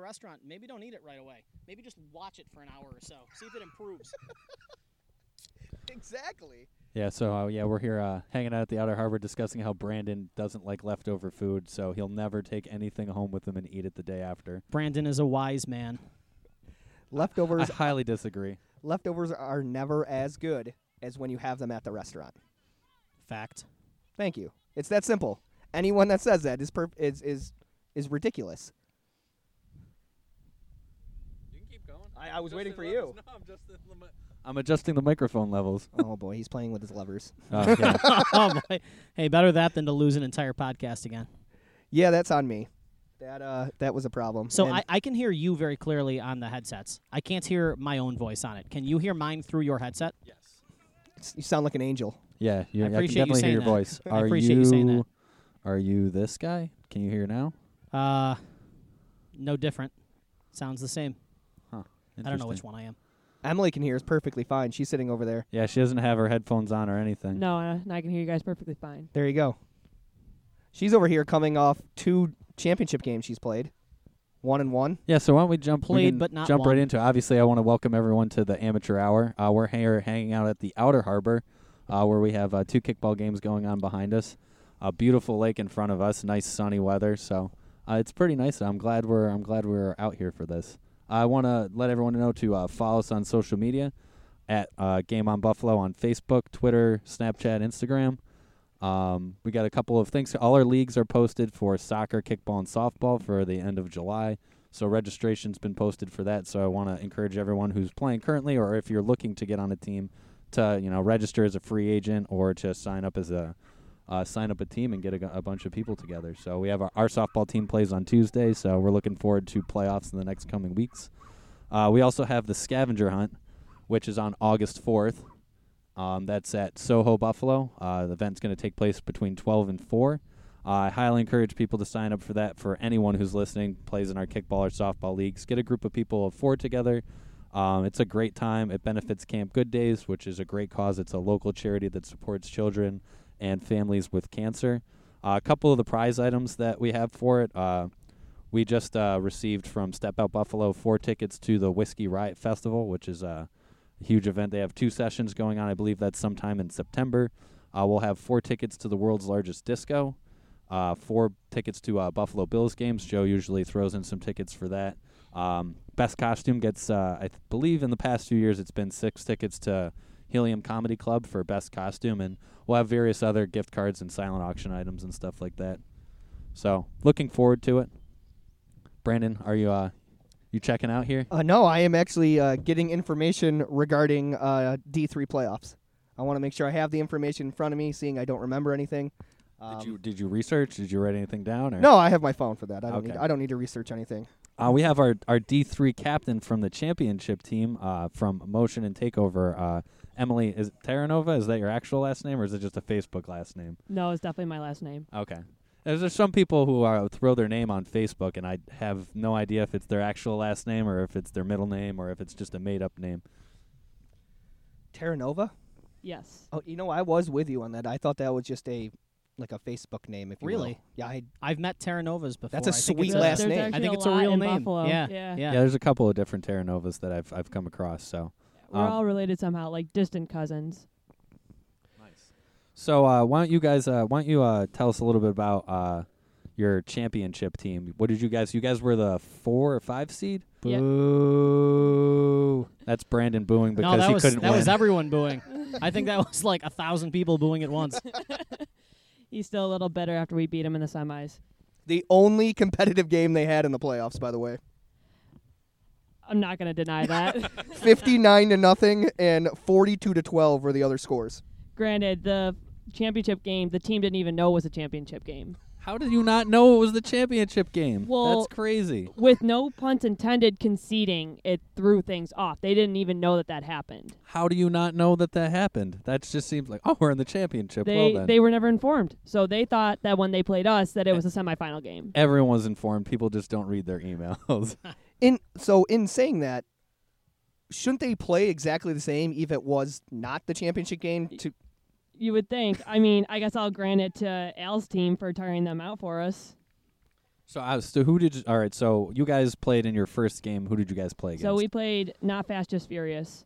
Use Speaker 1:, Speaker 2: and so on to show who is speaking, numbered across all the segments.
Speaker 1: restaurant, maybe don't eat it right away. Maybe just watch it for an hour or so. See if it improves.
Speaker 2: Exactly.
Speaker 3: Yeah, so uh, yeah, we're here uh, hanging out at the Outer Harbor discussing how Brandon doesn't like leftover food, so he'll never take anything home with him and eat it the day after.
Speaker 1: Brandon is a wise man.
Speaker 3: I
Speaker 2: Leftovers
Speaker 3: highly disagree.
Speaker 2: leftovers are never as good as when you have them at the restaurant.
Speaker 1: Fact.
Speaker 2: Thank you. It's that simple. Anyone that says that is per- is is is ridiculous.
Speaker 4: You can keep going.
Speaker 2: I- I was
Speaker 4: Just
Speaker 2: waiting
Speaker 4: in
Speaker 2: for
Speaker 4: love-
Speaker 2: you.
Speaker 4: No, I'm just in the mi-
Speaker 3: I'm adjusting the microphone levels.
Speaker 2: oh boy, he's playing with his levers.
Speaker 3: Uh, yeah.
Speaker 1: oh boy. Hey, better that than to lose an entire podcast again.
Speaker 2: Yeah, that's on me. That uh that was a problem.
Speaker 1: So
Speaker 2: And
Speaker 1: I, I can hear you very clearly on the headsets. I can't hear my own voice on it. Can you hear mine through your headset?
Speaker 4: Yes.
Speaker 2: s- you sound like an angel.
Speaker 3: Yeah, you,
Speaker 1: I
Speaker 3: can
Speaker 1: appreciate you
Speaker 3: definitely
Speaker 1: saying
Speaker 3: hear your
Speaker 1: that.
Speaker 3: voice.
Speaker 1: I
Speaker 3: Are
Speaker 1: appreciate you saying that.
Speaker 3: Are you this guy? Can you hear now?
Speaker 1: Uh, no different. Sounds the same. I don't know which
Speaker 3: Interesting.
Speaker 1: one I am.
Speaker 2: Emily can hear us perfectly fine. She's sitting over there.
Speaker 3: Yeah, she doesn't have her headphones on or anything.
Speaker 5: No, uh, and I can hear you guys perfectly fine.
Speaker 2: There you go. She's over here coming off two championship games she's played. One and one.
Speaker 3: Yeah, so why don't we jump we
Speaker 1: Played
Speaker 3: can
Speaker 1: but not
Speaker 3: jump
Speaker 1: won.
Speaker 3: right into? it. Obviously, I want to welcome everyone to the Amateur Hour. Uh, we're here hanging out at the Outer Harbor, uh, where we have uh, two kickball games going on behind us. A beautiful lake in front of us. Nice sunny weather, so uh, it's pretty nice. I'm glad we're I'm glad we're out here for this. I want to let everyone know to uh, follow us on social media at uh, Game on Buffalo on Facebook, Twitter, Snapchat, Instagram. Um, we got a couple of things. All our leagues are posted for soccer, kickball, and softball for the end of July. So registration's been posted for that. So I want to encourage everyone who's playing currently, or if you're looking to get on a team, to you know register as a free agent or to sign up as a uh, sign up a team and get a, g- a bunch of people together. So we have our, our softball team plays on Tuesday. So we're looking forward to playoffs in the next coming weeks. Uh, we also have the scavenger hunt, which is on August fourth. Um, that's at Soho Buffalo. Uh, the event's going to take place between 12 and 4. Uh, I highly encourage people to sign up for that. For anyone who's listening, plays in our kickball or softball leagues, get a group of people of four together. Um, it's a great time. It benefits Camp Good Days, which is a great cause. It's a local charity that supports children and families with cancer. Uh, a couple of the prize items that we have for it. Uh, we just uh, received from Step Out Buffalo four tickets to the Whiskey Riot Festival, which is uh, a huge event. They have two sessions going on. I believe that's sometime in September. Uh, we'll have four tickets to the world's largest disco, uh, four tickets to uh, Buffalo Bills games. Joe usually throws in some tickets for that. Um, best costume gets, uh, I th- believe, in the past few years, it's been six tickets to Helium Comedy Club for best costume, and we'll have various other gift cards and silent auction items and stuff like that. So, looking forward to it. Brandon, are you uh, you checking out here?
Speaker 2: Uh, no, I am actually uh, getting information regarding uh, D3 playoffs. I want to make sure I have the information in front of me, seeing I don't remember anything. Um,
Speaker 3: did you did you research? Did you write anything down? Or?
Speaker 2: no, I have my phone for that. I don't,
Speaker 3: Okay.
Speaker 2: need, I don't need to research anything.
Speaker 3: Uh, we have our, our D3 captain from the championship team uh, from Motion and Takeover. Uh, Emily, is Terranova? Is that your actual last name or is it just a Facebook last name?
Speaker 5: No, it's definitely my last name.
Speaker 3: Okay. There's, there's some people who uh, throw their name on Facebook, and I have no idea if it's their actual last name or if it's their middle name or if it's just a made up name.
Speaker 2: Terra Nova?
Speaker 5: Yes.
Speaker 2: Oh, you know, I was with you on that. I thought that was just a like a Facebook name, if you will.
Speaker 1: Really?
Speaker 2: Yeah, I,
Speaker 1: I've met Terranovas before.
Speaker 2: That's a
Speaker 1: I think
Speaker 2: sweet
Speaker 1: it's
Speaker 2: There's- last there's name.
Speaker 1: I think
Speaker 5: actually
Speaker 1: it's a
Speaker 5: lot
Speaker 1: real
Speaker 5: in
Speaker 1: name.
Speaker 5: Buffalo.
Speaker 1: Yeah. Yeah.
Speaker 5: Yeah.
Speaker 3: Yeah, there's a couple of different Terranovas that I've, I've come across. So
Speaker 5: We're
Speaker 3: Um,
Speaker 5: all related somehow, like distant cousins.
Speaker 3: so uh, why don't you guys uh, why don't you uh, tell us a little bit about uh, your championship team? What did you guys? You guys were the four or five seed.
Speaker 5: Yeah.
Speaker 3: Boo. That's Brandon booing because
Speaker 1: no, that
Speaker 3: he
Speaker 1: was
Speaker 3: couldn't
Speaker 1: that
Speaker 3: win.
Speaker 1: was everyone booing. I think that was like a thousand people booing at once.
Speaker 5: He's still a little better after we beat him in the semis.
Speaker 2: the only competitive game they had in the playoffs, by the way.
Speaker 5: I'm not gonna deny that.
Speaker 2: 59 to nothing and 42 to 12 were the other scores.
Speaker 5: Granted, the championship game, the team didn't even know was a championship game.
Speaker 3: How did you not know it was the championship game?
Speaker 5: Well-
Speaker 3: That's crazy.
Speaker 5: With no puns intended, conceding it threw things off. They didn't even know that that happened.
Speaker 3: How do you not know that that happened? That just seems like oh, we're in the championship. well
Speaker 5: They
Speaker 3: then.
Speaker 5: they were never informed, so they thought that when they played us,
Speaker 1: Eh.
Speaker 5: that it was a semifinal game.
Speaker 3: Everyone was informed. People just don't read their emails.
Speaker 2: In so in saying that, shouldn't they play exactly the same if it was not the championship game? To
Speaker 5: You would think. I mean, I guess I'll grant it to Al's team for tiring them out for us.
Speaker 3: So, I was, so who did? You, all right. So you guys played in your first game. Who did you guys play against?
Speaker 5: So we played not fast, just furious.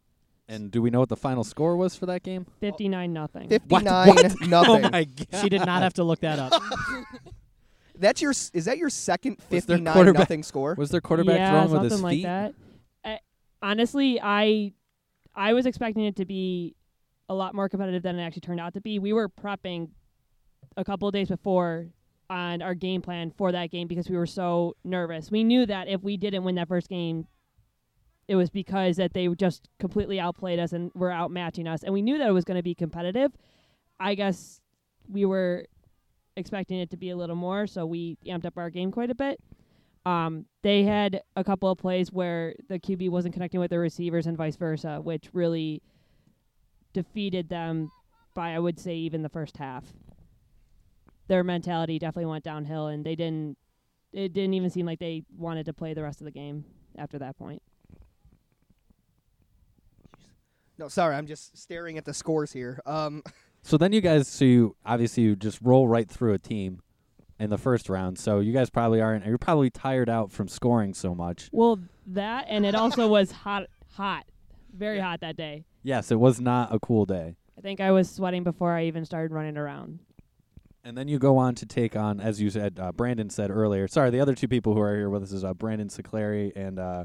Speaker 3: and do we know what the final score was for that game?
Speaker 5: Fifty nine nothing.
Speaker 3: What? Oh
Speaker 2: 59 nothing.
Speaker 3: god!
Speaker 1: She did not have to look that up.
Speaker 2: That's your s- is that your second
Speaker 3: Was their
Speaker 2: 59
Speaker 3: quarterback-
Speaker 2: nothing score?
Speaker 3: Was their quarterback
Speaker 5: yeah,
Speaker 3: throwing
Speaker 5: something
Speaker 3: with his
Speaker 5: like
Speaker 3: feet?
Speaker 5: that. I, honestly, I I was expecting it to be a lot more competitive than it actually turned out to be. We were prepping a couple of days before on our game plan for that game because we were so nervous. We knew that if we didn't win that first game, it was because that they just completely outplayed us and were outmatching us, and we knew that it was going to be competitive. I guess we were expecting it to be a little more, so we amped up our game quite a bit. Um, they had a couple of plays where the QB wasn't connecting with the receivers and vice versa, which really defeated them by, I would say, even the first half. Their mentality definitely went downhill, and they didn't. It didn't even seem like they wanted to play the rest of the game after that point.
Speaker 2: No, sorry, I'm just staring at the scores here. Um,
Speaker 3: So then you guys, so you obviously you just roll right through a team in the first round. So you guys probably aren't. You're probably tired out from scoring so much.
Speaker 5: Well, that and it also was hot, hot, very hot that day.
Speaker 3: Yes, it was not a cool day.
Speaker 5: I think I was sweating before I even started running around.
Speaker 3: And then you go on to take on, as you said, uh, Brandon said earlier. Sorry, the other two people who are here with us is uh, Brandon Sicleri and uh,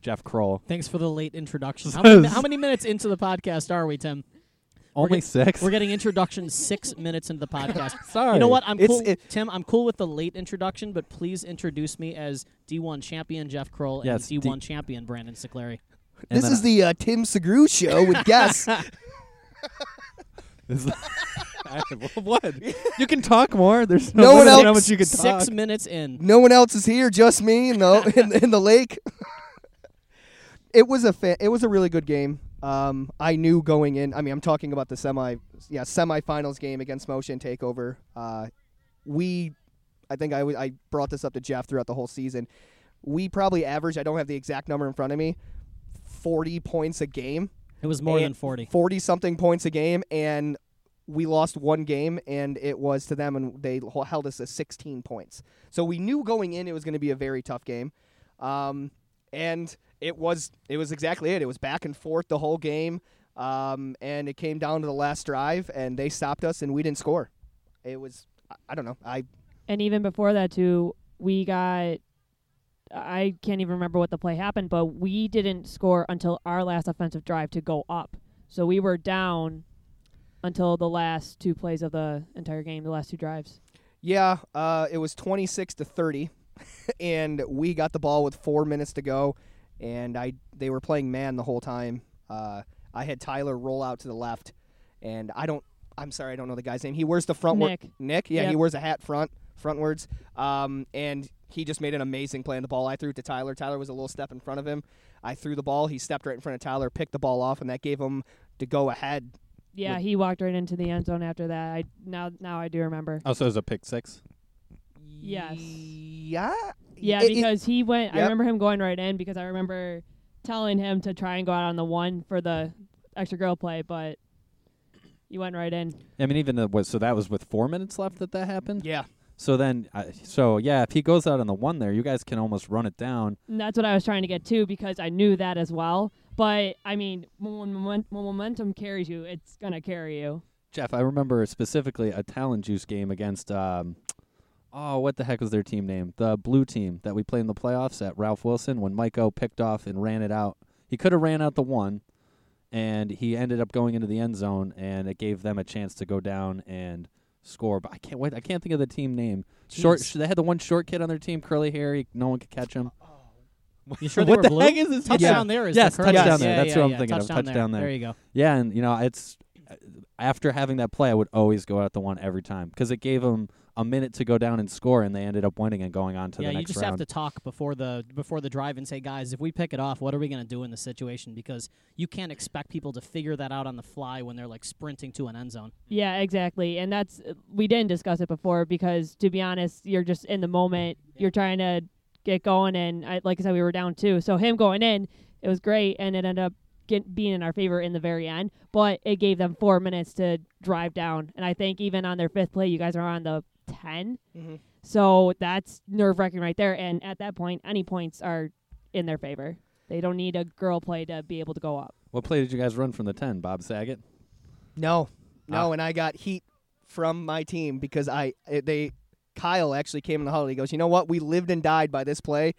Speaker 3: Jeff Kroll.
Speaker 1: Thanks for the late introduction. How many,
Speaker 3: Says-
Speaker 1: how many minutes into the podcast are we, Tim?
Speaker 3: Only
Speaker 1: get-
Speaker 3: 6
Speaker 1: We're getting introduction six minutes into the podcast.
Speaker 3: Sorry.
Speaker 1: You know what? I'm
Speaker 2: It's-
Speaker 1: cool,
Speaker 2: it-
Speaker 1: Tim. I'm cool with the late introduction, but please introduce me as D1 champion Jeff Kroll
Speaker 3: Yes,
Speaker 1: and D1 champion Brandon Sicleri.
Speaker 3: And
Speaker 2: this
Speaker 3: then
Speaker 2: is the uh, Tim Segru show with guests.
Speaker 3: Is that- what? You can talk more. There's
Speaker 2: No one
Speaker 3: limit to
Speaker 2: else-
Speaker 3: How much you can talk.
Speaker 1: Six minutes in.
Speaker 2: no one else is here, just me in the in, in the lake. it was a fa- it was a really good game. Um, I knew going in. I mean, I'm talking about the semi yeah semifinals game against Motion Takeover. Uh, we, I think I, w- I brought this up to Jeff throughout the whole season. We probably averaged. I don't have the exact number in front of me. Forty points a game.
Speaker 1: It was more
Speaker 3: Eh,
Speaker 1: than
Speaker 2: And-
Speaker 1: forty.
Speaker 2: 40 something points a game and we lost one game and it was to them and they h- held us to 16 points so we knew going in it was going to be a very tough game um, and it was it was exactly it it was back and forth the whole game um, and it came down to the last drive and they stopped us and we didn't score it was I- i don't know i
Speaker 5: And even before that, too, we got. I can't even remember what the play happened, but we didn't score until our last offensive drive to go up. So we were down until the last two plays of the entire game, the last two drives.
Speaker 2: Yeah, uh, it was 26 to 30, and we got the ball with four minutes to go, and I they were playing man the whole time. Uh, I had Tyler roll out to the left, and I don't. I'm sorry, I don't know the guy's name. He wears the front.
Speaker 5: Nick.
Speaker 2: Nick. Yeah, he
Speaker 5: Yep.
Speaker 2: wears a hat front frontwards, um, and he just made an amazing play on the ball. I threw it to Tyler. Tyler was a little step in front of him. I threw the ball. He stepped right in front of Tyler, picked the ball off, and that gave him to go ahead.
Speaker 5: Yeah, he walked right into the end zone after that. I now now I do remember.
Speaker 3: Oh, so it was a pick six.
Speaker 5: Yes.
Speaker 2: Yeah.
Speaker 5: Yeah,
Speaker 2: It- it-
Speaker 5: because he went. I
Speaker 2: Yep.
Speaker 5: remember him going right in because I remember telling him to try and go out on the one for the extra girl play, but he went right in.
Speaker 3: I mean, even the, what, so that was with four minutes left that that happened.
Speaker 2: yeah.
Speaker 3: So then, I so yeah, if he goes out on the one there, you guys can almost run it down.
Speaker 5: And that's what I was trying to get to because I knew that as well. But I mean, when, when, when momentum carries you, it's gonna carry you.
Speaker 3: Jeff, I remember specifically a Talon Juice game against, um, oh, what the heck was their team name? The blue team that we played in the playoffs at Ralph Wilson when Myko picked off and ran it out. He could have ran out the one, and he ended up going into the end zone, and it gave them a chance to go down and score. But I can't wait. I can't think of the team name. Short.
Speaker 1: Jeez.
Speaker 3: They had the one short kid on their team, curly hair. He, no one could catch him.
Speaker 1: You sure they
Speaker 3: what
Speaker 1: were
Speaker 3: the
Speaker 1: blue?
Speaker 3: heck is this?
Speaker 1: Touchdown
Speaker 3: Yeah.
Speaker 1: there is
Speaker 3: Yes,
Speaker 1: the correct-
Speaker 3: touchdown
Speaker 1: Yeah,
Speaker 3: there. That's
Speaker 1: yeah,
Speaker 3: what I'm
Speaker 1: yeah,
Speaker 3: thinking of.
Speaker 1: touchdown
Speaker 3: Touchdown
Speaker 1: there.
Speaker 3: there.
Speaker 1: There you go.
Speaker 3: Yeah, and you know, it's uh, after having that play, I would always go out the one every time because it gave them a minute to go down and score, and they ended up winning and going on to
Speaker 1: yeah,
Speaker 3: the
Speaker 1: you
Speaker 3: next
Speaker 1: just have
Speaker 3: round.
Speaker 1: to talk before the before the drive and say, guys, if we pick it off, what are we going to do in this situation? Because you can't expect people to figure that out on the fly when they're like sprinting to an end zone.
Speaker 5: Yeah, exactly. And that's we didn't discuss it before because to be honest, you're just in the moment. You're trying to get going, and I, like I said, we were down two. So him going in, it was great, and it ended up get, being in our favor in the very end. But it gave them four minutes to drive down, and I think even on their fifth play, you guys are on the 10
Speaker 2: Mhm.
Speaker 5: So that's nerve wracking right there. And at that point, any points are in their favor. They don't need a girl play to be able to go up.
Speaker 3: What play did you guys run from the ten? Bob Saget.
Speaker 2: No,
Speaker 1: Ah.
Speaker 2: no, and I got heat from my team because I eh, they Kyle actually came in the huddle. He goes, you know what? We lived and died by this play.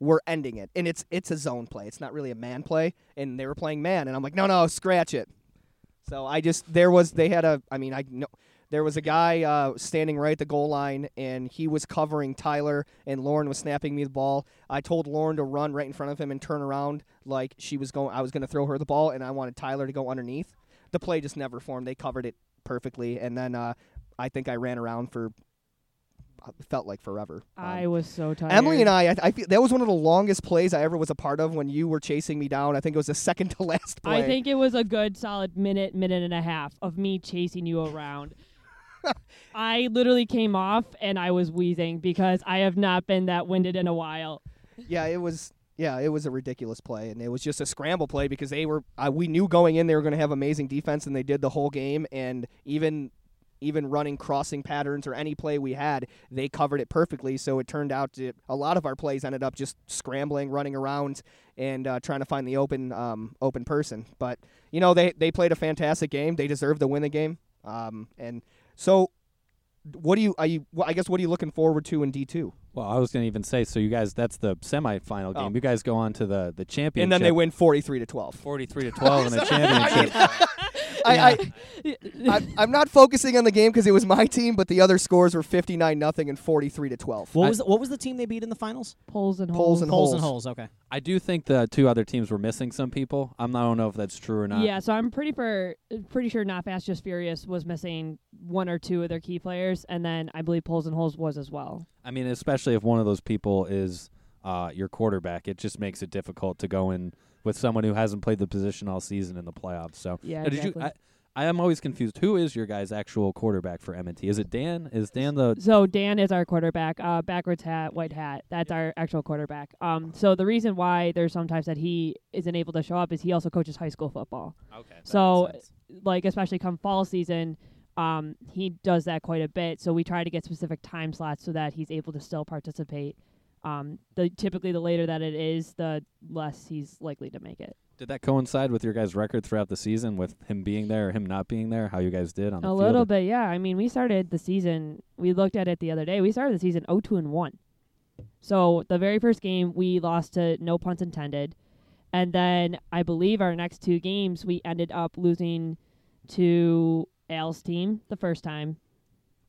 Speaker 2: We're ending it, and it's it's a zone play. It's not really a man play, and they were playing man, and I'm like, no, no, scratch it. So I just there was they had a I mean I know there was a guy uh, standing right at the goal line and he was covering Tyler and Lauren was snapping me the ball. I told Lauren to run right in front of him and turn around like she was going I was going to throw her the ball and I wanted Tyler to go underneath. The play just never formed. They covered it perfectly and then uh, I think I ran around for it felt like forever. Um,
Speaker 5: I was so tired.
Speaker 2: Emily and I, I, I feel that was one of the longest plays I ever was a part of when you were chasing me down. I think it was the second to last play.
Speaker 5: I think it was a good solid minute, minute and a half of me chasing you around. I literally came off and I was wheezing because I have not been that winded in a while.
Speaker 2: Yeah, it was. Yeah, it was a ridiculous play, and it was just a scramble play because they were. Uh, we knew going in they were going to have amazing defense, and they did the whole game. And even, even running crossing patterns or any play we had, they covered it perfectly. So it turned out to, a lot of our plays ended up just scrambling, running around, and uh, trying to find the open, um, open person. But you know they they played a fantastic game. They deserved to win the game. Um, and so, what do you? Are you? Well, I guess what are you looking forward to in D two?
Speaker 3: Well, I was gonna even say so. You guys, that's the semifinal
Speaker 2: Oh.
Speaker 3: game. You guys go on to the the championship.
Speaker 2: And then they win forty three to twelve.
Speaker 3: forty-three to twelve in the championship.
Speaker 2: I, I, I, I'm not focusing on the game because it was my team, but the other scores were 59 nothing and 43 to 12.
Speaker 1: What
Speaker 3: I-
Speaker 1: was the, what was the team they beat in the finals?
Speaker 5: Poles and
Speaker 2: Poles
Speaker 5: holes.
Speaker 2: and
Speaker 1: Holes
Speaker 2: holes.
Speaker 1: and holes. Okay.
Speaker 3: I do think the two other teams were missing some people. I'm not, I don't know if that's true or not.
Speaker 5: Yeah, so I'm pretty for pretty sure Not Fast Just Furious was missing one or two of their key players, and then I believe Poles and Holes was as well.
Speaker 3: I mean, especially if one of those people is uh, your quarterback, it just makes it difficult to go in with someone who hasn't played the position all season in the playoffs. So,
Speaker 5: Yeah,
Speaker 3: Now, did you?
Speaker 5: exactly.
Speaker 3: I, I am always confused. Who is your guy's actual quarterback for M&T? Is it Dan? Is Dan the?
Speaker 5: So Dan is our quarterback. Uh, backwards hat, white hat. That's our actual quarterback. Um, so the reason why there's sometimes that he isn't able to show up is he also coaches high school football.
Speaker 3: Okay.
Speaker 5: So, like especially come fall season, um, he does that quite a bit. So we try to get specific time slots so that he's able to still participate. Um, the typically the later that it is, the less he's likely to make it.
Speaker 3: did that coincide with your guys' record throughout the season, with him being there or him not being there? How you guys did on the
Speaker 5: A
Speaker 3: field?
Speaker 5: little bit, yeah. I mean, we started the season. We looked at it the other day. We started the season 0-2 and one. So the very first game we lost to no punts intended, and then I believe our next two games we ended up losing to Al's team the first time,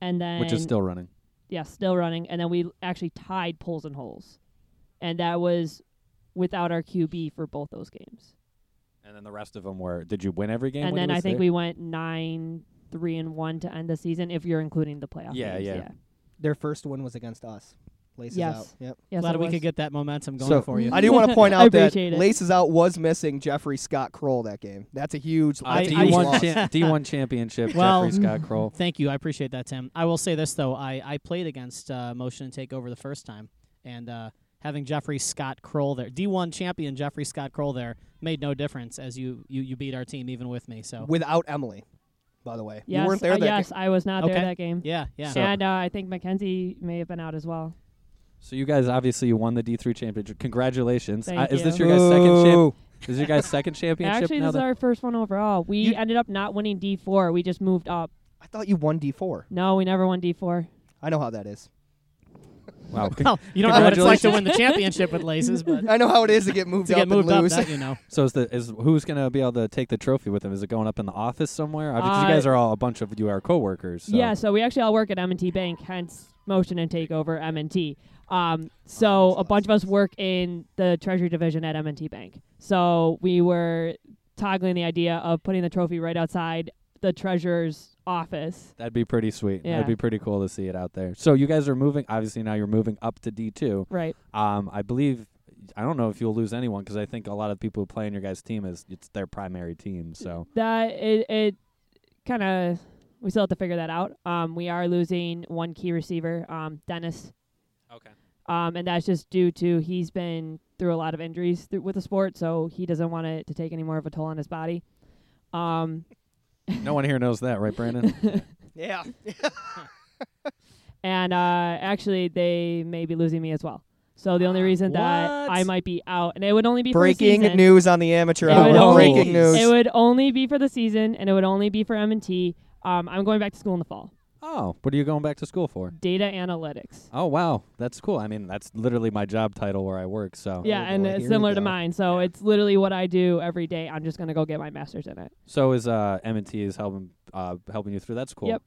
Speaker 5: and then
Speaker 3: which is still running.
Speaker 5: yeah still running, and then we actually tied poles and holes, and that was without our QB for both those games.
Speaker 3: And then the rest of them were. Did you win every game?
Speaker 5: and
Speaker 3: when he
Speaker 5: then I
Speaker 3: was
Speaker 5: think
Speaker 3: there?
Speaker 5: we went nine three and one to end the season if you're including the playoff
Speaker 3: Yeah,
Speaker 5: games.
Speaker 3: yeah.
Speaker 2: Their first one was against us. Laces
Speaker 5: Yes.
Speaker 2: out. Yep.
Speaker 5: Yes,
Speaker 1: Glad
Speaker 5: it
Speaker 1: we
Speaker 5: was.
Speaker 1: could get that momentum going
Speaker 2: So-
Speaker 1: for you.
Speaker 2: I do want to point
Speaker 5: I
Speaker 2: out that
Speaker 5: appreciate it.
Speaker 2: Laces Out was missing Jeffrey Scott Kroll that game. That's a huge.
Speaker 3: Uh,
Speaker 2: That's a huge
Speaker 3: D1,
Speaker 2: loss.
Speaker 3: cha- D1 championship,
Speaker 1: Well-
Speaker 3: Jeffrey Scott Kroll.
Speaker 1: Thank you. I appreciate that, Tim. I will say this though: I, I played against uh, Motion and Takeover the first time, and uh, having Jeffrey Scott Kroll there, D1 champion Jeffrey Scott Kroll there, made no difference as you you, you beat our team even with me. So
Speaker 2: Without Emily, by the way,
Speaker 5: Yes,
Speaker 2: you weren't there.
Speaker 5: uh,
Speaker 2: that
Speaker 5: yes,
Speaker 2: game.
Speaker 5: I was not there
Speaker 1: Okay.
Speaker 5: that game.
Speaker 1: yeah, yeah.
Speaker 3: So-
Speaker 5: and uh, I think Mackenzie may have been out as well.
Speaker 3: So you guys obviously you won the D3 championship. Congratulations!
Speaker 5: Thank
Speaker 3: Uh, is this
Speaker 5: you.
Speaker 3: your guys' second champ?
Speaker 2: Boo.
Speaker 3: Is your guys' second championship
Speaker 5: Actually,
Speaker 3: now?
Speaker 5: this is
Speaker 3: that-
Speaker 5: our first one overall. We
Speaker 2: You-
Speaker 5: ended up not winning D four. We just moved up.
Speaker 2: I thought you won D four.
Speaker 5: No, we never won D four.
Speaker 2: I know how that is.
Speaker 3: wow. con-
Speaker 1: Well, you don't know what it's like to
Speaker 3: Congratulations.
Speaker 1: win the championship with laces, but
Speaker 2: I know how it is to get moved
Speaker 1: to
Speaker 2: up
Speaker 1: get moved
Speaker 2: and
Speaker 1: up,
Speaker 2: lose.
Speaker 1: that you know.
Speaker 3: So is the is who's gonna be able to take the trophy with them? Is it going up in the office somewhere? Uh, because you
Speaker 5: Uh,
Speaker 3: guys are all a bunch of you are coworkers. So.
Speaker 5: Yeah, so we actually all work at M&T Bank, hence motion and takeover M&T. Um, so a bunch of us work in the Treasury division at M&T Bank. So we were toggling the idea of putting the trophy right outside the treasurer's office.
Speaker 3: That'd be pretty sweet.
Speaker 5: Yeah.
Speaker 3: That'd be pretty cool to see it out there. So you guys are moving. Obviously now you're moving up to D2.
Speaker 5: Right.
Speaker 3: Um, I believe. I don't know if you'll lose anyone because I think a lot of people who play in your guys' team is it's their primary team. So
Speaker 5: That it, it kind of we still have to figure that out. Um, we are losing one key receiver, um, Dennis.
Speaker 3: okay.
Speaker 5: Um, and that's just due to he's been through a lot of injuries through, with the sport, so he doesn't want it to take any more of a toll on his body. Um,
Speaker 3: No one here knows that, right, Brandon?
Speaker 2: Yeah.
Speaker 5: and uh, actually they may be losing me as well. So the only reason that
Speaker 1: What?
Speaker 5: I might be out, and it would only be
Speaker 2: Breaking
Speaker 5: for the season.
Speaker 2: news on the amateur
Speaker 5: It
Speaker 2: hour.
Speaker 5: would only-
Speaker 2: Breaking news.
Speaker 5: It would only be for the season, and it would only be for M&T. Um, I'm going back to school in the fall.
Speaker 3: Oh, what are you going back to school for?
Speaker 5: Data analytics.
Speaker 3: Oh wow, that's cool. I mean, that's literally my job title where I work. So
Speaker 5: yeah,
Speaker 2: Oh,
Speaker 5: and
Speaker 2: boy,
Speaker 5: it's
Speaker 2: here we
Speaker 5: similar to
Speaker 2: go.
Speaker 5: mine. So it's literally what I do every day. I'm just gonna go get my master's in it.
Speaker 3: so is uh M&T is helping uh helping you through. That's cool.
Speaker 5: Yep.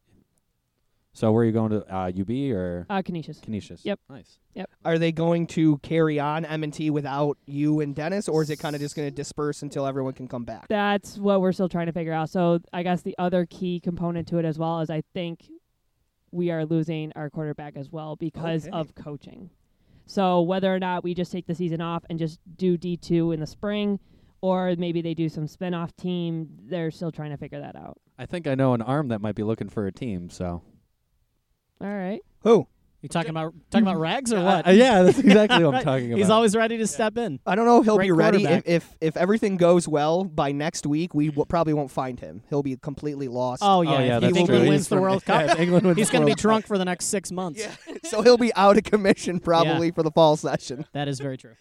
Speaker 3: So where are you going to uh, UB or
Speaker 5: Uh, Canisius.
Speaker 3: Canisius?
Speaker 5: yep.
Speaker 3: Nice.
Speaker 2: Are they going to carry on M&T without you and Dennis, or is it kind of just going to disperse until everyone can come back?
Speaker 5: That's what we're still trying to figure out. So I guess the other key component to it as well is I think we are losing our quarterback as well because
Speaker 2: Okay.
Speaker 5: of coaching. So whether or not we just take the season off and just do D two in the spring, or maybe they do some spin off team, they're still trying to figure that out.
Speaker 3: I think I know an arm that might be looking for a team. So
Speaker 5: All right.
Speaker 2: Who?
Speaker 1: You talking about talking about rags or what?
Speaker 3: Uh, yeah, that's exactly what I'm
Speaker 1: Right.
Speaker 3: talking about.
Speaker 1: He's always ready to step in.
Speaker 2: I don't know if he'll
Speaker 1: Great
Speaker 2: be ready. If,
Speaker 1: quarterback.
Speaker 2: if if everything goes well by next week, we w- probably won't find him. He'll be completely lost.
Speaker 1: Oh
Speaker 3: yeah,
Speaker 1: yeah,
Speaker 3: yeah,
Speaker 1: if
Speaker 3: that's
Speaker 1: England
Speaker 3: true.
Speaker 1: wins the World
Speaker 3: Yeah,
Speaker 1: Cup.
Speaker 3: if England wins
Speaker 1: He's
Speaker 3: the
Speaker 1: going to be
Speaker 3: World Cup.
Speaker 1: drunk for the next six months.
Speaker 2: Yeah. so he'll be out of commission probably for the fall session.
Speaker 1: That is very true.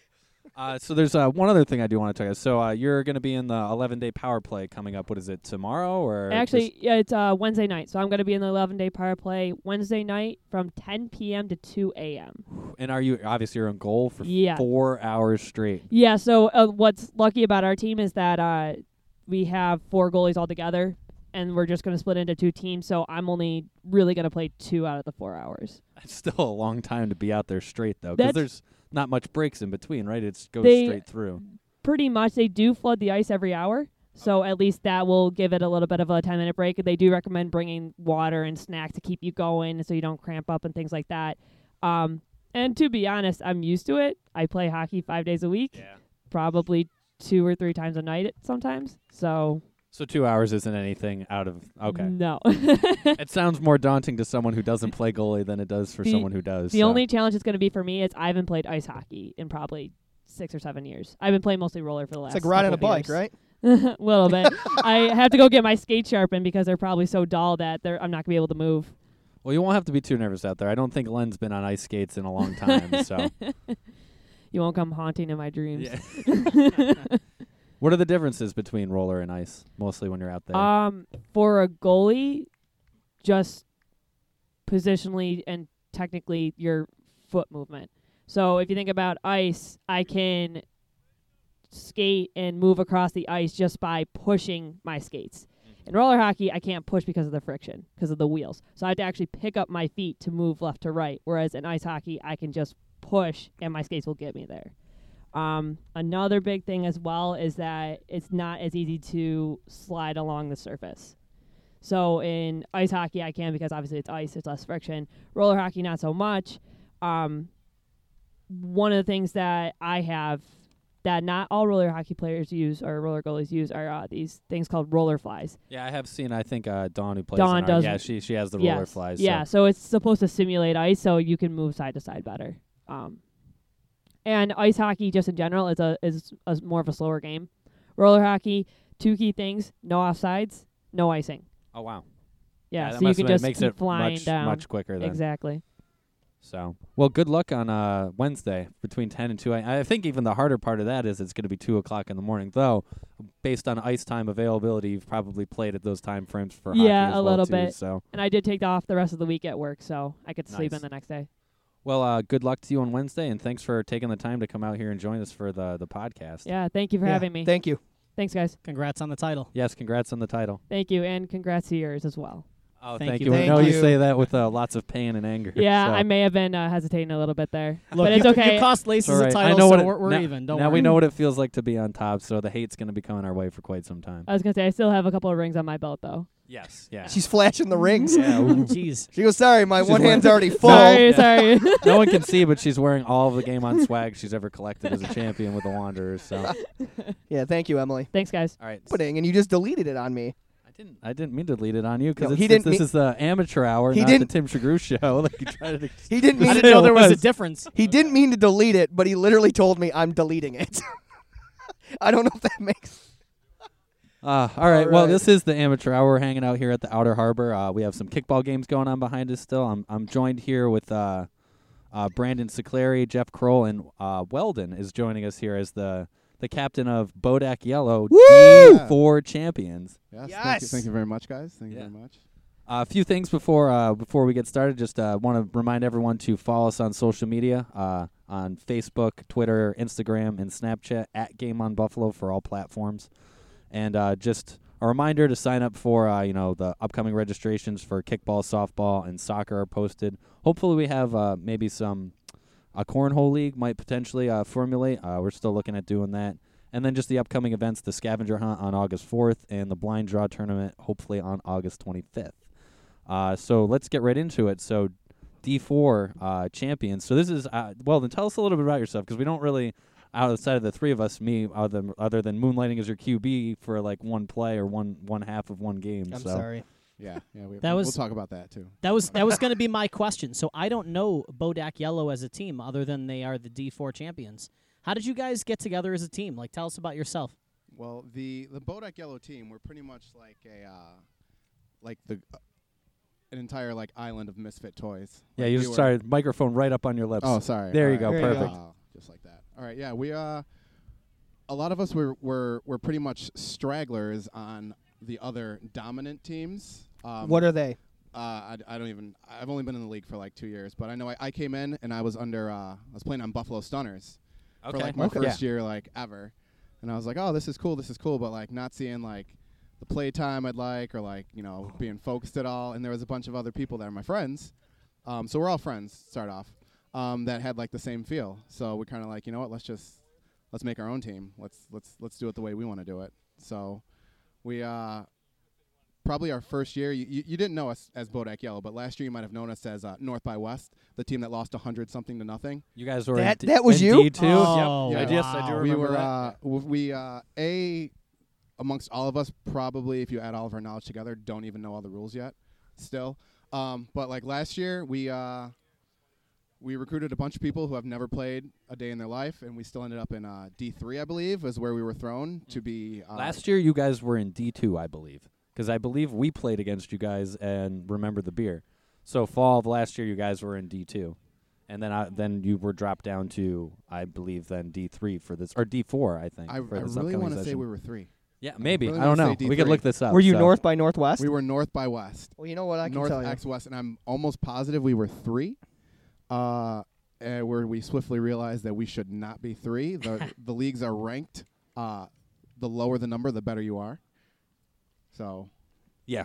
Speaker 3: Uh, so there's uh, one other thing I do want to talk about. So uh, you're going to be in the 11 day power play coming up. What is it tomorrow or
Speaker 5: Actually, yeah, it's uh, Wednesday night, so I'm going to be in the 11 day power play Wednesday night from 10 p.m. to 2 a.m.
Speaker 3: just- and are you obviously you're on goal for
Speaker 5: Yeah.
Speaker 3: four hours straight?
Speaker 5: Yeah. So uh, what's lucky about our team is that uh, we have four goalies all together, and we're just going to split into two teams. So I'm only really going to play two out of the four hours.
Speaker 3: That's still a long time to be out there straight though, because
Speaker 5: That's-
Speaker 3: there's not much breaks in between, right? It goes
Speaker 5: They-
Speaker 3: straight through.
Speaker 5: Pretty much, they do flood the ice every hour. So at least that will give it a little bit of a 10 minute break. They do recommend bringing water and snacks to keep you going, so you don't cramp up and things like that. Um, and to be honest, I'm used to it. I play hockey five days a week, probably two or three times a night sometimes. So
Speaker 3: So two hours isn't anything out of okay.
Speaker 5: no.
Speaker 3: it sounds more daunting to someone who doesn't play goalie than it does for
Speaker 5: The-
Speaker 3: someone who does.
Speaker 5: The
Speaker 3: so.
Speaker 5: only challenge it's going to be for me is I haven't played ice hockey in probably six or seven years. I've been playing mostly roller for the last.
Speaker 2: It's like riding a
Speaker 5: couple
Speaker 2: bike,
Speaker 5: years.
Speaker 2: right?
Speaker 5: a little bit. I have to go get my skate sharpened because they're probably so dull that they're, I'm not going to be able to move.
Speaker 3: well, you won't have to be too nervous out there. I don't think Len's been on ice skates in a long time. so
Speaker 5: You won't come haunting in my dreams.
Speaker 3: Yeah. what are the differences between roller and ice, mostly when you're out there?
Speaker 5: Um, for a goalie, just positionally and technically your foot movement. So if you think about ice, I can skate and move across the ice just by pushing my skates. In roller hockey, I can't push because of the friction, because of the wheels. So I have to actually pick up my feet to move left to right. Whereas in ice hockey, I can just push and my skates will get me there. Um, another big thing as well is that it's not as easy to slide along the surface. So in ice hockey, I can because obviously it's ice, there's less friction. Roller hockey, not so much. Um, one of the things that I have that not all roller hockey players use or roller goalies use are uh, these things called roller flies.
Speaker 3: yeah, I have seen. I think uh, Dawn who plays.
Speaker 5: Dawn
Speaker 3: in our-
Speaker 5: does-
Speaker 3: Yeah, she she has the roller
Speaker 5: Yes.
Speaker 3: flies.
Speaker 5: Yeah,
Speaker 3: So.
Speaker 5: so. it's supposed to simulate ice, so you can move side to side better. Um, and ice hockey, just in general, is a is a, s- more of a slower game. Roller hockey, two key things: no offsides, no icing.
Speaker 3: Oh wow.
Speaker 5: Yeah,
Speaker 3: that
Speaker 5: so you
Speaker 3: must
Speaker 5: can
Speaker 3: have- it
Speaker 5: just
Speaker 3: makes
Speaker 5: keep
Speaker 3: it
Speaker 5: flying
Speaker 3: much,
Speaker 5: down.
Speaker 3: much quicker then.
Speaker 5: exactly.
Speaker 3: So well, good luck on uh, Wednesday between ten and two. I, I think even the harder part of that is it's going to be two o'clock in the morning. Though, based on ice time availability, you've probably played at those time frames for
Speaker 5: Yeah,
Speaker 3: hockey as
Speaker 5: a
Speaker 3: well,
Speaker 5: little
Speaker 3: too,
Speaker 5: bit.
Speaker 3: So
Speaker 5: And I did take off the rest of the week at work, so I could sleep
Speaker 3: Nice.
Speaker 5: in the next day.
Speaker 3: well, uh, good luck to you on Wednesday, and thanks for taking the time to come out here and join us for the the podcast.
Speaker 5: Yeah, thank you for
Speaker 2: Yeah,
Speaker 5: having me.
Speaker 2: Thank you.
Speaker 5: Thanks, guys.
Speaker 1: Congrats on the title.
Speaker 3: Yes, congrats on the title.
Speaker 5: Thank you, and congrats to yours as well.
Speaker 3: Oh,
Speaker 1: Thank
Speaker 3: thank
Speaker 1: you.
Speaker 3: you. I
Speaker 2: Thank
Speaker 3: know you.
Speaker 2: you.
Speaker 3: say that with uh, lots of pain and anger.
Speaker 5: yeah,
Speaker 3: so.
Speaker 5: I may have been uh, hesitating a little bit there,
Speaker 1: Look,
Speaker 5: but it's
Speaker 1: you,
Speaker 5: okay.
Speaker 1: You cost
Speaker 3: It's
Speaker 1: Laces
Speaker 3: all
Speaker 1: a
Speaker 3: right.
Speaker 1: title,
Speaker 3: I know
Speaker 1: so
Speaker 3: what it-
Speaker 1: we're, we're
Speaker 3: now,
Speaker 1: even. Don't
Speaker 3: now
Speaker 1: worry.
Speaker 3: we know what it feels like to be on top, so the hate's going to be coming our way for quite some time.
Speaker 5: I was gonna say I still have a couple of rings on my belt though.
Speaker 3: Yes. Yeah.
Speaker 2: She's flashing the rings.
Speaker 1: Oh, Jeez.
Speaker 2: She goes, "Sorry, my
Speaker 3: She's
Speaker 2: one
Speaker 3: like-
Speaker 2: hand's already full."
Speaker 5: Sorry, sorry.
Speaker 3: no one can see, but she's wearing all of the game on swag she's ever collected as a champion with the Wanderers. So, all
Speaker 2: Yeah, thank you, Emily.
Speaker 5: Thanks, guys.
Speaker 3: right.
Speaker 2: Pudding, and you just deleted it on me.
Speaker 3: I didn't. I didn't mean to lead it on you because
Speaker 2: No, he didn't
Speaker 3: this
Speaker 2: mean-
Speaker 3: is the amateur hour,
Speaker 2: He
Speaker 3: not
Speaker 2: didn't-
Speaker 3: the Tim Shagru show. Like you tried to.
Speaker 2: He didn't mean
Speaker 1: I
Speaker 2: to
Speaker 1: didn't know there was a
Speaker 3: was.
Speaker 1: difference.
Speaker 2: He didn't mean to delete it, but he literally told me I'm deleting it. I don't know if that makes.
Speaker 3: Uh, all right. Well,
Speaker 2: right.
Speaker 3: this is the amateur hour. We're hanging out here at the Outer Harbor. Uh, we have some kickball games going on behind us still. I'm I'm joined here with uh, uh, Brandon Sicleri, Jeff Kroll, and uh, Weldon is joining us here as the the captain of Bodak Yellow D4 champions.
Speaker 6: Yes. Thank, you,
Speaker 2: Yes.
Speaker 6: thank you very much, guys. Thank
Speaker 3: Yeah.
Speaker 6: you very much.
Speaker 3: A few things before uh, before we get started. Just uh, want to remind everyone to follow us on social media uh, on Facebook, Twitter, Instagram, and Snapchat at Game on Buffalo for all platforms. And uh, just a reminder to sign up for uh, you know the upcoming registrations for kickball, softball, and soccer are posted. Hopefully, we have uh, maybe some a cornhole league might potentially uh, formulate. Uh, we're still looking at doing that. And then just the upcoming events, the scavenger hunt on August 4th and the blind draw tournament hopefully on August 25th. Uh, so let's get right into it. So D4 uh, champions. So this is uh, well. Then tell us a little bit about yourself because we don't really outside of the three of us, me other other than moonlighting as your QB for like one play or one one half of one game.
Speaker 1: I'm
Speaker 3: so
Speaker 1: sorry.
Speaker 6: Yeah, yeah. We,
Speaker 1: That
Speaker 6: we'll
Speaker 1: was-
Speaker 6: talk about that too.
Speaker 1: That was that was going to be my question. So I don't know Bodak Yellow as a team, other than they are the D4 champions. How did you guys get together as a team? Like, tell us about yourself.
Speaker 6: Well, the the Bodak Yellow team, we're pretty much like a uh, like the uh, an entire like island of misfit toys.
Speaker 3: yeah,
Speaker 6: Like,
Speaker 3: you
Speaker 6: we
Speaker 3: just
Speaker 6: were-
Speaker 3: started microphone right up on your lips.
Speaker 6: Oh, sorry.
Speaker 3: There you go,
Speaker 6: All
Speaker 2: There you go.
Speaker 3: perfect.
Speaker 6: Wow, just like that. All right. Yeah, we uh, a lot of us were were were pretty much stragglers on the other dominant teams. Um,
Speaker 2: what are they?
Speaker 6: uh, I, I don't even. I've only been in the league for like two years, but I know I, I came in and I was under. Uh, I was playing on Buffalo Stunners for like my
Speaker 3: Okay.
Speaker 6: first year like ever, and I was like, oh, this is cool, this is cool, but like not seeing like the play time I'd like or like you know being focused at all. And there was a bunch of other people that are my friends, um, so we're all friends. to Start off um, that had like the same feel, so we're kind of like you know what, let's just let's make our own team. Let's let's let's do it the way we want to do it. So we uh probably our first year. You, you, you didn't know us as Bodak Yellow, but last year you might have known us as uh, North by West, the team that lost 100 something to nothing.
Speaker 3: You guys were
Speaker 2: That-
Speaker 3: in D-
Speaker 2: that was
Speaker 3: in
Speaker 2: you?
Speaker 3: D2?
Speaker 1: Oh,
Speaker 6: Yep.
Speaker 1: wow.
Speaker 6: Yeah,
Speaker 3: yes, I do
Speaker 6: we
Speaker 3: remember
Speaker 6: were
Speaker 3: that.
Speaker 6: uh, w- we uh, a amongst all of us probably if you add all of our knowledge together don't even know all the rules yet still um, but like last year we uh, we recruited a bunch of people who have never played a day in their life and we still ended up in uh, d3 i believe is where we were thrown to be uh,
Speaker 3: Last year, you guys were in D2, I believe, because I believe we played against you guys and remember the beer. So fall of last year, you guys were in D2, and then I, then you were dropped down to I believe then D3 for this or D4, I think.
Speaker 6: I, I
Speaker 3: for this
Speaker 6: really
Speaker 3: want
Speaker 6: want to say we were three.
Speaker 3: yeah, maybe
Speaker 6: really
Speaker 3: I don't know.
Speaker 6: wanna say
Speaker 3: We could
Speaker 6: D3.
Speaker 3: look this up.
Speaker 2: Were you
Speaker 3: uh, so-
Speaker 2: North by Northwest?
Speaker 6: We were north by west,
Speaker 2: well, you know what I can
Speaker 6: north
Speaker 2: tell you.
Speaker 6: x west, and I'm almost positive we were three. Uh, and where we swiftly realized that we should not be three. The the leagues are ranked. Uh, the lower the number, the better you are. So
Speaker 3: Yeah,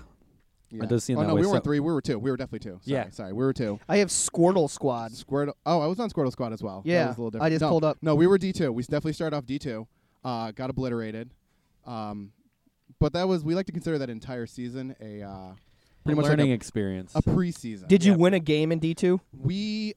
Speaker 6: yeah.
Speaker 3: does seem
Speaker 6: oh
Speaker 3: that
Speaker 6: no,
Speaker 3: way,
Speaker 6: we weren't
Speaker 3: so-
Speaker 6: three. We were two. We were definitely two. Sorry,
Speaker 3: Yeah.
Speaker 6: sorry, we were two.
Speaker 2: I have Squirtle Squad.
Speaker 6: Squirtle. Oh, I was on Squirtle Squad as well. That
Speaker 2: Yeah,
Speaker 6: was a little
Speaker 2: I
Speaker 6: different.
Speaker 2: just
Speaker 6: no,
Speaker 2: pulled up.
Speaker 6: No, we were D two. We s- definitely started off D two. Uh, got obliterated. Um, but that was we like to consider that entire season a uh, pretty much like
Speaker 3: learning
Speaker 6: a,
Speaker 3: experience.
Speaker 6: a preseason.
Speaker 2: Did you
Speaker 3: Yeah.
Speaker 2: win a game in D two?
Speaker 6: We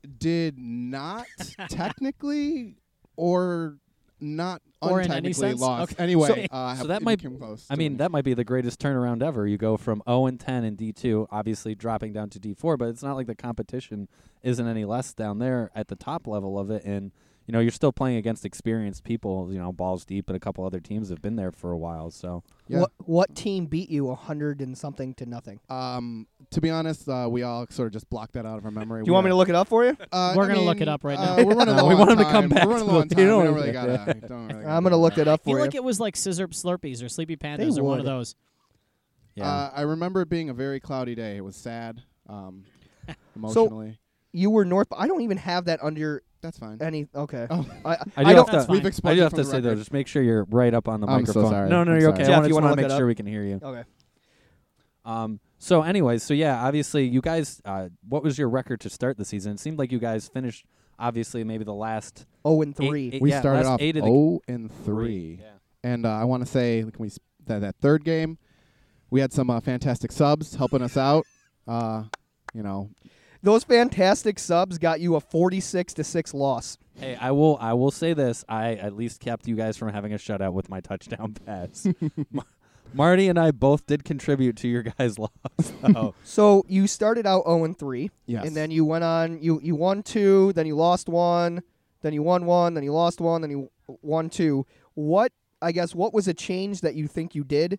Speaker 6: did not technically or not
Speaker 1: Or in any
Speaker 6: untechnically
Speaker 1: sense?
Speaker 6: lost.
Speaker 1: Okay.
Speaker 6: Anyway,
Speaker 1: So-
Speaker 6: uh,
Speaker 3: so
Speaker 6: have-
Speaker 3: that
Speaker 6: it
Speaker 3: might-
Speaker 6: became close.
Speaker 3: I mean, that might be the greatest turnaround ever. You go from 0 and 10 in D2, obviously dropping down to D4, but it's not like the competition isn't any less down there at the top level of it. And, you know, you're still playing against experienced people, you know, balls deep, and a couple other teams have been there for a while. So,
Speaker 6: Yeah.
Speaker 2: What what team beat you a hundred and something to nothing?
Speaker 6: um, to be honest, uh, we all sort of just blocked that out of our memory.
Speaker 2: Do you want me to look it up for you?
Speaker 6: Uh,
Speaker 1: We're
Speaker 6: I
Speaker 1: gonna
Speaker 6: mean,
Speaker 1: look it up right
Speaker 6: uh,
Speaker 1: now.
Speaker 6: We're running
Speaker 3: No,
Speaker 6: low
Speaker 3: we
Speaker 6: on
Speaker 3: want him to
Speaker 6: time.
Speaker 3: come back
Speaker 6: We're running
Speaker 3: to
Speaker 6: low
Speaker 3: it.
Speaker 6: on time.
Speaker 3: You know
Speaker 6: we
Speaker 3: what
Speaker 6: don't
Speaker 3: I
Speaker 6: really
Speaker 3: mean?
Speaker 6: gotta. Don't really
Speaker 2: I'm gonna look it up
Speaker 1: I feel
Speaker 2: for you.
Speaker 1: like it was like Scissor Slurpees or Sleepy Panthers or one of
Speaker 2: would.
Speaker 1: those.
Speaker 3: yeah.
Speaker 6: Uh, I remember it being a very cloudy day. It was sad, um, emotionally.
Speaker 2: you were North. I don't even have that under
Speaker 6: That's fine.
Speaker 2: any. Okay.
Speaker 6: Oh,
Speaker 2: I
Speaker 3: I
Speaker 2: I
Speaker 3: do
Speaker 2: don't.
Speaker 1: That's fine.
Speaker 3: have to,
Speaker 6: we've
Speaker 1: I
Speaker 3: I
Speaker 6: exposed.
Speaker 3: do
Speaker 6: it
Speaker 3: have
Speaker 6: from
Speaker 3: to
Speaker 6: the
Speaker 3: say, though,
Speaker 6: record.
Speaker 3: just make sure you're right up on the
Speaker 6: I'm so
Speaker 3: microphone.
Speaker 6: sorry.
Speaker 3: No, no,
Speaker 6: I'm
Speaker 3: you're
Speaker 6: sorry.
Speaker 3: okay.
Speaker 2: Jeff,
Speaker 3: I
Speaker 2: you
Speaker 3: want
Speaker 2: wanna
Speaker 3: to
Speaker 2: look
Speaker 3: make
Speaker 2: it
Speaker 3: sure
Speaker 2: up?
Speaker 3: we can hear you.
Speaker 2: Okay.
Speaker 3: Um, so, anyways, so yeah, obviously, you guys, uh, what was your record to start the season? It seemed like you guys finished, obviously, maybe the last
Speaker 2: Oh, and
Speaker 3: eight-
Speaker 2: three.
Speaker 3: eight-
Speaker 6: we
Speaker 3: yeah,
Speaker 6: started
Speaker 3: last
Speaker 6: off
Speaker 3: eight of the
Speaker 6: zero and three. And uh, I want to say, can we sp- that, that third game, we had some uh, fantastic subs helping us out. Uh, you know,
Speaker 2: Those fantastic subs got you a forty-six to six loss.
Speaker 3: Hey, I will. I will say this. I at least kept you guys from having a shutout with my touchdown pass. Ma- Marty and I both did contribute to your guys' loss.
Speaker 6: Um,
Speaker 3: though.
Speaker 2: So you started out zero and three,
Speaker 6: yes.
Speaker 2: and then you went on. You you won two, then you lost one, then you won one, then you lost one, then you w- won two. What I guess what was a change that you think you did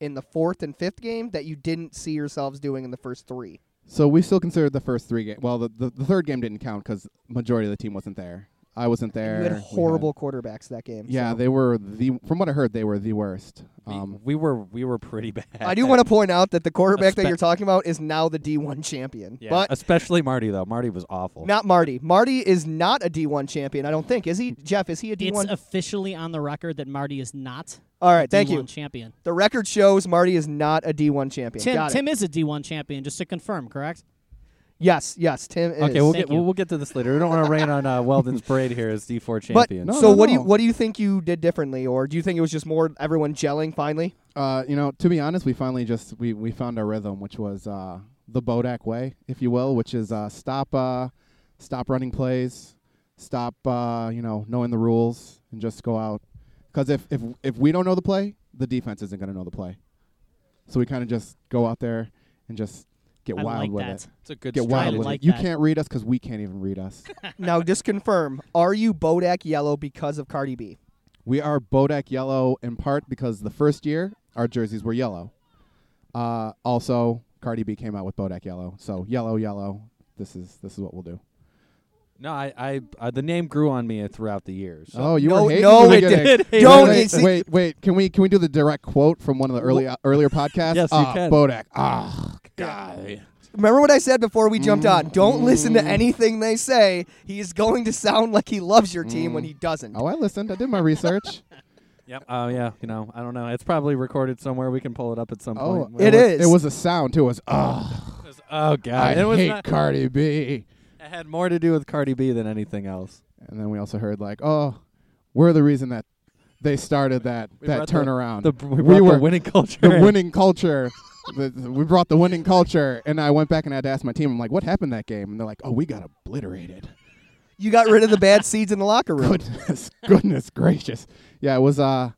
Speaker 2: in the fourth and fifth game that you didn't see yourselves doing in the first three.
Speaker 6: So we still considered the first three games. Well, the, the, the third game didn't count because majority of the team wasn't there. I wasn't there.
Speaker 2: You had
Speaker 6: we
Speaker 2: horrible quarterbacks that game.
Speaker 6: yeah,
Speaker 2: so.
Speaker 6: they were the. From what I heard, they were the worst. Um,
Speaker 3: we were we were pretty bad.
Speaker 2: I do want to point out that the quarterback that
Speaker 3: Espe-
Speaker 2: you're talking about is now the D1 champion.
Speaker 3: yeah,
Speaker 2: But
Speaker 3: especially Marty though. Marty was awful.
Speaker 2: Not Marty. Marty is not a D1 champion, I don't think. Is he? Jeff, is he a
Speaker 1: It's
Speaker 2: D1?
Speaker 1: officially on the record that Marty is not
Speaker 2: All right, thank
Speaker 1: D1
Speaker 2: you.
Speaker 1: champion.
Speaker 2: The record shows Marty is not a D1 champion.
Speaker 1: Tim
Speaker 2: Got it.
Speaker 1: Tim is a D1 champion, just to confirm, correct?
Speaker 2: Yes, yes, Tim is.
Speaker 3: okay, we'll
Speaker 1: Thank
Speaker 3: get we'll,
Speaker 1: you.
Speaker 3: we'll get to this later. We don't want to rain on uh, Weldon's parade here as D4
Speaker 2: but
Speaker 3: champion.
Speaker 6: No,
Speaker 2: so
Speaker 6: no,
Speaker 2: what do you
Speaker 6: no.
Speaker 2: what do you think you did differently or do you think it was just more everyone gelling finally?
Speaker 6: uh, you know, to be honest, we finally just we, we found our rhythm, which was uh, the Bodak way, if you will, which is uh, stop uh, stop running plays, stop uh, you know knowing the rules, and just go out. Because if if if we don't know the play, the defense isn't going to know the play. So we kind of just go out there and just get
Speaker 1: I
Speaker 6: wild
Speaker 1: like
Speaker 6: with
Speaker 1: that.
Speaker 6: it.
Speaker 3: it's a good
Speaker 6: Get
Speaker 1: I
Speaker 6: wild with
Speaker 1: like
Speaker 6: it. You
Speaker 1: that.
Speaker 6: can't read us because we can't even read us.
Speaker 2: now just confirm, are you Bodak yellow because of Cardi B?
Speaker 6: We are Bodak yellow in part because the first year our jerseys were yellow. Uh, also, Cardi B came out with Bodak yellow, so yellow, yellow. This is this is what we'll do.
Speaker 3: No, I, I uh, the name grew on me throughout the years.
Speaker 6: oh, you
Speaker 2: no,
Speaker 6: were hating
Speaker 2: no,
Speaker 6: in the
Speaker 2: it
Speaker 6: beginning.
Speaker 2: did.
Speaker 6: Wait,
Speaker 2: Don't-
Speaker 6: wait,
Speaker 2: it's-
Speaker 6: wait, wait. Can we can we do the direct quote from one of the early uh, earlier podcasts?
Speaker 3: Yes, you
Speaker 6: Ah,
Speaker 3: can.
Speaker 6: Bodak. Ah, God.
Speaker 2: Remember what I said before we jumped on? Don't listen
Speaker 6: Mm.
Speaker 2: to anything they say. He is going to sound like he loves your team when he doesn't.
Speaker 6: Oh, I listened. I did my research.
Speaker 3: Yep. Oh yeah. You know, I don't know. It's probably recorded somewhere. We can pull it up at some
Speaker 6: oh,
Speaker 3: point.
Speaker 2: It
Speaker 6: was,
Speaker 2: is.
Speaker 6: It was a sound too. It was ah.
Speaker 3: was- oh god.
Speaker 6: I
Speaker 3: it was
Speaker 6: hate
Speaker 3: not,
Speaker 6: Cardi B.
Speaker 3: it had more to do with Cardi B than anything else.
Speaker 6: And then we also heard like, oh, we're the reason that they started that
Speaker 3: We
Speaker 6: that
Speaker 3: brought the-
Speaker 6: turnaround.
Speaker 3: The we, brought
Speaker 6: were
Speaker 3: the winning culture.
Speaker 6: the winning culture. The- the- we brought the winning culture, and I went back and I had to ask my team. I'm like, "What happened that game?" And they're like, "Oh, we got obliterated."
Speaker 2: You got rid of the bad seeds in the locker room.
Speaker 6: Goodness, goodness gracious! Yeah, it was. Uh,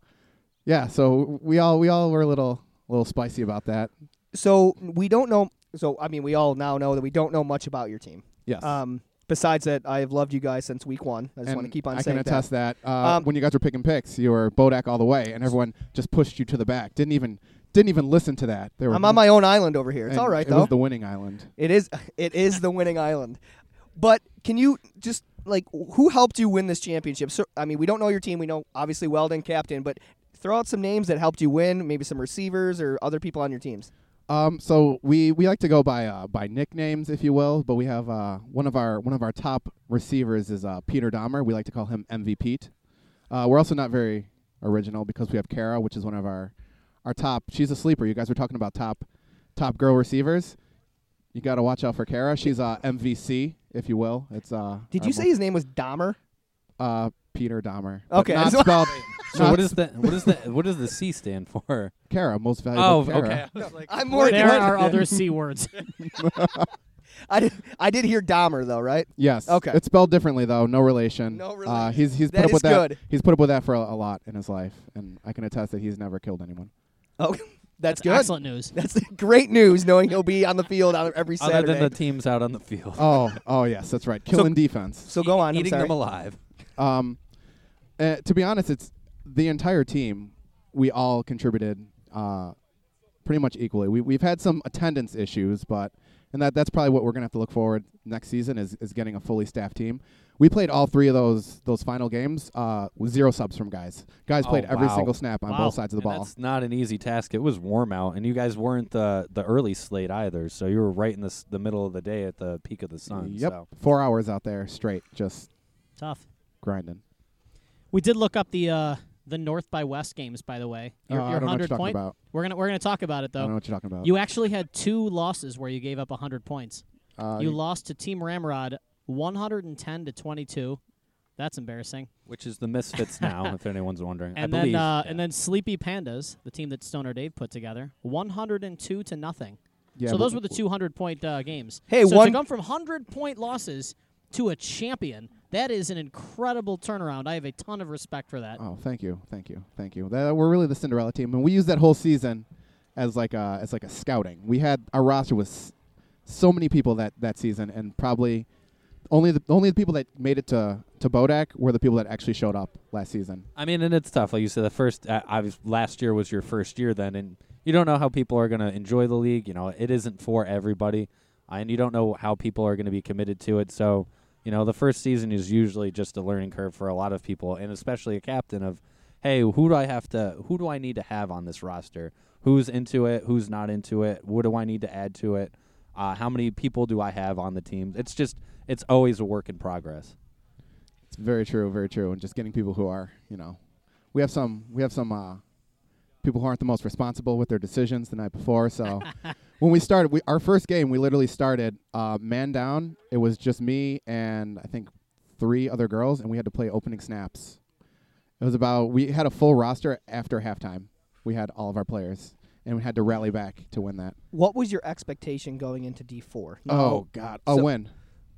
Speaker 6: yeah. So we all we all were a little little spicy about that.
Speaker 2: So we don't know. So I mean, we all now know that we don't know much about your team.
Speaker 6: Yes.
Speaker 3: Uh,
Speaker 2: Um, besides that, I have loved you guys since week one. I just want to
Speaker 6: And
Speaker 2: keep on
Speaker 6: I
Speaker 2: saying
Speaker 6: can attest that, uh,
Speaker 2: Um,
Speaker 6: when you guys were picking picks, you were Bodak all the way, and everyone just pushed you to the back. Didn't even didn't even listen to that. They were
Speaker 2: I'm on my own island over here. It's
Speaker 6: and
Speaker 2: all right
Speaker 6: it
Speaker 2: though.
Speaker 6: was the winning island.
Speaker 2: it is. It is the winning island. But can you just like who helped you win this championship? So I mean, we don't know your team. We know obviously Weldon, captain, but throw out some names that helped you win. Maybe some receivers or other people on your teams.
Speaker 6: Um, so we, we like to go by uh, by nicknames, if you will. But we have uh, one of our one of our top receivers is uh, Peter Dahmer. We like to call him MV Pete. Uh, we're also not very original because we have Kara, which is one of our our top. She's a sleeper. You guys were talking about top top girl receivers. You got to watch out for Kara. She's uh, MVC, if you will. It's uh.
Speaker 2: Did
Speaker 6: our
Speaker 2: you
Speaker 6: most-
Speaker 2: say his name was Dahmer?
Speaker 6: uh Peter Dahmer? but
Speaker 2: Okay, I
Speaker 6: not
Speaker 2: just wa-
Speaker 6: spelled.
Speaker 3: so what is the what is the what does the C stand for?
Speaker 6: Kara? Most
Speaker 3: Oh,
Speaker 2: Oh,
Speaker 6: valuable. Kara.
Speaker 2: I'm more.
Speaker 1: there are other C words.
Speaker 2: I did, I did hear Dahmer though, right?
Speaker 6: Yes.
Speaker 2: Okay.
Speaker 6: It's spelled differently though. No relation.
Speaker 2: No
Speaker 6: Uh,
Speaker 2: relation.
Speaker 6: he's he's put
Speaker 2: That
Speaker 6: up with
Speaker 2: is
Speaker 6: that.
Speaker 2: good.
Speaker 6: He's put up with that for a, a lot in his life, and I can attest that he's never killed anyone.
Speaker 2: Oh, that's, good.
Speaker 1: excellent news.
Speaker 2: That's great news, knowing he'll be on the field on every
Speaker 3: Other
Speaker 2: Saturday.
Speaker 3: than the teams out on the field,
Speaker 6: Oh, oh yes, that's right. Killing defense.
Speaker 2: so go on.
Speaker 3: eating
Speaker 2: I'm sorry.
Speaker 3: them alive.
Speaker 6: Um, uh, to be honest, it's the entire team. We all contributed uh, pretty much equally. We we've had some attendance issues, but and that that's probably what we're gonna have to look forward next season is is getting a fully staffed team. We played all three of those those final games uh, with zero subs from guys. Guys
Speaker 3: Oh,
Speaker 6: played every
Speaker 3: wow.
Speaker 6: single snap on
Speaker 1: Wow.
Speaker 6: both sides of the
Speaker 3: And
Speaker 6: ball.
Speaker 3: That's not an easy task. It was warm out, and you guys weren't the the early slate either. So you were right in the s- the middle of the day at the peak of the sun.
Speaker 6: Yep.
Speaker 3: So.
Speaker 6: Four hours out there straight, just
Speaker 1: Tough.
Speaker 6: grinding.
Speaker 1: We did look up the uh, the North by West games, by the way. Your,
Speaker 6: Uh,
Speaker 1: your
Speaker 6: I don't know what
Speaker 1: 100
Speaker 6: you're talking
Speaker 1: point.
Speaker 6: about.
Speaker 1: We're gonna we're gonna talk about it
Speaker 6: I don't know
Speaker 1: though.
Speaker 6: what you're talking about.
Speaker 1: You actually had two losses where you gave up 100 points.
Speaker 6: uh,
Speaker 1: you lost to Team Ramrod 110 to 22. That's embarrassing.
Speaker 3: Which is the misfits now, if anyone's wondering.
Speaker 1: And
Speaker 3: I
Speaker 1: then
Speaker 3: believe.
Speaker 1: uh,
Speaker 3: Yeah.
Speaker 1: and then Sleepy Pandas, the team that Stoner Dave put together, 102 to nothing.
Speaker 6: yeah,
Speaker 1: so
Speaker 6: but-
Speaker 1: those were the 200 point uh, games.
Speaker 2: Hey,
Speaker 1: so
Speaker 2: one-
Speaker 1: to come from 100 point losses to a champion, that is an incredible turnaround. I have a ton of respect for that.
Speaker 6: Oh, thank you, thank you, thank you. That, we're really the Cinderella team, and we used that whole season as like a as like a scouting. We had our roster was s- so many people that that season, and probably only the only the people that made it to to Bodak were the people that actually showed up last season.
Speaker 3: I mean, and it's tough. Like you said, the first uh, obvious, last year was your first year then, and you don't know how people are going to enjoy the league. You know, it isn't for everybody, and you don't know how people are going to be committed to it. So, you know, the first season is usually just a learning curve for a lot of people, and especially a captain of, hey, who do I have to, who do I need to have on this roster? Who's into it? Who's not into it? What do I need to add to it? Uh, how many people do I have on the team? It's just, it's always a work in progress.
Speaker 6: It's very true, very true, and just getting people who are, you know, we have some, we have some uh, people who aren't the most responsible with their decisions the night before. So when we started, we our first game, we literally started uh, man down. It was just me and I think three other girls, and we had to play opening snaps. It was about we had a full roster after halftime. We had all of our players, and we had to rally back to win that.
Speaker 2: What was your expectation going into D four?
Speaker 6: Oh God, a
Speaker 2: So-
Speaker 6: win,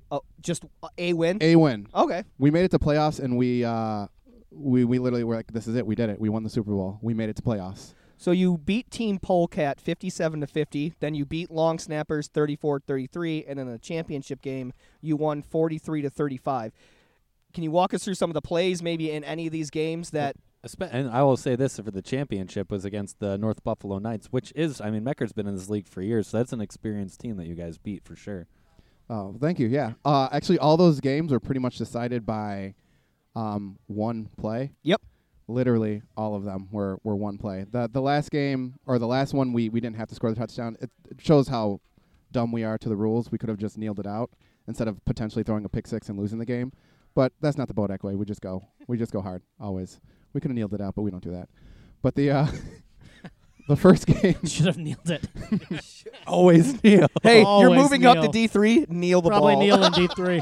Speaker 2: Oh, just a win.
Speaker 6: a win.
Speaker 2: okay.
Speaker 6: we made it to playoffs and we uh we, we literally were like this is it we did it we won the super bowl we made it to playoffs
Speaker 2: So you beat Team Polecat 57 to 50, then you beat Long Snappers 34-33 and then in the championship game you won 43 to 35. Can you walk us through some of the plays maybe in any of these games that
Speaker 3: Espe- And I will say this for the championship was against the North Buffalo Knights, which is, I mean, Mecker's been in this league for years, so that's an experienced team that you guys beat for sure.
Speaker 6: oh thank you yeah uh actually all those games were pretty much decided by um one play
Speaker 2: Yep.
Speaker 6: literally all of them were were one play the the last game or the last one we we didn't have to score the touchdown it, it shows how dumb we are to the rules we could have just kneeled it out instead of potentially throwing a pick six and losing the game but that's not the bodak way we just go we just go hard always we could have kneeled it out but we don't do that but the uh the first game
Speaker 1: Should have kneeled it.
Speaker 3: Always kneel.
Speaker 2: Hey, you're
Speaker 1: Always
Speaker 2: moving up
Speaker 1: kneel.
Speaker 2: to D3, kneel the
Speaker 1: Probably
Speaker 2: ball.
Speaker 1: kneel in D three.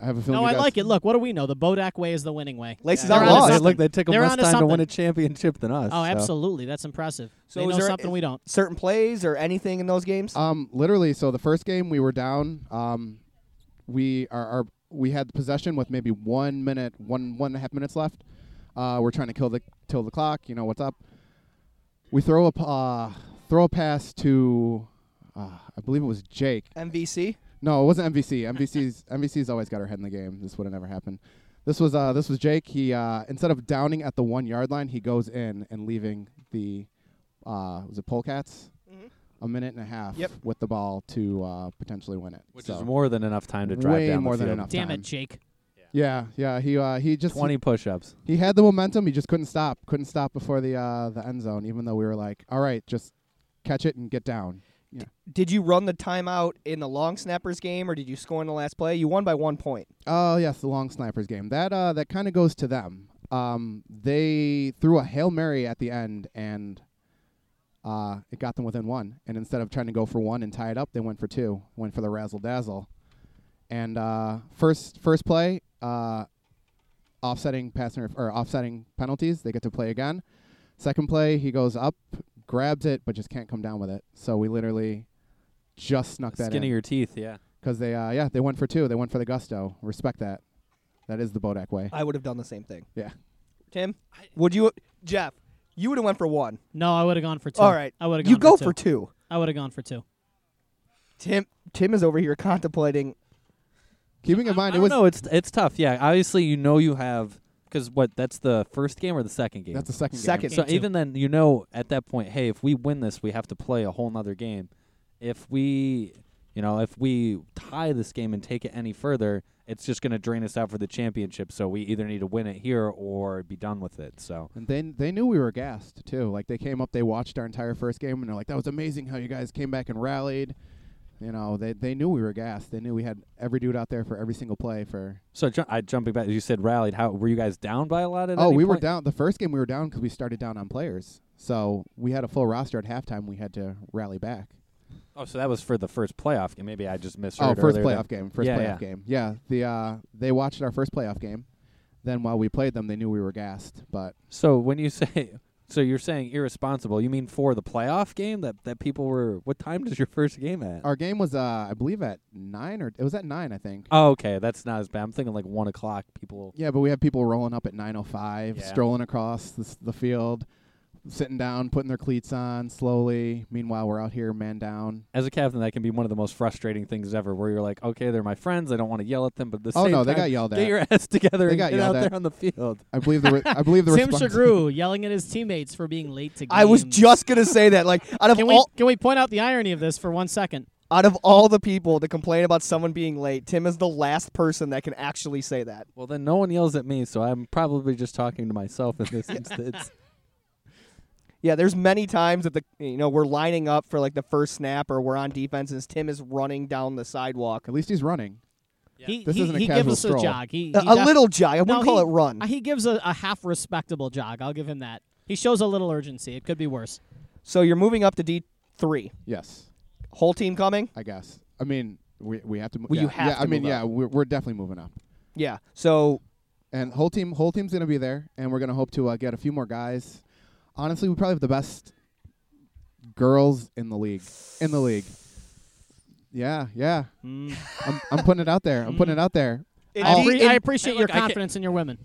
Speaker 6: I have a feeling.
Speaker 1: no,
Speaker 6: you
Speaker 1: I
Speaker 6: guys-
Speaker 1: like it. Look, what do we know? The Bodak way is the winning way.
Speaker 2: Laces
Speaker 1: They're
Speaker 2: out
Speaker 1: onto
Speaker 2: laws.
Speaker 3: lost.
Speaker 1: something.
Speaker 3: Look, they took them
Speaker 1: They're
Speaker 3: less
Speaker 1: onto
Speaker 3: time to win
Speaker 1: something.
Speaker 3: a championship than us.
Speaker 1: Oh,
Speaker 3: so.
Speaker 1: absolutely. That's impressive.
Speaker 2: So
Speaker 1: they
Speaker 2: is
Speaker 1: know
Speaker 2: there-
Speaker 1: something we don't.
Speaker 2: Certain plays or anything in those games?
Speaker 6: Um, literally. So the first game we were down. Um, we are, are we had possession with maybe one minute, one one and a half minutes left. Uh, we're trying to kill the kill the clock. You know what's up. We throw a p- uh, throw a pass to, uh, I believe it was Jake.
Speaker 2: MVC?
Speaker 6: No, it wasn't MVC. MVC's MVC's always got her head in the game. This would have never happened. This was uh, this was Jake. He uh, instead of downing at the one yard line, he goes in and leaving the uh, was it Polecats
Speaker 2: Mhm.
Speaker 6: a minute and a half
Speaker 2: Yep.
Speaker 6: with the ball to uh, potentially win it.
Speaker 3: Which
Speaker 6: So-
Speaker 3: is more than enough time to drive
Speaker 6: Way
Speaker 3: down
Speaker 6: more
Speaker 3: the
Speaker 6: than
Speaker 3: field.
Speaker 6: enough.
Speaker 1: Damn
Speaker 6: time.
Speaker 1: it, Jake.
Speaker 6: Yeah, yeah. He uh, he just
Speaker 3: 20 push-ups.
Speaker 6: he had the momentum. He just couldn't stop. Couldn't stop before the uh, the end zone. Even though we were like, all right, just catch it and get down.
Speaker 2: Did you run the timeout in the long snappers game or did you score in the last play? You won by 1 point.
Speaker 6: Oh yes, the long snipers game. That uh, that kind of goes to them. Um, they threw a hail mary at the end, and uh, it got them within one. And instead of trying to go for one and tie it up, they went for two. Went for the razzle dazzle. And uh, first first play, uh, offsetting pass inter- or offsetting penalties. They get to play again. Second play, he goes up, grabs it, but just can't come down with it. So we literally just snuck that
Speaker 3: Skin
Speaker 6: in
Speaker 3: of your teeth, yeah.
Speaker 6: because they uh yeah they went for two they went for the gusto respect that that is the bodak way
Speaker 2: I would have done the same thing.
Speaker 6: Yeah.
Speaker 2: Tim, would you Jeff, you would have went for 1.
Speaker 1: No, I would have gone for two.
Speaker 2: All right.
Speaker 1: I would have gone
Speaker 2: You go
Speaker 1: for two.
Speaker 2: for 2.
Speaker 1: I would have gone for two.
Speaker 2: Tim Tim is over here contemplating.
Speaker 6: keeping in mind
Speaker 3: I
Speaker 6: it was
Speaker 3: no, it's it's tough. Yeah, obviously you know you have because what that's the first game or the second game.
Speaker 6: that's the second game.
Speaker 2: Second.
Speaker 3: so
Speaker 1: game, too.
Speaker 3: even then, you know, at that point, hey, if we win this, we have to play a whole nother game. If we, you know, if we tie this game and take it any further, it's just going to drain us out for the championship. So we either need to win it here or be done with it. So
Speaker 6: and they they knew we were gassed too like they came up they watched our entire first game and they're like that was amazing how you guys came back and rallied you know they they knew we were gassed they knew we had every dude out there for every single play for
Speaker 3: So ju- I jumping back, you said rallied. How were you guys down by a lot at
Speaker 6: oh
Speaker 3: any
Speaker 6: we were
Speaker 3: point?
Speaker 6: down the first game we were down because we started down on players so we had a full roster at halftime we had to rally back
Speaker 3: Oh, so that was for the first playoff game. Maybe I just misheard.
Speaker 6: Oh, first
Speaker 3: earlier that-
Speaker 6: playoff game. First
Speaker 3: Yeah,
Speaker 6: playoff
Speaker 3: yeah.
Speaker 6: game. Yeah. The uh, they watched our first playoff game. Then while we played them, they knew we were gassed. But
Speaker 3: So when you say, so you're saying irresponsible. You mean for the playoff game that that people were? What time does your first game at?
Speaker 6: our game was, uh, I believe, at nine or it was at nine, I think.
Speaker 3: oh, okay, that's not as bad. I'm thinking like one o'clock. People.
Speaker 6: Yeah, but we had people rolling up at nine oh five,
Speaker 3: Yeah.
Speaker 6: strolling across the, s- the field. sitting down, putting their cleats on slowly. Meanwhile, we're out here, man down.
Speaker 3: As a captain, that can be one of the most frustrating things ever. Where you're like, okay, they're my friends. I don't want to yell at them, but at the
Speaker 6: oh
Speaker 3: same
Speaker 6: no, they
Speaker 3: time,
Speaker 6: got yelled
Speaker 3: get
Speaker 6: at.
Speaker 3: your ass together
Speaker 6: They
Speaker 3: and
Speaker 6: got
Speaker 3: get out
Speaker 6: yelled at.
Speaker 3: there on the field.
Speaker 6: I believe the re- I believe the
Speaker 1: Tim
Speaker 6: response-
Speaker 1: Shagru yelling at his teammates for being late to games.
Speaker 2: I was just gonna say that. Like out of
Speaker 1: Can we
Speaker 2: all
Speaker 1: can we point out the irony of this for one second?
Speaker 2: out of all the people to complain about someone being late, Tim is the last person that can actually say that.
Speaker 3: Well, then no one yells at me, so I'm probably just talking to myself in this instance.
Speaker 2: Yeah, there's many times that the you know we're lining up for like the first snap or we're on defense and Tim is running down the sidewalk.
Speaker 6: At least he's running.
Speaker 1: He
Speaker 6: This
Speaker 1: he,
Speaker 6: isn't a
Speaker 1: he gives
Speaker 6: casual
Speaker 1: us
Speaker 6: stroll.
Speaker 1: a jog. He, he
Speaker 2: A, a
Speaker 1: def-
Speaker 2: little jog. I wouldn't
Speaker 1: No,
Speaker 2: call
Speaker 1: he-
Speaker 2: it run.
Speaker 1: Uh, He gives a, a half respectable jog. I'll give him that. He shows a little urgency. It could be worse.
Speaker 2: so you're moving up to D three.
Speaker 6: Yes,
Speaker 2: Whole team coming.
Speaker 6: I guess. I mean, we we have to. Mo-
Speaker 2: Well,
Speaker 6: yeah,
Speaker 2: you have
Speaker 6: yeah,
Speaker 2: to
Speaker 6: I mean,
Speaker 2: move
Speaker 6: yeah,
Speaker 2: up.
Speaker 6: we're, we're definitely moving up.
Speaker 2: Yeah. So
Speaker 6: And whole team, whole team's gonna be there, and we're gonna hope to uh, get a few more guys. Honestly, we probably have the best girls in the league. In the league. Yeah, yeah.
Speaker 2: Hmm.
Speaker 6: I'm, I'm putting it out there. I'm putting it out there.
Speaker 1: I,
Speaker 6: All-
Speaker 1: appre-
Speaker 2: in-
Speaker 1: I appreciate
Speaker 3: Hey,
Speaker 1: your
Speaker 3: look, I can't-
Speaker 1: confidence in your women.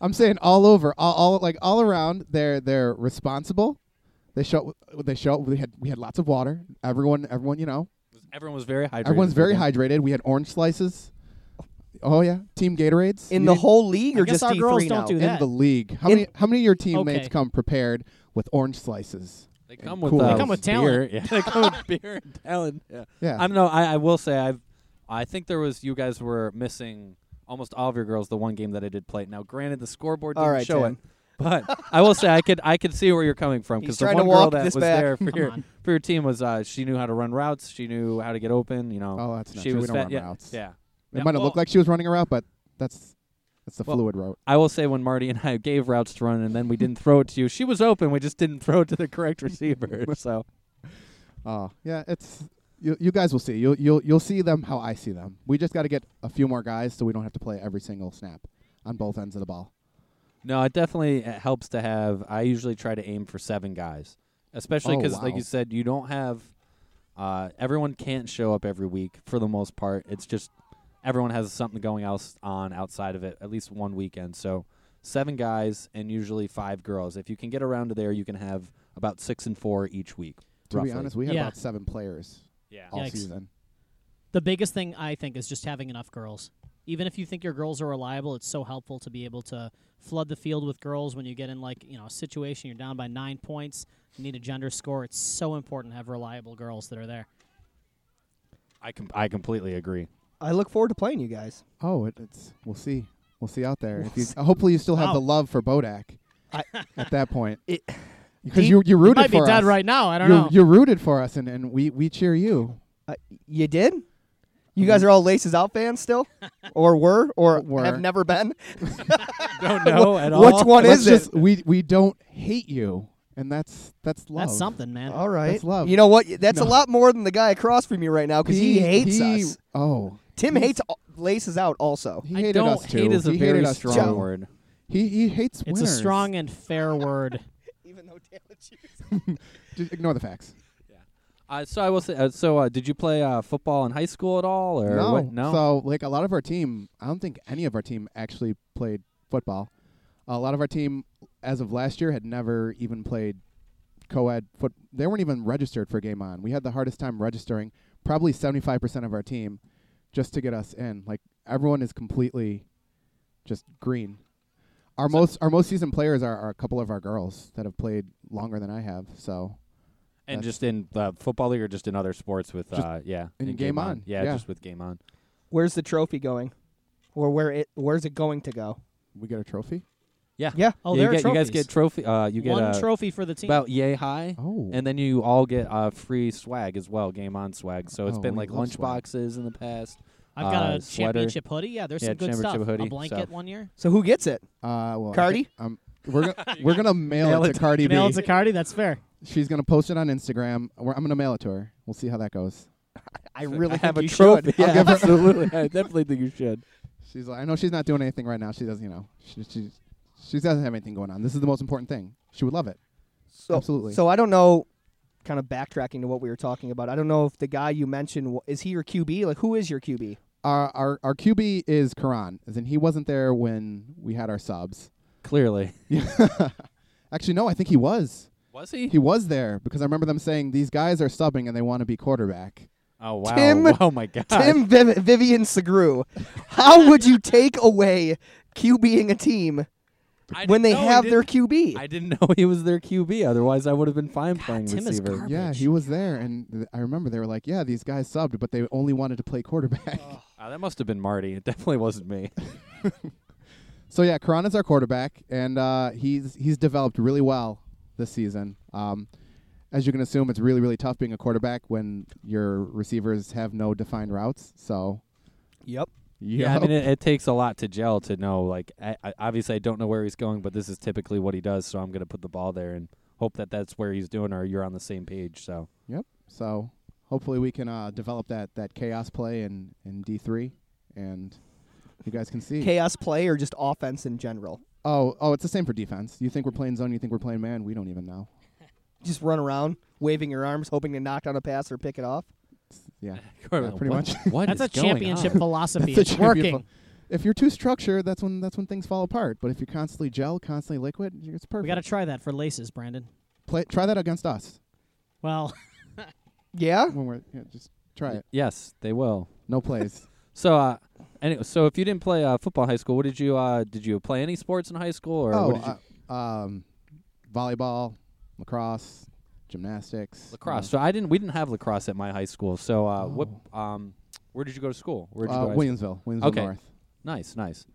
Speaker 6: I'm saying all over, all, all like all around. They're they're responsible. They show up- they show up. We had we had lots of water. Everyone everyone you know
Speaker 3: Everyone was very hydrated.
Speaker 6: everyone's very
Speaker 3: hydrated.
Speaker 6: hydrated. We had orange slices. Oh yeah, team Gatorades
Speaker 2: in
Speaker 6: You
Speaker 2: the
Speaker 6: didn't-
Speaker 2: whole league
Speaker 1: I
Speaker 2: or
Speaker 1: guess
Speaker 2: just
Speaker 1: our
Speaker 2: D
Speaker 1: girls
Speaker 2: three
Speaker 1: don't
Speaker 2: now?
Speaker 1: do
Speaker 6: in
Speaker 1: that.
Speaker 6: the league. How
Speaker 2: In-
Speaker 6: many how many of your teammates
Speaker 1: Okay.
Speaker 6: come prepared with orange slices?
Speaker 3: They
Speaker 6: and
Speaker 3: come with
Speaker 6: Kool-Aid.
Speaker 3: uh,
Speaker 1: They come with
Speaker 3: beer.
Speaker 1: talent.
Speaker 3: Yeah, they come with beer and talent. Yeah.
Speaker 6: Yeah,
Speaker 3: I don't know. I, I will say I've I think there was you guys were missing almost all of your girls the one game that I did play. Now, granted, the scoreboard
Speaker 2: All
Speaker 3: didn't
Speaker 2: right,
Speaker 3: show
Speaker 2: Tim.
Speaker 3: it, but I will say I could I could see where you're coming from
Speaker 2: He's
Speaker 3: because the
Speaker 2: trying
Speaker 3: one
Speaker 2: to
Speaker 3: girl
Speaker 2: walk
Speaker 3: that
Speaker 2: this
Speaker 3: was
Speaker 2: back.
Speaker 3: there for
Speaker 1: Come
Speaker 3: your
Speaker 1: on.
Speaker 3: for your team was uh, she knew how to run routes, she knew how to get open. You know,
Speaker 6: Oh, that's not
Speaker 3: she
Speaker 6: true.
Speaker 3: was
Speaker 6: we don't
Speaker 3: fat-
Speaker 6: run
Speaker 3: yeah,
Speaker 6: routes.
Speaker 3: yeah.
Speaker 6: It
Speaker 3: Yeah,
Speaker 6: might have
Speaker 3: well-
Speaker 6: looked like she was running a route, but that's that's the
Speaker 3: Well-
Speaker 6: fluid route.
Speaker 3: I will say when Marty and I gave routes to run and then we didn't throw it to you, she was open. We just didn't throw it to the correct receiver. So
Speaker 6: Oh yeah, it's you, you guys will see. You'll you'll you'll see them how I see them. We just got to get a few more guys so we don't have to play every single snap on both ends of the ball.
Speaker 3: No, it definitely uh, helps to have. I usually try to aim for seven guys, especially
Speaker 6: Oh,
Speaker 3: because, like
Speaker 6: wow.
Speaker 3: you said, you don't have. Uh, everyone can't show up every week for the most part. It's just everyone has something going else on outside of it, at least one weekend. So seven guys and usually five girls. If you can get around to there, you can have about six and four each week.
Speaker 6: To
Speaker 3: roughly.
Speaker 6: be honest, we had
Speaker 1: Yeah.
Speaker 6: about seven players
Speaker 3: yeah.
Speaker 6: all
Speaker 1: Yikes.
Speaker 6: season.
Speaker 1: The biggest thing I think is just having enough girls. Even if you think your girls are reliable, it's so helpful to be able to flood the field with girls when you get in like you know a situation you're down by nine points, you need a gender score. It's so important to have reliable girls that are there.
Speaker 3: I com- I completely agree.
Speaker 2: I look forward to playing you guys.
Speaker 6: Oh, it, it's we'll see. We'll see out there. If you, hopefully, you still have the love for Bodak
Speaker 2: I-
Speaker 6: at that point.
Speaker 2: It-
Speaker 6: Because
Speaker 1: He-
Speaker 6: you you
Speaker 1: You
Speaker 6: rooted
Speaker 1: might be
Speaker 6: for
Speaker 1: dead
Speaker 6: us.
Speaker 1: right now. I don't
Speaker 6: you,
Speaker 1: know.
Speaker 6: you rooted for us, and, and we, we cheer you.
Speaker 2: Uh, you did? You guys are all laces out fans still, or were, or
Speaker 6: Were.
Speaker 2: Mm-hmm. have never been.
Speaker 3: Don't know at all.
Speaker 2: Which one
Speaker 6: Let's
Speaker 2: is
Speaker 6: just-
Speaker 2: it?
Speaker 6: We we don't hate you, and that's that's love.
Speaker 1: That's something, man.
Speaker 2: All right,
Speaker 6: That's love.
Speaker 2: You know what? That's
Speaker 6: No.
Speaker 2: a lot more than the guy across from you right now because he, hates
Speaker 6: he-
Speaker 2: us.
Speaker 6: Oh,
Speaker 2: Tim hates all- laces out also.
Speaker 6: he
Speaker 3: I
Speaker 6: hated
Speaker 3: don't
Speaker 6: us too.
Speaker 3: hate is a
Speaker 6: he
Speaker 3: very
Speaker 6: hated us
Speaker 3: strong
Speaker 6: too.
Speaker 3: word.
Speaker 6: He he hates
Speaker 1: it's
Speaker 6: winners.
Speaker 1: a strong and fair word.
Speaker 2: Even though Taylor
Speaker 6: Just ignore the facts.
Speaker 3: Uh, so I will say. Uh, so uh, did you play uh, football in high school at all, or
Speaker 6: no,
Speaker 3: what? no?
Speaker 6: So like a lot of our team, I don't think any of our team actually played football. A lot of our team, as of last year, had never even played co-ed foot. They weren't even registered for Game On. We had the hardest time registering. Probably seventy-five percent of our team, just to get us in. Like everyone is completely, just green. Our most our most seasoned players are, are a couple of our girls that have played longer than I have. So
Speaker 3: And
Speaker 6: That's-
Speaker 3: just in uh, football league or just in other sports with,
Speaker 6: Just
Speaker 3: uh, yeah.
Speaker 6: in
Speaker 3: in
Speaker 6: Game On,
Speaker 3: Yeah,
Speaker 6: yeah.
Speaker 3: just with Game On.
Speaker 2: Where's the trophy going, or where it? Where's it going to go?
Speaker 6: we get a trophy.
Speaker 1: Oh,
Speaker 3: Yeah,
Speaker 1: there
Speaker 3: you,
Speaker 1: are
Speaker 3: get, you guys
Speaker 1: trophies.
Speaker 3: get trophy. Uh, you get
Speaker 1: one
Speaker 3: uh,
Speaker 1: trophy for the team.
Speaker 3: about yay high,
Speaker 6: Oh,
Speaker 3: and then you all get uh, free swag as well. Game On swag. So it's
Speaker 6: Oh,
Speaker 3: been
Speaker 6: we
Speaker 3: like
Speaker 6: love
Speaker 3: lunch
Speaker 6: swag.
Speaker 3: boxes in the past.
Speaker 1: I've got
Speaker 3: uh,
Speaker 1: a
Speaker 3: sweater.
Speaker 1: championship hoodie. Yeah, there's
Speaker 3: Yeah,
Speaker 1: some good
Speaker 3: championship
Speaker 1: stuff.
Speaker 3: hoodie,
Speaker 1: a blanket
Speaker 3: so-
Speaker 1: one year.
Speaker 2: So who gets it?
Speaker 6: Uh, well, I
Speaker 2: Cardi?
Speaker 6: can't- Um, we're gonna we're gonna mail,
Speaker 3: Mail
Speaker 6: it
Speaker 3: it
Speaker 6: to Cardi B.
Speaker 1: Mail to Cardi. That's fair.
Speaker 6: She's gonna post it on Instagram. We're, I'm gonna mail it to her. We'll see how that goes.
Speaker 2: I really
Speaker 3: I have
Speaker 2: think
Speaker 3: a
Speaker 2: you
Speaker 3: trophy.
Speaker 2: should.
Speaker 3: Yeah,
Speaker 6: I'll give her-
Speaker 3: absolutely. I definitely think you should.
Speaker 6: She's like, I know she's not doing anything right now. She doesn't, you know, she she she doesn't have anything going on. This is the most important thing. She would love it.
Speaker 2: So,
Speaker 6: Absolutely.
Speaker 2: So I don't know. Kind of backtracking to what we were talking about. I don't know if the guy you mentioned wa- is he your QB. Like who is your QB?
Speaker 6: Our our our QB is Karan, as in he wasn't there when we had our subs.
Speaker 3: Clearly,
Speaker 6: Yeah. Actually, no, I think he was.
Speaker 3: Was he?
Speaker 6: He was there because I remember them saying these guys are subbing and they want to be quarterback.
Speaker 3: Oh wow!
Speaker 2: Tim-
Speaker 3: oh my God!
Speaker 2: Tim Viv- Vivian Segru, how would you take away QBing a team
Speaker 3: I
Speaker 2: when they
Speaker 3: didn't- no, I
Speaker 2: have their
Speaker 3: didn't-
Speaker 2: QB?
Speaker 3: I didn't know he was their QB. Otherwise, I would have been fine playing
Speaker 1: Tim is
Speaker 3: receiver.
Speaker 1: garbage.
Speaker 6: Yeah, he was there, and th- I remember they were like, "Yeah, these guys subbed, but they only wanted to play quarterback."
Speaker 3: Uh, that must have been Marty. It definitely wasn't me.
Speaker 6: So yeah, Karana's our quarterback, and uh, he's he's developed really well this season. Um, as you can assume, it's really really tough being a quarterback when your receivers have no defined routes. So
Speaker 2: yep.
Speaker 3: Yeah, I mean, it, it takes a lot to gel to know. Like, I, I, obviously, I don't know where he's going, but this is typically what he does. So I'm going to put the ball there and hope that that's where he's doing, or you're on the same page. So
Speaker 6: so hopefully we can uh, develop that that chaos play in in D three, and you guys can see.
Speaker 2: Chaos play or just offense in general?
Speaker 6: oh oh, it's the same for defense. You think we're playing zone? You think we're playing man? We don't even know.
Speaker 2: Just run around, waving your arms, hoping to knock down a pass or pick it off.
Speaker 6: Yeah,
Speaker 3: What-
Speaker 6: pretty much.
Speaker 3: What
Speaker 1: That's
Speaker 3: is
Speaker 1: a
Speaker 3: going
Speaker 1: championship
Speaker 3: on?
Speaker 1: philosophy.
Speaker 6: That's a
Speaker 1: it's
Speaker 6: champion
Speaker 1: working.
Speaker 6: If you're too structured, that's when that's when things fall apart. But if you're constantly gel, constantly liquid, you- it's perfect.
Speaker 1: We got to try that for laces, Brandon.
Speaker 6: Play, try that against us
Speaker 1: Well,
Speaker 2: Yeah.
Speaker 6: when we're yeah, just try it.
Speaker 3: Yes, they will.
Speaker 6: No plays.
Speaker 3: So, uh, anyway, so if you didn't play uh, football in high school, what did you? Uh, did you play any sports in high school, or
Speaker 6: oh,
Speaker 3: what did you?
Speaker 6: uh, um, volleyball, lacrosse, gymnastics,
Speaker 1: Mm.
Speaker 3: lacrosse. So I didn't. We didn't have lacrosse at my high school. So uh,
Speaker 1: Oh.
Speaker 3: what? Um, where did you go to school? Where
Speaker 6: You
Speaker 3: did
Speaker 6: know,
Speaker 3: you
Speaker 6: uh,
Speaker 3: go? to high school?
Speaker 6: Williamsville, Williamsville
Speaker 3: Okay.
Speaker 6: North.
Speaker 3: Nice, nice.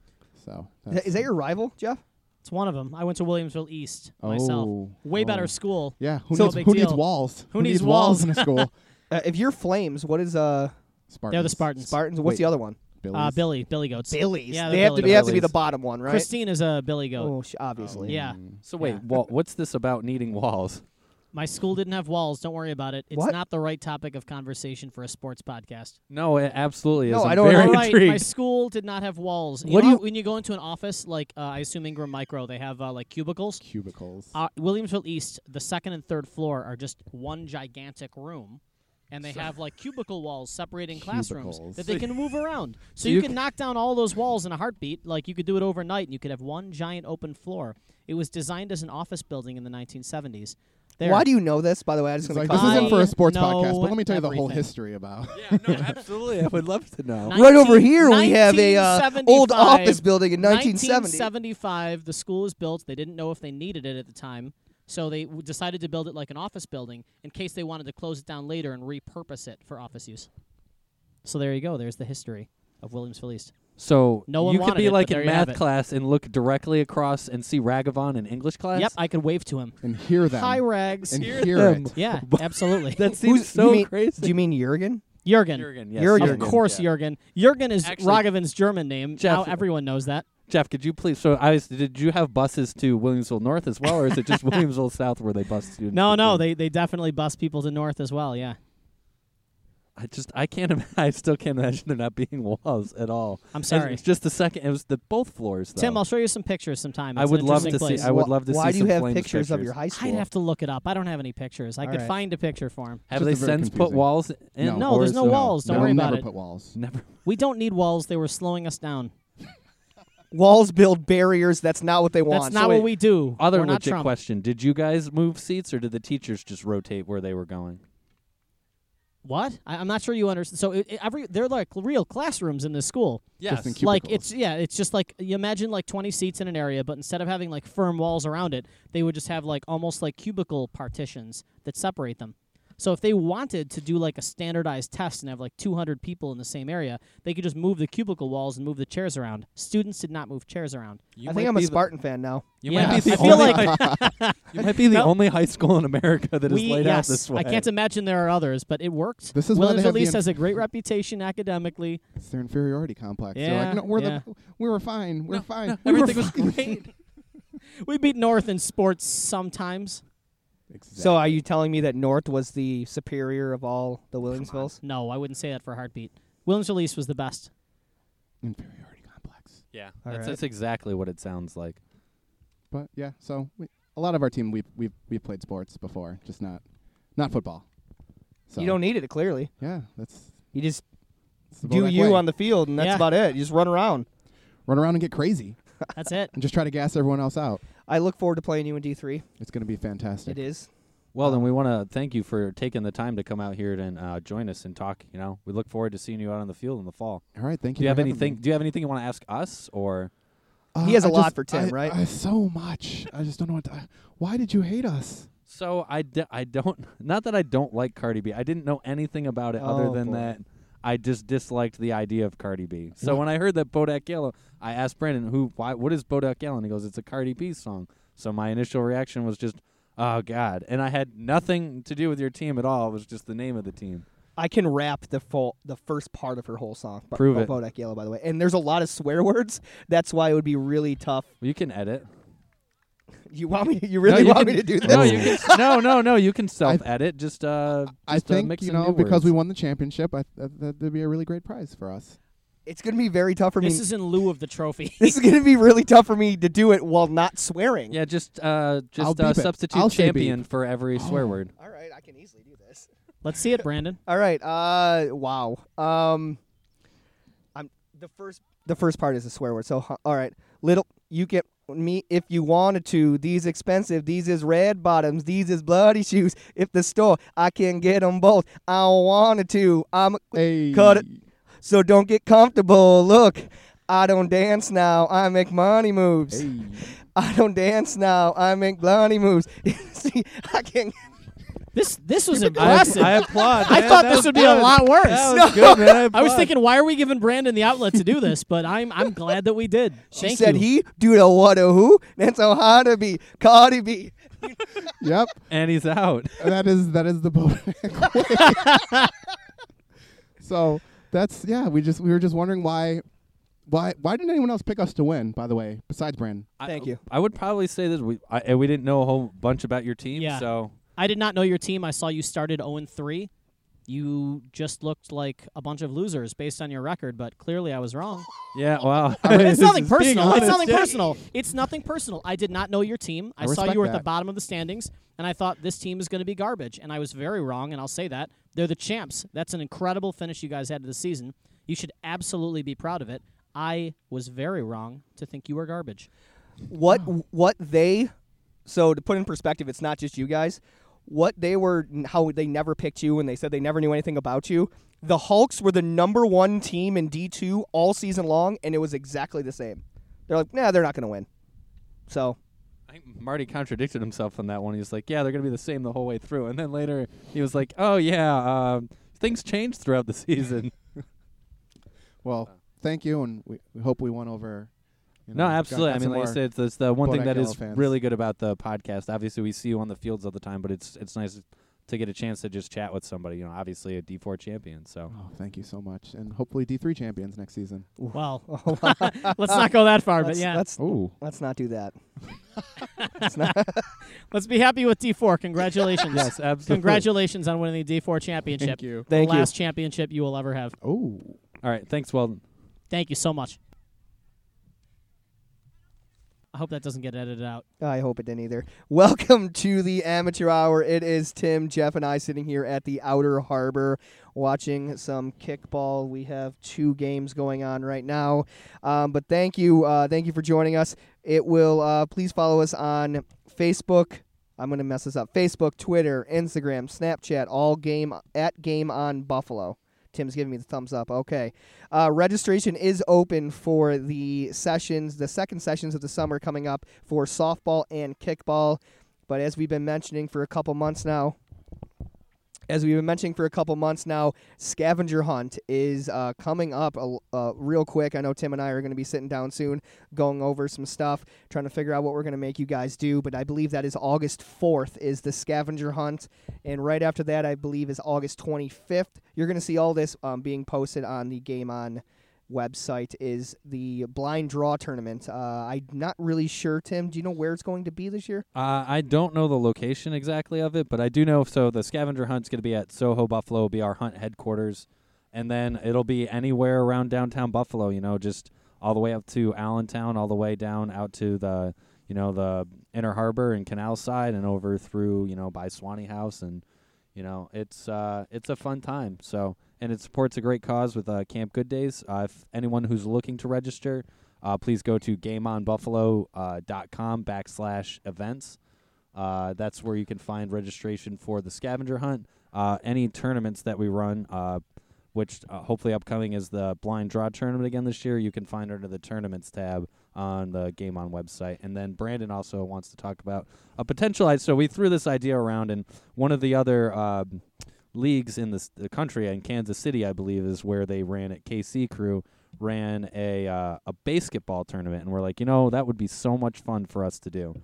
Speaker 6: So
Speaker 2: Is that- Is that your rival, Jeff?
Speaker 1: it's one of them. I went to Williamsville East
Speaker 6: oh,
Speaker 1: myself. Way
Speaker 6: oh.
Speaker 1: better school.
Speaker 6: Yeah, who
Speaker 1: So-
Speaker 6: needs
Speaker 1: No big
Speaker 6: who needs
Speaker 1: deal.
Speaker 6: walls?
Speaker 1: Who needs walls?
Speaker 6: walls in a school?
Speaker 2: Uh, if you're Flames, what is uh
Speaker 6: Spartans.
Speaker 1: They're the Spartans.
Speaker 2: Spartans? What's
Speaker 6: Wait.
Speaker 2: the other one?
Speaker 1: Uh,
Speaker 6: Billies.
Speaker 1: Billy, Billy goats.
Speaker 2: Billies.
Speaker 1: Yeah,
Speaker 2: they
Speaker 1: they're
Speaker 2: have to
Speaker 1: Billy
Speaker 2: be, they have to be the
Speaker 3: Billies.
Speaker 2: bottom one, right?
Speaker 1: Christine is a Billy goat.
Speaker 2: Oh, sh- obviously.
Speaker 1: yeah.
Speaker 3: So wait,
Speaker 1: Yeah.
Speaker 3: Walt, what's this about needing walls?
Speaker 1: My school didn't have walls. Don't worry about it. It's
Speaker 2: What?
Speaker 1: not the right topic of conversation for a sports podcast.
Speaker 3: No, it absolutely is.
Speaker 2: No,
Speaker 3: I'm
Speaker 2: I don't-
Speaker 3: very
Speaker 1: All right, my
Speaker 3: intrigued.
Speaker 1: school did not have walls. You
Speaker 2: What do
Speaker 1: know
Speaker 2: you-
Speaker 1: how when you go into an office, like uh, I assume Ingram Micro, they have uh, like cubicles.
Speaker 6: Cubicles.
Speaker 1: Uh, Williamsville East, the second and third floor are just one gigantic room, and they have like cubicle walls separating classrooms
Speaker 6: Cubicles.
Speaker 1: that they can move around. So,
Speaker 3: So
Speaker 1: you,
Speaker 3: you
Speaker 1: can
Speaker 3: c-
Speaker 1: knock down all those walls in a heartbeat. Like you could do it overnight, and you could have one giant open floor. It was designed as an office building in the 1970s. There.
Speaker 2: Why do you know this? By the way, I just
Speaker 6: It's
Speaker 2: gonna
Speaker 6: like,
Speaker 2: come
Speaker 6: this isn't for
Speaker 1: I
Speaker 6: a sports
Speaker 1: know
Speaker 6: podcast, but let me tell you the whole
Speaker 1: everything.
Speaker 6: history about.
Speaker 4: Yeah, no,
Speaker 3: absolutely, I would love to know.
Speaker 2: Right over here, we have a uh, old
Speaker 1: 1975
Speaker 2: office building in 1970.
Speaker 1: 1975, the school was built. They didn't know if they needed it at the time, so they w- decided to build it like an office building in case they wanted to close it down later and repurpose it for office use. So there you go. There's the history of Williamsville East.
Speaker 3: So
Speaker 1: No one
Speaker 3: you could
Speaker 1: wanted
Speaker 3: be
Speaker 1: it, but
Speaker 3: like
Speaker 1: there
Speaker 3: in
Speaker 1: you have
Speaker 3: math
Speaker 1: it.
Speaker 3: class and look directly across and see Ragavan in English class.
Speaker 1: Yep, I could wave to him.
Speaker 6: and hear them
Speaker 1: Hi, Rags.
Speaker 6: and hear
Speaker 3: them.
Speaker 6: it.
Speaker 1: yeah, absolutely.
Speaker 3: That seems
Speaker 2: Who's-
Speaker 3: so
Speaker 2: you mean-
Speaker 3: crazy.
Speaker 2: Do you mean Jurgen?
Speaker 1: Jurgen.
Speaker 3: Jurgen, yes,
Speaker 2: Jurgen.
Speaker 1: Of course,
Speaker 3: yeah.
Speaker 1: Jurgen. Jurgen is
Speaker 3: Actually,
Speaker 1: Ragavan's German name.
Speaker 3: Jeff-
Speaker 1: now everyone knows that.
Speaker 3: Jeff, could you please? So, I was, did you have buses to Williamsville North as well, or is it just Williamsville South where they bus students?
Speaker 1: No,
Speaker 3: to
Speaker 1: no,
Speaker 3: school?
Speaker 1: they they definitely bust people to North as well. Yeah,
Speaker 3: I just, I can't. Im- I still can't imagine there not being walls at all.
Speaker 1: I'm
Speaker 3: And
Speaker 1: sorry.
Speaker 3: It's just the second. It was the both floors. Though.
Speaker 1: Tim, I'll show you some pictures sometime.
Speaker 3: I
Speaker 1: It's an
Speaker 3: would love
Speaker 1: interesting
Speaker 3: to see-
Speaker 1: place.
Speaker 3: I would
Speaker 2: Wh-
Speaker 3: love to
Speaker 2: Why do
Speaker 3: see some
Speaker 2: you have
Speaker 3: Flames
Speaker 2: pictures, of
Speaker 3: pictures.
Speaker 2: your high school?
Speaker 1: I'd have to look it up. I don't have any pictures. I
Speaker 2: All
Speaker 1: could
Speaker 2: right.
Speaker 1: find a picture for him.
Speaker 3: have
Speaker 6: Just
Speaker 3: they
Speaker 6: a very
Speaker 3: since put
Speaker 6: confusing-
Speaker 3: walls in?
Speaker 6: No.
Speaker 1: No, there's
Speaker 3: or
Speaker 1: no
Speaker 3: is it-
Speaker 1: walls. Don't
Speaker 6: They'll
Speaker 1: worry about
Speaker 6: never
Speaker 1: it.
Speaker 6: put walls.
Speaker 3: Never.
Speaker 1: We don't need walls. They were slowing us down.
Speaker 2: Walls build barriers. That's not what they want.
Speaker 1: That's not
Speaker 2: So
Speaker 1: what
Speaker 2: it-
Speaker 1: we do.
Speaker 3: Other
Speaker 1: we're not
Speaker 3: legit
Speaker 1: Trump.
Speaker 3: question: Did you guys move seats, or did the teachers just rotate where they were going?
Speaker 1: What? I, I'm not sure you understand. So it, it- every they're like real classrooms in this school.
Speaker 6: Just in
Speaker 1: Like
Speaker 6: cubicles.
Speaker 1: it's yeah, it's just like you imagine like 20 seats in an area, but instead of having like firm walls around it, they would just have like almost like cubicle partitions that separate them. So if they wanted to do like a standardized test and have like 200 people in the same area, they could just move the cubicle walls and move the chairs around. Students did not move chairs around.
Speaker 3: You
Speaker 2: I think I'm a Spartan fan now.
Speaker 3: you
Speaker 1: Yeah.
Speaker 3: might be the
Speaker 1: I feel
Speaker 3: only.
Speaker 1: like-
Speaker 3: you might be the
Speaker 1: No.
Speaker 3: only high school in America that is
Speaker 1: we,
Speaker 3: laid out
Speaker 1: yes,
Speaker 3: this way.
Speaker 1: I can't imagine there are others, but it worked.
Speaker 6: This is why they
Speaker 1: Williams
Speaker 6: have the
Speaker 1: Elise
Speaker 6: in-
Speaker 1: has a great reputation academically.
Speaker 6: It's their inferiority complex. They're
Speaker 1: Yeah,
Speaker 6: like, no, we're
Speaker 1: yeah.
Speaker 6: the, we were fine. We're fine.
Speaker 3: Everything was great.
Speaker 1: We beat North in sports sometimes.
Speaker 6: Exactly.
Speaker 2: So are you telling me that North was the superior of all the Williamsvilles?
Speaker 1: No, I wouldn't say that for Heartbeat. Williams Release was the best.
Speaker 6: inferiority complex.
Speaker 3: Yeah,
Speaker 2: All
Speaker 3: that's,
Speaker 2: right.
Speaker 3: that's exactly what it sounds like.
Speaker 6: But yeah, so we, a lot of our team we've we've we've played sports before, just not not football. So
Speaker 2: You don't need it clearly.
Speaker 6: Yeah, that's,
Speaker 2: You just
Speaker 6: that's the
Speaker 2: do
Speaker 6: Bodak
Speaker 2: you
Speaker 6: way.
Speaker 2: on the field, and that's
Speaker 1: Yeah.
Speaker 2: about it. You just run around.
Speaker 6: run around and get crazy
Speaker 1: That's it.
Speaker 6: and just try to gas everyone else out.
Speaker 2: I look forward to playing you in D3.
Speaker 6: It's going to be
Speaker 2: It
Speaker 6: fantastic.
Speaker 2: is.
Speaker 3: Well, then we want to thank you for taking the time to come out here and uh, join us and talk. You know, we look forward to seeing you out on the field in the fall.
Speaker 6: All right, thank
Speaker 3: Do
Speaker 6: you.
Speaker 3: you
Speaker 6: for
Speaker 3: have
Speaker 6: having
Speaker 3: anything?
Speaker 6: me.
Speaker 3: Do you have anything you want to ask us or?
Speaker 6: Uh,
Speaker 2: He has
Speaker 6: a
Speaker 2: a lot for Tim,
Speaker 6: I,
Speaker 2: right?
Speaker 6: I, so much. I just don't know what. To, why did you hate us?
Speaker 3: So I, d- I don't not that I don't like Cardi B. I didn't know anything about it other
Speaker 2: Oh,
Speaker 3: than
Speaker 2: boy.
Speaker 3: that I just disliked the idea of Cardi B. So when I heard that Bodak Yellow, I asked Brandon who why what is Bodak Yellow and he goes it's a Cardi B song. So my initial reaction was just oh god. And I had nothing to do with your team at all. It was just the name of the team.
Speaker 2: I can rap the full, the first part of her whole song. Bo-
Speaker 3: Prove
Speaker 2: Bo-
Speaker 3: it.
Speaker 2: Bodak Yellow, by the way. And there's a lot of swear words. That's why it would be really tough.
Speaker 3: You can edit.
Speaker 2: You want me? You really
Speaker 3: you
Speaker 2: want me
Speaker 3: can-
Speaker 2: to do this?
Speaker 3: No, you can no, no, no, you can self edit just uh
Speaker 6: I
Speaker 3: just, uh,
Speaker 6: think
Speaker 3: mix
Speaker 6: you
Speaker 3: in
Speaker 6: know
Speaker 3: new
Speaker 6: because we
Speaker 3: words.
Speaker 6: won the championship. I th- that would be a really great prize for us.
Speaker 2: It's gonna be very tough for me.
Speaker 1: this is in lieu of the trophy.
Speaker 2: This is gonna be really tough for me to do it while not swearing.
Speaker 3: Yeah, just uh just
Speaker 6: beep
Speaker 3: uh,
Speaker 6: it.
Speaker 3: substitute
Speaker 6: I'll say beep.
Speaker 3: champion for every
Speaker 1: Oh.
Speaker 3: swear word.
Speaker 2: All right, I can easily do this.
Speaker 1: Let's see it, Brandon.
Speaker 2: All right. Uh, wow. Um, I'm the first. The first part is a swear word. So huh, all right, little you get me if you wanted to. These expensive. These is red bottoms. These is bloody shoes. If the store, I can get them both. I wanted to. I'm
Speaker 6: Hey,
Speaker 2: Cut it. so don't get comfortable. Look, I don't dance now. I make money moves.
Speaker 6: Hey.
Speaker 2: I don't dance now. I make bloody moves. See, I can't.
Speaker 1: This this was
Speaker 3: I,
Speaker 1: impressive.
Speaker 3: I applaud.
Speaker 1: I
Speaker 3: man.
Speaker 1: thought
Speaker 3: That
Speaker 1: this
Speaker 3: was
Speaker 1: would be
Speaker 3: good.
Speaker 1: a lot worse.
Speaker 3: That was good, man.
Speaker 1: I was
Speaker 3: applaud.
Speaker 1: thinking, why are we giving Brandon the outlet to do this? But I'm I'm glad that we did.
Speaker 2: She
Speaker 1: Thank
Speaker 2: said
Speaker 1: you.
Speaker 2: he do the what a who. That's so hard to be. Cardi B.
Speaker 6: Yep,
Speaker 3: and he's out.
Speaker 6: that is that is the Bodak way. so that's yeah. We just we were just wondering why, why why didn't anyone else pick us to win? By the way, besides Brandon.
Speaker 2: Thank
Speaker 3: I,
Speaker 2: you.
Speaker 3: I would probably say that we I, and we didn't know a whole bunch about your team,
Speaker 1: Yeah.
Speaker 3: so
Speaker 1: I did not know your team. I saw you started 0 3. You just looked like a bunch of losers based on your record, but clearly I was wrong.
Speaker 3: yeah. Wow.
Speaker 1: it's nothing personal. It's nothing
Speaker 3: honest.
Speaker 1: personal. It's nothing personal. I did not know your team. I,
Speaker 6: I
Speaker 1: saw
Speaker 6: respect
Speaker 1: you were at the
Speaker 6: that.
Speaker 1: bottom of the standings, and I thought this team is going to be garbage. And I was very wrong, and I'll say that. They're the champs. That's an incredible finish you guys had to the season. You should absolutely be proud of it. I was very wrong to think you were garbage.
Speaker 2: What what they? So to put in perspective, it's not just you guys. What they were, how they never picked you, and they said they never knew anything about you. The Hulks were the number one team in D two all season long, and it was exactly the same. They're like, nah, they're not gonna win. So
Speaker 3: I think Marty contradicted himself on that one. He was like, "Yeah, they're gonna be the same the whole way through," and then later he was like, "Oh yeah, uh, things changed throughout the season."
Speaker 6: Well, thank you, and we, we hope we won over. you
Speaker 3: No,
Speaker 6: know, got-
Speaker 3: absolutely.
Speaker 6: got
Speaker 3: I mean,
Speaker 6: some
Speaker 3: like I
Speaker 6: more-
Speaker 3: said, it's, it's the one thing
Speaker 6: Bodak
Speaker 3: that
Speaker 6: Yellow
Speaker 3: is
Speaker 6: fans.
Speaker 3: really good about the podcast. Obviously, we see you on the fields all the time, but it's it's nice to get a chance to just chat with somebody. You know, obviously a D four champion. So
Speaker 6: Oh, thank you so much, and hopefully D three champions next season.
Speaker 1: Well, let's not go that far, but
Speaker 2: let's,
Speaker 1: yeah.
Speaker 2: let's
Speaker 6: Oh,
Speaker 2: let's not do that.
Speaker 1: Let's be happy with D4. Congratulations.
Speaker 3: yes, absolutely.
Speaker 1: Congratulations on winning the D4 championship.
Speaker 6: thank you.
Speaker 2: Thank
Speaker 1: the
Speaker 2: you.
Speaker 1: last championship you will ever have.
Speaker 6: Oh,
Speaker 3: All right, thanks, Weldon.
Speaker 1: Thank you so much. I hope that doesn't get edited out.
Speaker 2: I hope it didn't either. Welcome to the Amateur Hour. It is Tim, Jeff, and I sitting here at the Outer Harbor watching some kickball. We have two games going on right now, um, but thank you, uh, thank you for joining us. It will uh, please follow us on Facebook. I'm gonna mess this up. Facebook, Twitter, Instagram, Snapchat, all game at Game on Buffalo. Tim's giving me the thumbs up. Okay. Uh, registration is open for the sessions, the second sessions of the summer coming up for softball and kickball. But as we've been mentioning for a couple months now, as we've been mentioning for a couple months now, scavenger hunt is uh, coming up a, uh, real quick. I know Tim and I are going to be sitting down soon, going over some stuff, trying to figure out what we're going to make you guys do. But I believe that is August 4th is the scavenger hunt, and right after that, I believe is August 25th. You're going to see all this um, being posted on the Game On website is the blind draw tournament. Uh, I'm not really sure, Tim. Do you know where it's going to be this year?
Speaker 3: Uh, I don't know the location exactly of it, but I do know. So the scavenger hunt's going to be at Soho Buffalo. Will be our hunt headquarters, and then it'll be anywhere around downtown Buffalo. You know, just all the way up to Allentown, all the way down out to the you know the Inner Harbor and Canal Side, and over through you know by Swanee House, and you know it's uh, it's a fun time. So and it supports a great cause with uh, Camp Good Days. Uh, if anyone who's looking to register. uh, please go to gameonbuffalo.com uh, backslash events. Uh, that's where you can find registration for the scavenger hunt. Uh, any tournaments that we run, uh, which uh, hopefully upcoming is the blind draw tournament again this year, you can find under the tournaments tab on the Game On website. And then Brandon also wants to talk about a potential. i- So we threw this idea around, and one of the other um, leagues in this, the country, in Kansas City, I believe, is where they ran at KC Crew, ran a uh, a basketball tournament, and we're like, you know, that would be so much fun for us to do.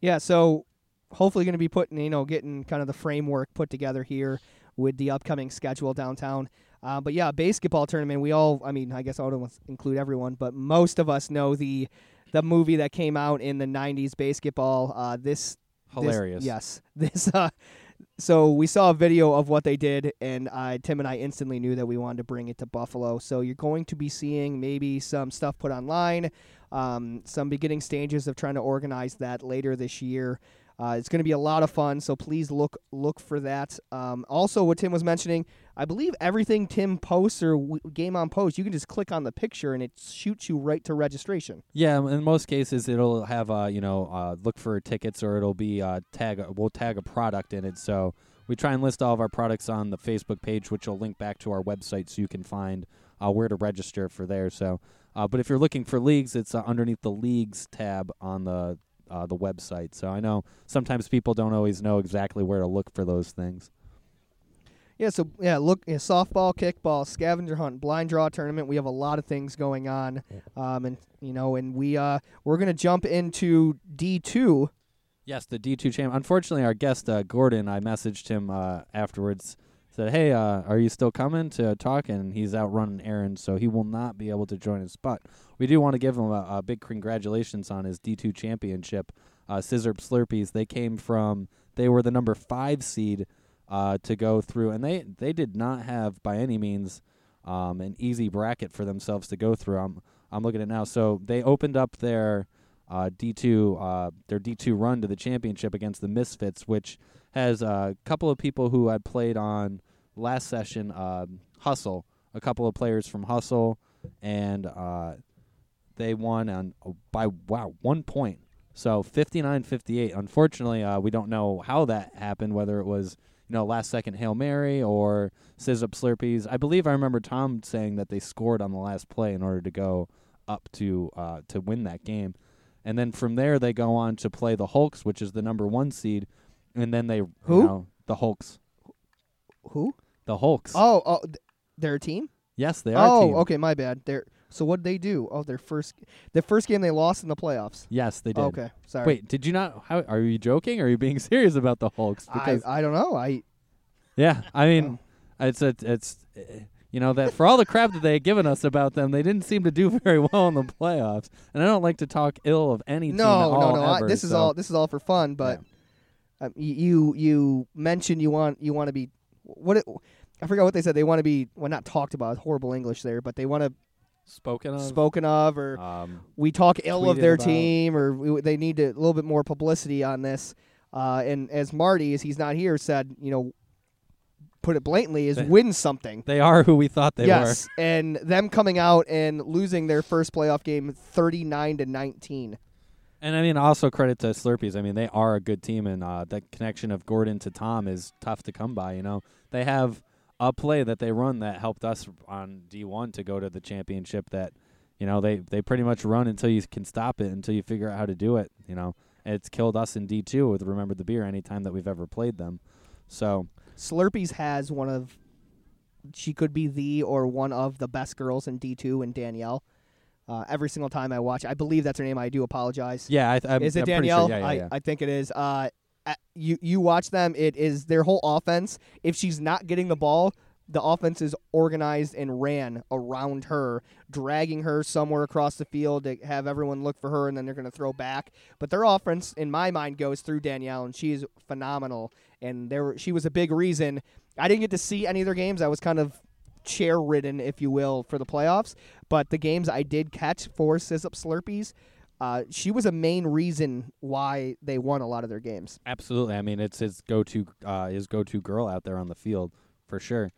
Speaker 2: Yeah, so hopefully going to be putting, you know, getting kind of the framework put together here with the upcoming schedule downtown. Uh, but yeah, basketball tournament. We all, I mean, I guess I don't include everyone, but most of us know the the movie that came out in the '90s, basketball. Uh, this this-
Speaker 3: Hilarious.
Speaker 2: yes, this. Uh, so we saw a video of what they did, and uh, Tim and I instantly knew that we wanted to bring it to Buffalo. So you're going to be seeing maybe some stuff put online, um, some beginning stages of trying to organize that later this year. Uh, it's going to be a lot of fun, so please look look for that. Um, also, what Tim was mentioning, I believe everything Tim posts or w- Game On posts, you can just click on the picture and it shoots you right to registration.
Speaker 3: Yeah, m- in most cases, it'll have uh, you know uh, look for tickets, or it'll be uh, tag. a- We'll tag a product in it. So we try and list all of our products on the Facebook page, which will link back to our website, so you can find uh, where to register for there. So, uh, but if you're looking for leagues, it's uh, underneath the leagues tab on the uh, the website. So I know sometimes people don't always know exactly where to look for those things.
Speaker 2: Yeah, so yeah, look, yeah, softball, kickball, scavenger hunt, blind draw tournament. We have a lot of things going on, um, and you know, and we uh, we're gonna jump into D two.
Speaker 3: Yes, the D2 champ. Unfortunately, our guest uh, Gordon, I messaged him uh, afterwards, said, "Hey, uh, are you still coming to talk?" And he's out running errands, so he will not be able to join us. But we do want to give him a, a big congratulations on his D2 championship. Uh, Scissorp Slurpees. They came from. They were the number five seed uh, to go through, and they they did not have by any means um, an easy bracket for themselves to go through. I'm I'm looking at it now. So they opened up their uh, D2 uh, their D2 run to the championship against the Misfits, which has uh, a couple of people who had played on last session. Um, Hustle, a couple of players from Hustle, and uh, they won on oh, by wow one point. So 59-58. Unfortunately, uh, we don't know how that happened. Whether it was you know last second hail mary or sizz up slurpees. I believe I remember Tom saying that they scored on the last play in order to go up to uh, to win that game. And then from there they go on to play the Hulks, which is the number one seed, and then they
Speaker 2: Who?
Speaker 3: you know, the Hulks.
Speaker 2: Who?
Speaker 3: The Hulks.
Speaker 2: Oh, oh, th- their team.
Speaker 3: Yes, they are.
Speaker 2: oh,
Speaker 3: team.
Speaker 2: okay, my bad. They're so what they do? Oh, their first, their first game they lost in the playoffs.
Speaker 3: Yes, they did.
Speaker 2: Okay, sorry.
Speaker 3: Wait, did you not? How are you joking? Or are you being serious about the Hulks?
Speaker 2: I,
Speaker 3: Because
Speaker 2: I don't know. I
Speaker 3: yeah, I mean, it's a, it's eh, you know that for all the crap that they had given us about them, they didn't seem to do very well in the playoffs. And I don't like to talk ill of any team at
Speaker 2: no, no,
Speaker 3: all
Speaker 2: no. I-
Speaker 3: ever,
Speaker 2: this is
Speaker 3: so-
Speaker 2: all this is all for fun. But um, y- you you mentioned you want you want to be what it, I forgot what they said. They want to be well, not talked about. Horrible English there, but they want to
Speaker 3: spoken of.
Speaker 2: spoken of or
Speaker 3: um,
Speaker 2: we talk ill of
Speaker 3: Uh, tweeted
Speaker 2: their
Speaker 3: about.
Speaker 2: team or we, they need a little bit more publicity on this. Uh, and as Marty, as he's not here, said, you know, put it blatantly, is
Speaker 3: They-
Speaker 2: win something.
Speaker 3: they are who we thought they
Speaker 2: yes, and them coming out and losing their first playoff game, thirty-nine to nineteen.
Speaker 3: were. And I mean, also credit to Slurpees. I mean, they are a good team, and uh, that connection of Gordon to Tom is tough to come by. You know, they have a play that they run that helped us on D1 to go to the championship. That you know they they pretty much run until you can stop it, until you figure out how to do it. You know, and it's killed us in D2 with Remember the Beer any time that we've ever played them. So
Speaker 2: Slurpees has one of, she could be the or one of the best girls in D two and Danielle. Uh, every single time I watch, I believe that's her name. I do apologize.
Speaker 3: yeah, I, I'm,
Speaker 2: is it
Speaker 3: I'm pretty
Speaker 2: Danielle?
Speaker 3: Sure. Yeah, yeah,
Speaker 2: I,
Speaker 3: yeah.
Speaker 2: I think it is. Uh, a- you you watch them. It is their whole offense. If she's not getting the ball, the offense is organized and ran around her, dragging her somewhere across the field to have everyone look for her, and then they're going to throw back. But their offense, in my mind, goes through Danielle, and she is phenomenal. And there were- she was a big reason. I didn't get to see any of their games. I was kind of chair ridden, if you will, for the playoffs. But the games I did catch for Scissup Slurpees, uh, she was a main reason why they won a lot of their games.
Speaker 3: Absolutely. I mean, it's his go-to uh, his go-to girl out there on the field for sure.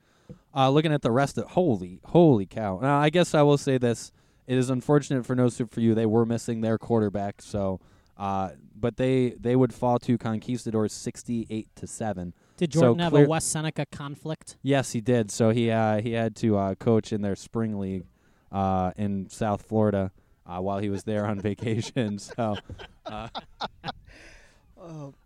Speaker 3: Uh, looking at the rest of holy holy cow. Now, I guess I will say this: It is unfortunate for no soup for you. They were missing their quarterback, so uh, but they they would fall to Conquistadors sixty eight to seven.
Speaker 1: Did
Speaker 3: So
Speaker 1: Jordan have a
Speaker 3: clear-
Speaker 1: West Seneca conflict?
Speaker 3: Yes, he did. So he uh, he had to uh, coach in their spring league uh, in South Florida uh, while he was there on vacation. So uh,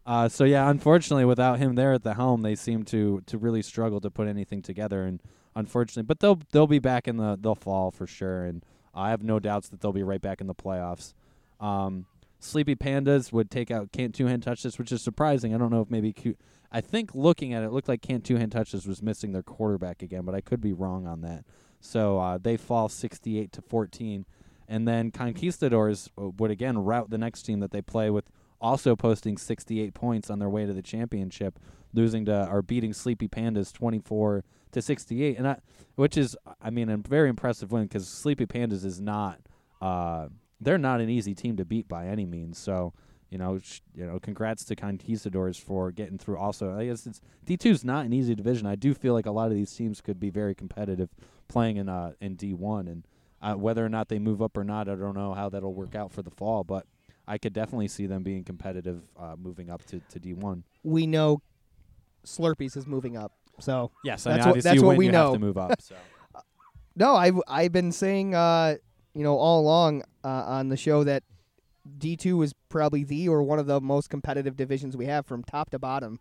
Speaker 3: uh, so yeah, unfortunately, without him there at the helm, they seem to to really struggle to put anything together. And unfortunately, but they'll they'll be back in the they'll fall for sure. And I have no doubts that they'll be right back in the playoffs. Um, Sleepy Pandas would take out can't two hand touch this, which is surprising. I don't know if maybe Q- I think looking at it, it looked like can't two hand touches was missing their quarterback again, but I could be wrong on that. So uh, they fall 68 to 14, and then Conquistadors uh, would again rout the next team that they play with, also posting 68 points on their way to the championship, losing to or beating Sleepy Pandas 24 to 68, and I, which is I mean a very impressive win because Sleepy Pandas is not uh, they're not an easy team to beat by any means. So you know, sh- you know, congrats to Conquistadors for getting through. Also, I guess it's D two is not an easy division. I do feel like a lot of these teams could be very competitive playing in uh in D one, and uh, whether or not they move up or not, I don't know how that'll work out for the fall. But I could definitely see them being competitive uh, moving up to, to D one.
Speaker 2: we know Slurpees is moving up. So
Speaker 3: Yes,
Speaker 2: I mean, That's what- obviously you that's what win, we you have know.
Speaker 3: have
Speaker 2: to
Speaker 3: to move up. So.
Speaker 2: no, I've I've been saying uh, you know all along uh, on the show that D two is probably the or one of the most competitive divisions we have from top to bottom.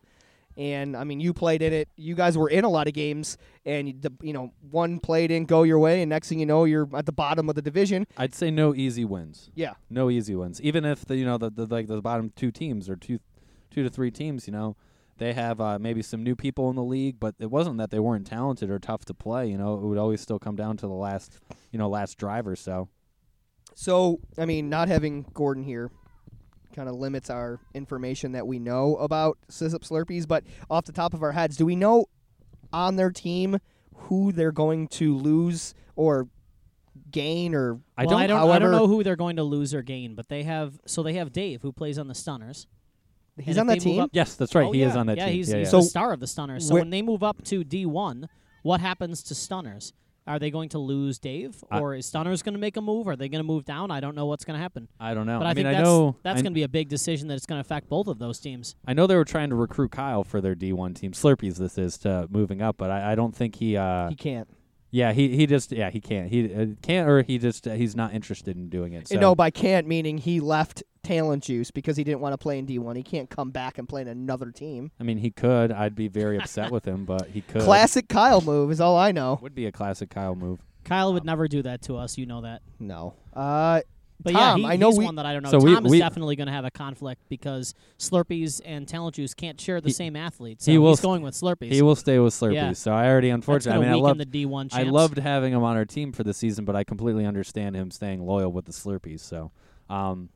Speaker 2: And I mean, you played in it. You guys were in a lot of games, and you- the, you know one play didn't go your way, and next thing you know, you're at the bottom of the division.
Speaker 3: I'd say no easy wins.
Speaker 2: Yeah.
Speaker 3: no easy ones. Even if the you know the, the like the bottom two teams or two, two to three teams, you know, they have uh, maybe some new people in the league, but it wasn't that they weren't talented or tough to play. You know, it would always still come down to the last, you know, last drive or so.
Speaker 2: So I mean, not having Gordon here kind of limits our information that we know about Sissip Slurpees. But off the top of our heads, do we know on their team who they're going to lose or gain or
Speaker 3: I
Speaker 1: well,
Speaker 3: don't.
Speaker 1: I don't, I
Speaker 2: however-
Speaker 1: don't know who they're going to lose or gain, but they have. So they have Dave, who plays on the Stunners.
Speaker 2: he's
Speaker 1: And
Speaker 2: on
Speaker 1: if
Speaker 2: that
Speaker 1: they move
Speaker 2: team?
Speaker 1: up-
Speaker 3: Yes, that's right.
Speaker 1: Oh,
Speaker 3: he
Speaker 1: yeah.
Speaker 3: is on that
Speaker 1: yeah,
Speaker 3: team.
Speaker 1: He's,
Speaker 3: yeah,
Speaker 1: he's
Speaker 3: yeah.
Speaker 1: the star of the Stunners. So
Speaker 2: Where-
Speaker 1: when they move up to D1, what happens to Stunners? Are they going to lose Dave,
Speaker 3: I-
Speaker 1: or is Stunners going to make a move? Are they going to move down? I don't know what's going to happen.
Speaker 3: I don't know.
Speaker 1: But
Speaker 3: I,
Speaker 1: I,
Speaker 3: mean,
Speaker 1: think
Speaker 3: I
Speaker 1: that's,
Speaker 3: know
Speaker 1: that's
Speaker 3: I,
Speaker 1: going to be a big decision that it's going to affect both of those teams.
Speaker 3: I know they were trying to recruit Kyle for their D1 team. Slurpees, this is to moving up, but I, I don't think he. Uh,
Speaker 2: he can't.
Speaker 3: yeah, he he just yeah he can't he uh, can't or he just uh, he's not interested in doing it. So.
Speaker 2: no, by can't meaning he left Talent Juice because he didn't want to play in D one. He can't come back and play in another team.
Speaker 3: I mean, he could. I'd be very upset with him, but he could.
Speaker 2: Classic Kyle move is all I know.
Speaker 3: would be a classic Kyle move.
Speaker 1: Kyle
Speaker 3: Uh,
Speaker 1: would never do that to us. You know that.
Speaker 2: No. Uh,
Speaker 1: But
Speaker 2: Tom,
Speaker 1: yeah, he,
Speaker 2: I know
Speaker 1: he's
Speaker 2: we-
Speaker 1: one that I don't know.
Speaker 3: So we-
Speaker 1: Tom is
Speaker 3: we-
Speaker 1: definitely going to have a conflict because Slurpees and Talent Juice can't share the
Speaker 3: He-
Speaker 1: same athlete. So
Speaker 3: he will
Speaker 1: he's
Speaker 3: st-
Speaker 1: going with Slurpees.
Speaker 3: He will stay with Slurpee.
Speaker 1: Yeah.
Speaker 3: So I already,
Speaker 1: That's
Speaker 3: unfortunately,
Speaker 1: going
Speaker 3: I
Speaker 1: to
Speaker 3: mean, I
Speaker 1: weaken
Speaker 3: loved,
Speaker 1: the D1 champs.
Speaker 3: I loved having him on our team for the season, but I completely understand him staying loyal with the Slurpees. So, um,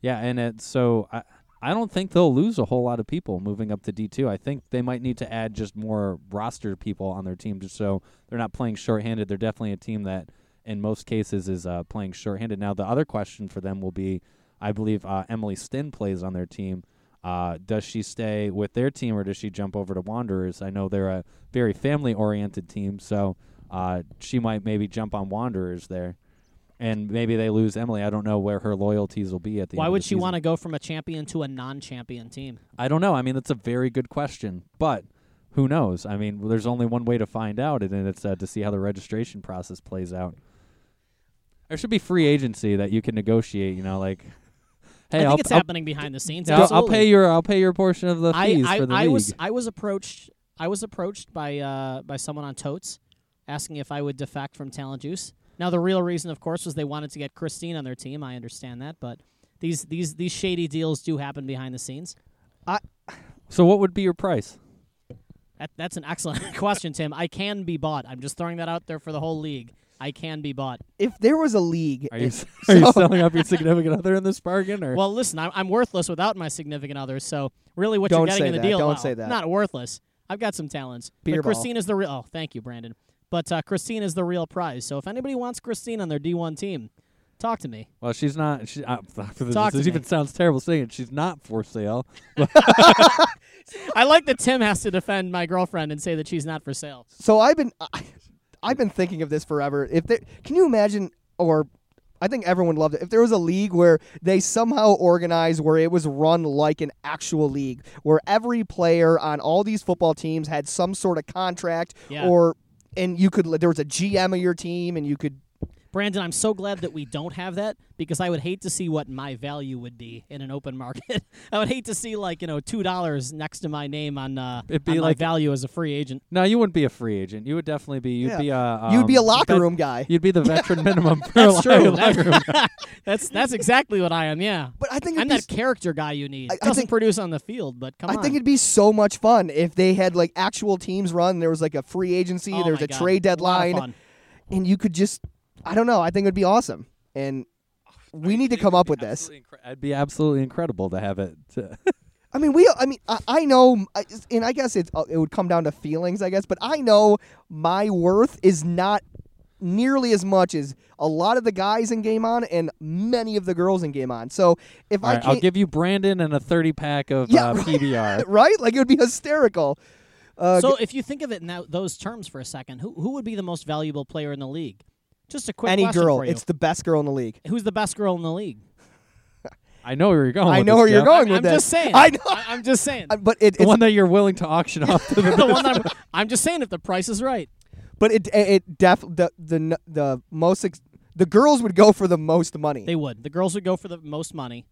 Speaker 3: yeah, and it, so I, I don't think they'll lose a whole lot of people moving up to D two. I think they might need to add just more roster people on their team, just so they're not playing shorthanded. They're definitely a team that, in most cases, is uh, playing shorthanded. Now, the other question for them will be, I believe uh, Emily Stin plays on their team. Uh, does she stay with their team or does she jump over to Wanderers? I know they're a very family oriented team, so uh, she might maybe jump on Wanderers there. And maybe they lose Emily. I don't know where her loyalties will be at the
Speaker 1: Why
Speaker 3: end
Speaker 1: would she want to go from a champion to a non-champion team?
Speaker 3: I don't know. I mean, that's a very good question, but who knows? I mean, there's only one way to find out, and it's uh, to see how the registration process plays out. There should be free agency that you can negotiate. You know, like,
Speaker 1: I
Speaker 3: hey,
Speaker 1: think
Speaker 3: will
Speaker 1: it's
Speaker 3: I'll,
Speaker 1: happening behind the scenes.
Speaker 3: yeah, I'll- I'll
Speaker 1: absolutely.
Speaker 3: pay your I'll pay your portion of the
Speaker 1: I,
Speaker 3: fees
Speaker 1: I,
Speaker 3: for the
Speaker 1: I
Speaker 3: league.
Speaker 1: was I was approached I was approached by uh, by someone on Totes asking if I would defect from Talent Juice. Now the real reason, of course, was they wanted to get Christine on their team. I understand that, but these these these shady deals do happen behind the scenes.
Speaker 3: so, what would be your price?
Speaker 1: That, that's an excellent question, Tim. I can be bought. I'm just throwing that out there for the whole league. I can be bought.
Speaker 2: if there was a league,
Speaker 3: Are you
Speaker 2: it-
Speaker 3: s- are you
Speaker 2: so-
Speaker 3: selling up your significant other in this bargain, or
Speaker 1: Well, listen, I'm, I'm worthless without my significant other. So really, what
Speaker 2: Don't
Speaker 1: you're getting
Speaker 2: say
Speaker 1: in the
Speaker 2: that.
Speaker 1: deal?
Speaker 2: Don't
Speaker 1: wow,
Speaker 2: say that.
Speaker 1: Not worthless. I've got some talents.
Speaker 2: Beer
Speaker 1: but
Speaker 2: ball.
Speaker 1: Christine is the real. Oh, thank you, Brandon. But uh, Christine is the real prize. So if anybody wants Christine on their D1 team, talk to me.
Speaker 3: Well, she's not. She, uh,
Speaker 1: Talk
Speaker 3: this
Speaker 1: to me.
Speaker 3: even sounds terrible saying it. She's not for sale.
Speaker 1: I like that Tim has to defend my girlfriend and say that she's not for sale.
Speaker 2: so I've been I, I've been thinking of this forever. If there, can you imagine or I think everyone loved it. If there was a league where they somehow organized where it was run like an actual league, where every player on all these football teams had some sort of contract
Speaker 1: Yeah.
Speaker 2: or and you could there was a GM of your team and you could
Speaker 1: Brandon, I'm so glad that we don't have that because I would hate to see what my value would be in an open market. I would hate to see like you know two dollars next to my name on uh
Speaker 3: It'd be
Speaker 1: on my
Speaker 3: like-
Speaker 1: value as a free agent.
Speaker 3: No, you wouldn't be a free agent. You would definitely be. You'd
Speaker 2: Yeah.
Speaker 3: be a. Um,
Speaker 2: you'd be a
Speaker 3: vet-
Speaker 2: locker room guy.
Speaker 3: You'd be the veteran minimum. For
Speaker 1: That's
Speaker 3: a
Speaker 1: true.
Speaker 3: Locker room.
Speaker 1: That's, that's that's exactly what I am. Yeah,
Speaker 2: But I think it'd
Speaker 1: I'm
Speaker 2: be
Speaker 1: that character guy you need.
Speaker 2: I- I
Speaker 1: Doesn't
Speaker 2: think-
Speaker 1: produce on the field, but come
Speaker 2: I
Speaker 1: on.
Speaker 2: think it'd be so much fun if they had like actual teams run. There was like a free agency,
Speaker 1: Oh
Speaker 2: there was
Speaker 1: my
Speaker 2: a
Speaker 1: God.
Speaker 2: trade
Speaker 1: lot of
Speaker 2: deadline,
Speaker 1: fun.
Speaker 2: and you could just I don't know. I think it'd be awesome, and
Speaker 1: Oh,
Speaker 2: we need to come up with this.
Speaker 3: I'd be absolutely incredible to have it. to-
Speaker 2: I mean, we. I mean, I, I know, I- and I guess uh, it it would come down to feelings, I guess. But I know my worth is not nearly as much as a lot of the guys in Game On and many of the girls in Game On. So if
Speaker 3: All
Speaker 2: I
Speaker 3: right,
Speaker 2: can't,
Speaker 3: I'll give you Brandon and a thirty pack of
Speaker 2: Yeah,
Speaker 3: uh,
Speaker 2: right.
Speaker 3: PBR.
Speaker 2: right, like it would be hysterical. Uh,
Speaker 1: so if you think of it in that, those terms for a second, who who would be the most valuable player in the league? Just a quick
Speaker 2: any
Speaker 1: question
Speaker 2: girl,
Speaker 1: for you.
Speaker 2: it's the best girl in the league.
Speaker 1: Who's the best girl in the league?
Speaker 3: I know where you're going.
Speaker 2: I
Speaker 3: with
Speaker 2: know
Speaker 3: this,
Speaker 2: where you're
Speaker 3: Jeff.
Speaker 2: going
Speaker 1: I,
Speaker 2: with
Speaker 1: am
Speaker 2: this.
Speaker 1: just saying.
Speaker 2: I know,
Speaker 1: I, am just saying.
Speaker 2: I- but it,
Speaker 3: The
Speaker 2: it's
Speaker 3: one that you're willing to auction off to the.
Speaker 1: the one that I'm, I'm just saying if the price is right.
Speaker 2: But it it def the the n- the most ex- the girls would go for the most money.
Speaker 1: They would. The girls would go for the most money,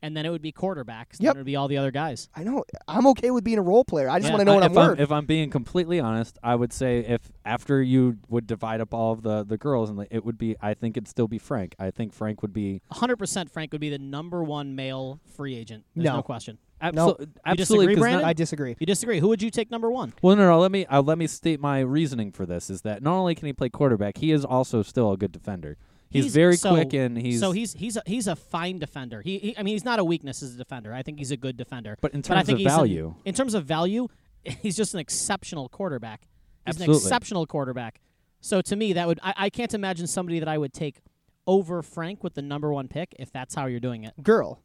Speaker 1: and then it would be quarterbacks. Then
Speaker 2: Yep.
Speaker 1: it would be all the other guys.
Speaker 2: I know. I'm okay with being a role player. I just
Speaker 1: Yeah,
Speaker 2: want to know what
Speaker 3: I-
Speaker 2: I'm
Speaker 3: if I'm,
Speaker 2: worth.
Speaker 3: if I'm being completely honest, I would say if after you would divide up all of the the girls, and like, it would be, I think it'd still be Frank. I think Frank would be
Speaker 1: 100% Frank would be the number one male free agent. There's no,
Speaker 2: No.
Speaker 1: question.
Speaker 3: absol-
Speaker 2: Nope.
Speaker 3: absolutely.
Speaker 1: disagree,
Speaker 3: 'cause
Speaker 1: Brandon?
Speaker 3: not-
Speaker 2: I disagree.
Speaker 1: You disagree. Who would you take number one?
Speaker 3: well, no, no. Let me uh, let me state my reasoning for this is that not only can he play quarterback, he is also still a good defender. He's,
Speaker 1: He's-
Speaker 3: very
Speaker 1: so-
Speaker 3: quick and he's
Speaker 1: so he's he's a, he's a fine defender. He, he I mean he's not a weakness as a defender. I think he's a good defender.
Speaker 3: But in
Speaker 1: I
Speaker 3: terms
Speaker 1: think
Speaker 3: of
Speaker 1: he's an-
Speaker 3: value-
Speaker 1: in terms of value, he's just an exceptional quarterback. He's an
Speaker 3: Absolutely.
Speaker 1: exceptional quarterback. So to me, that would I, I can't imagine somebody that I would take over Frank with the number one pick if that's how you're doing it.
Speaker 2: Girl.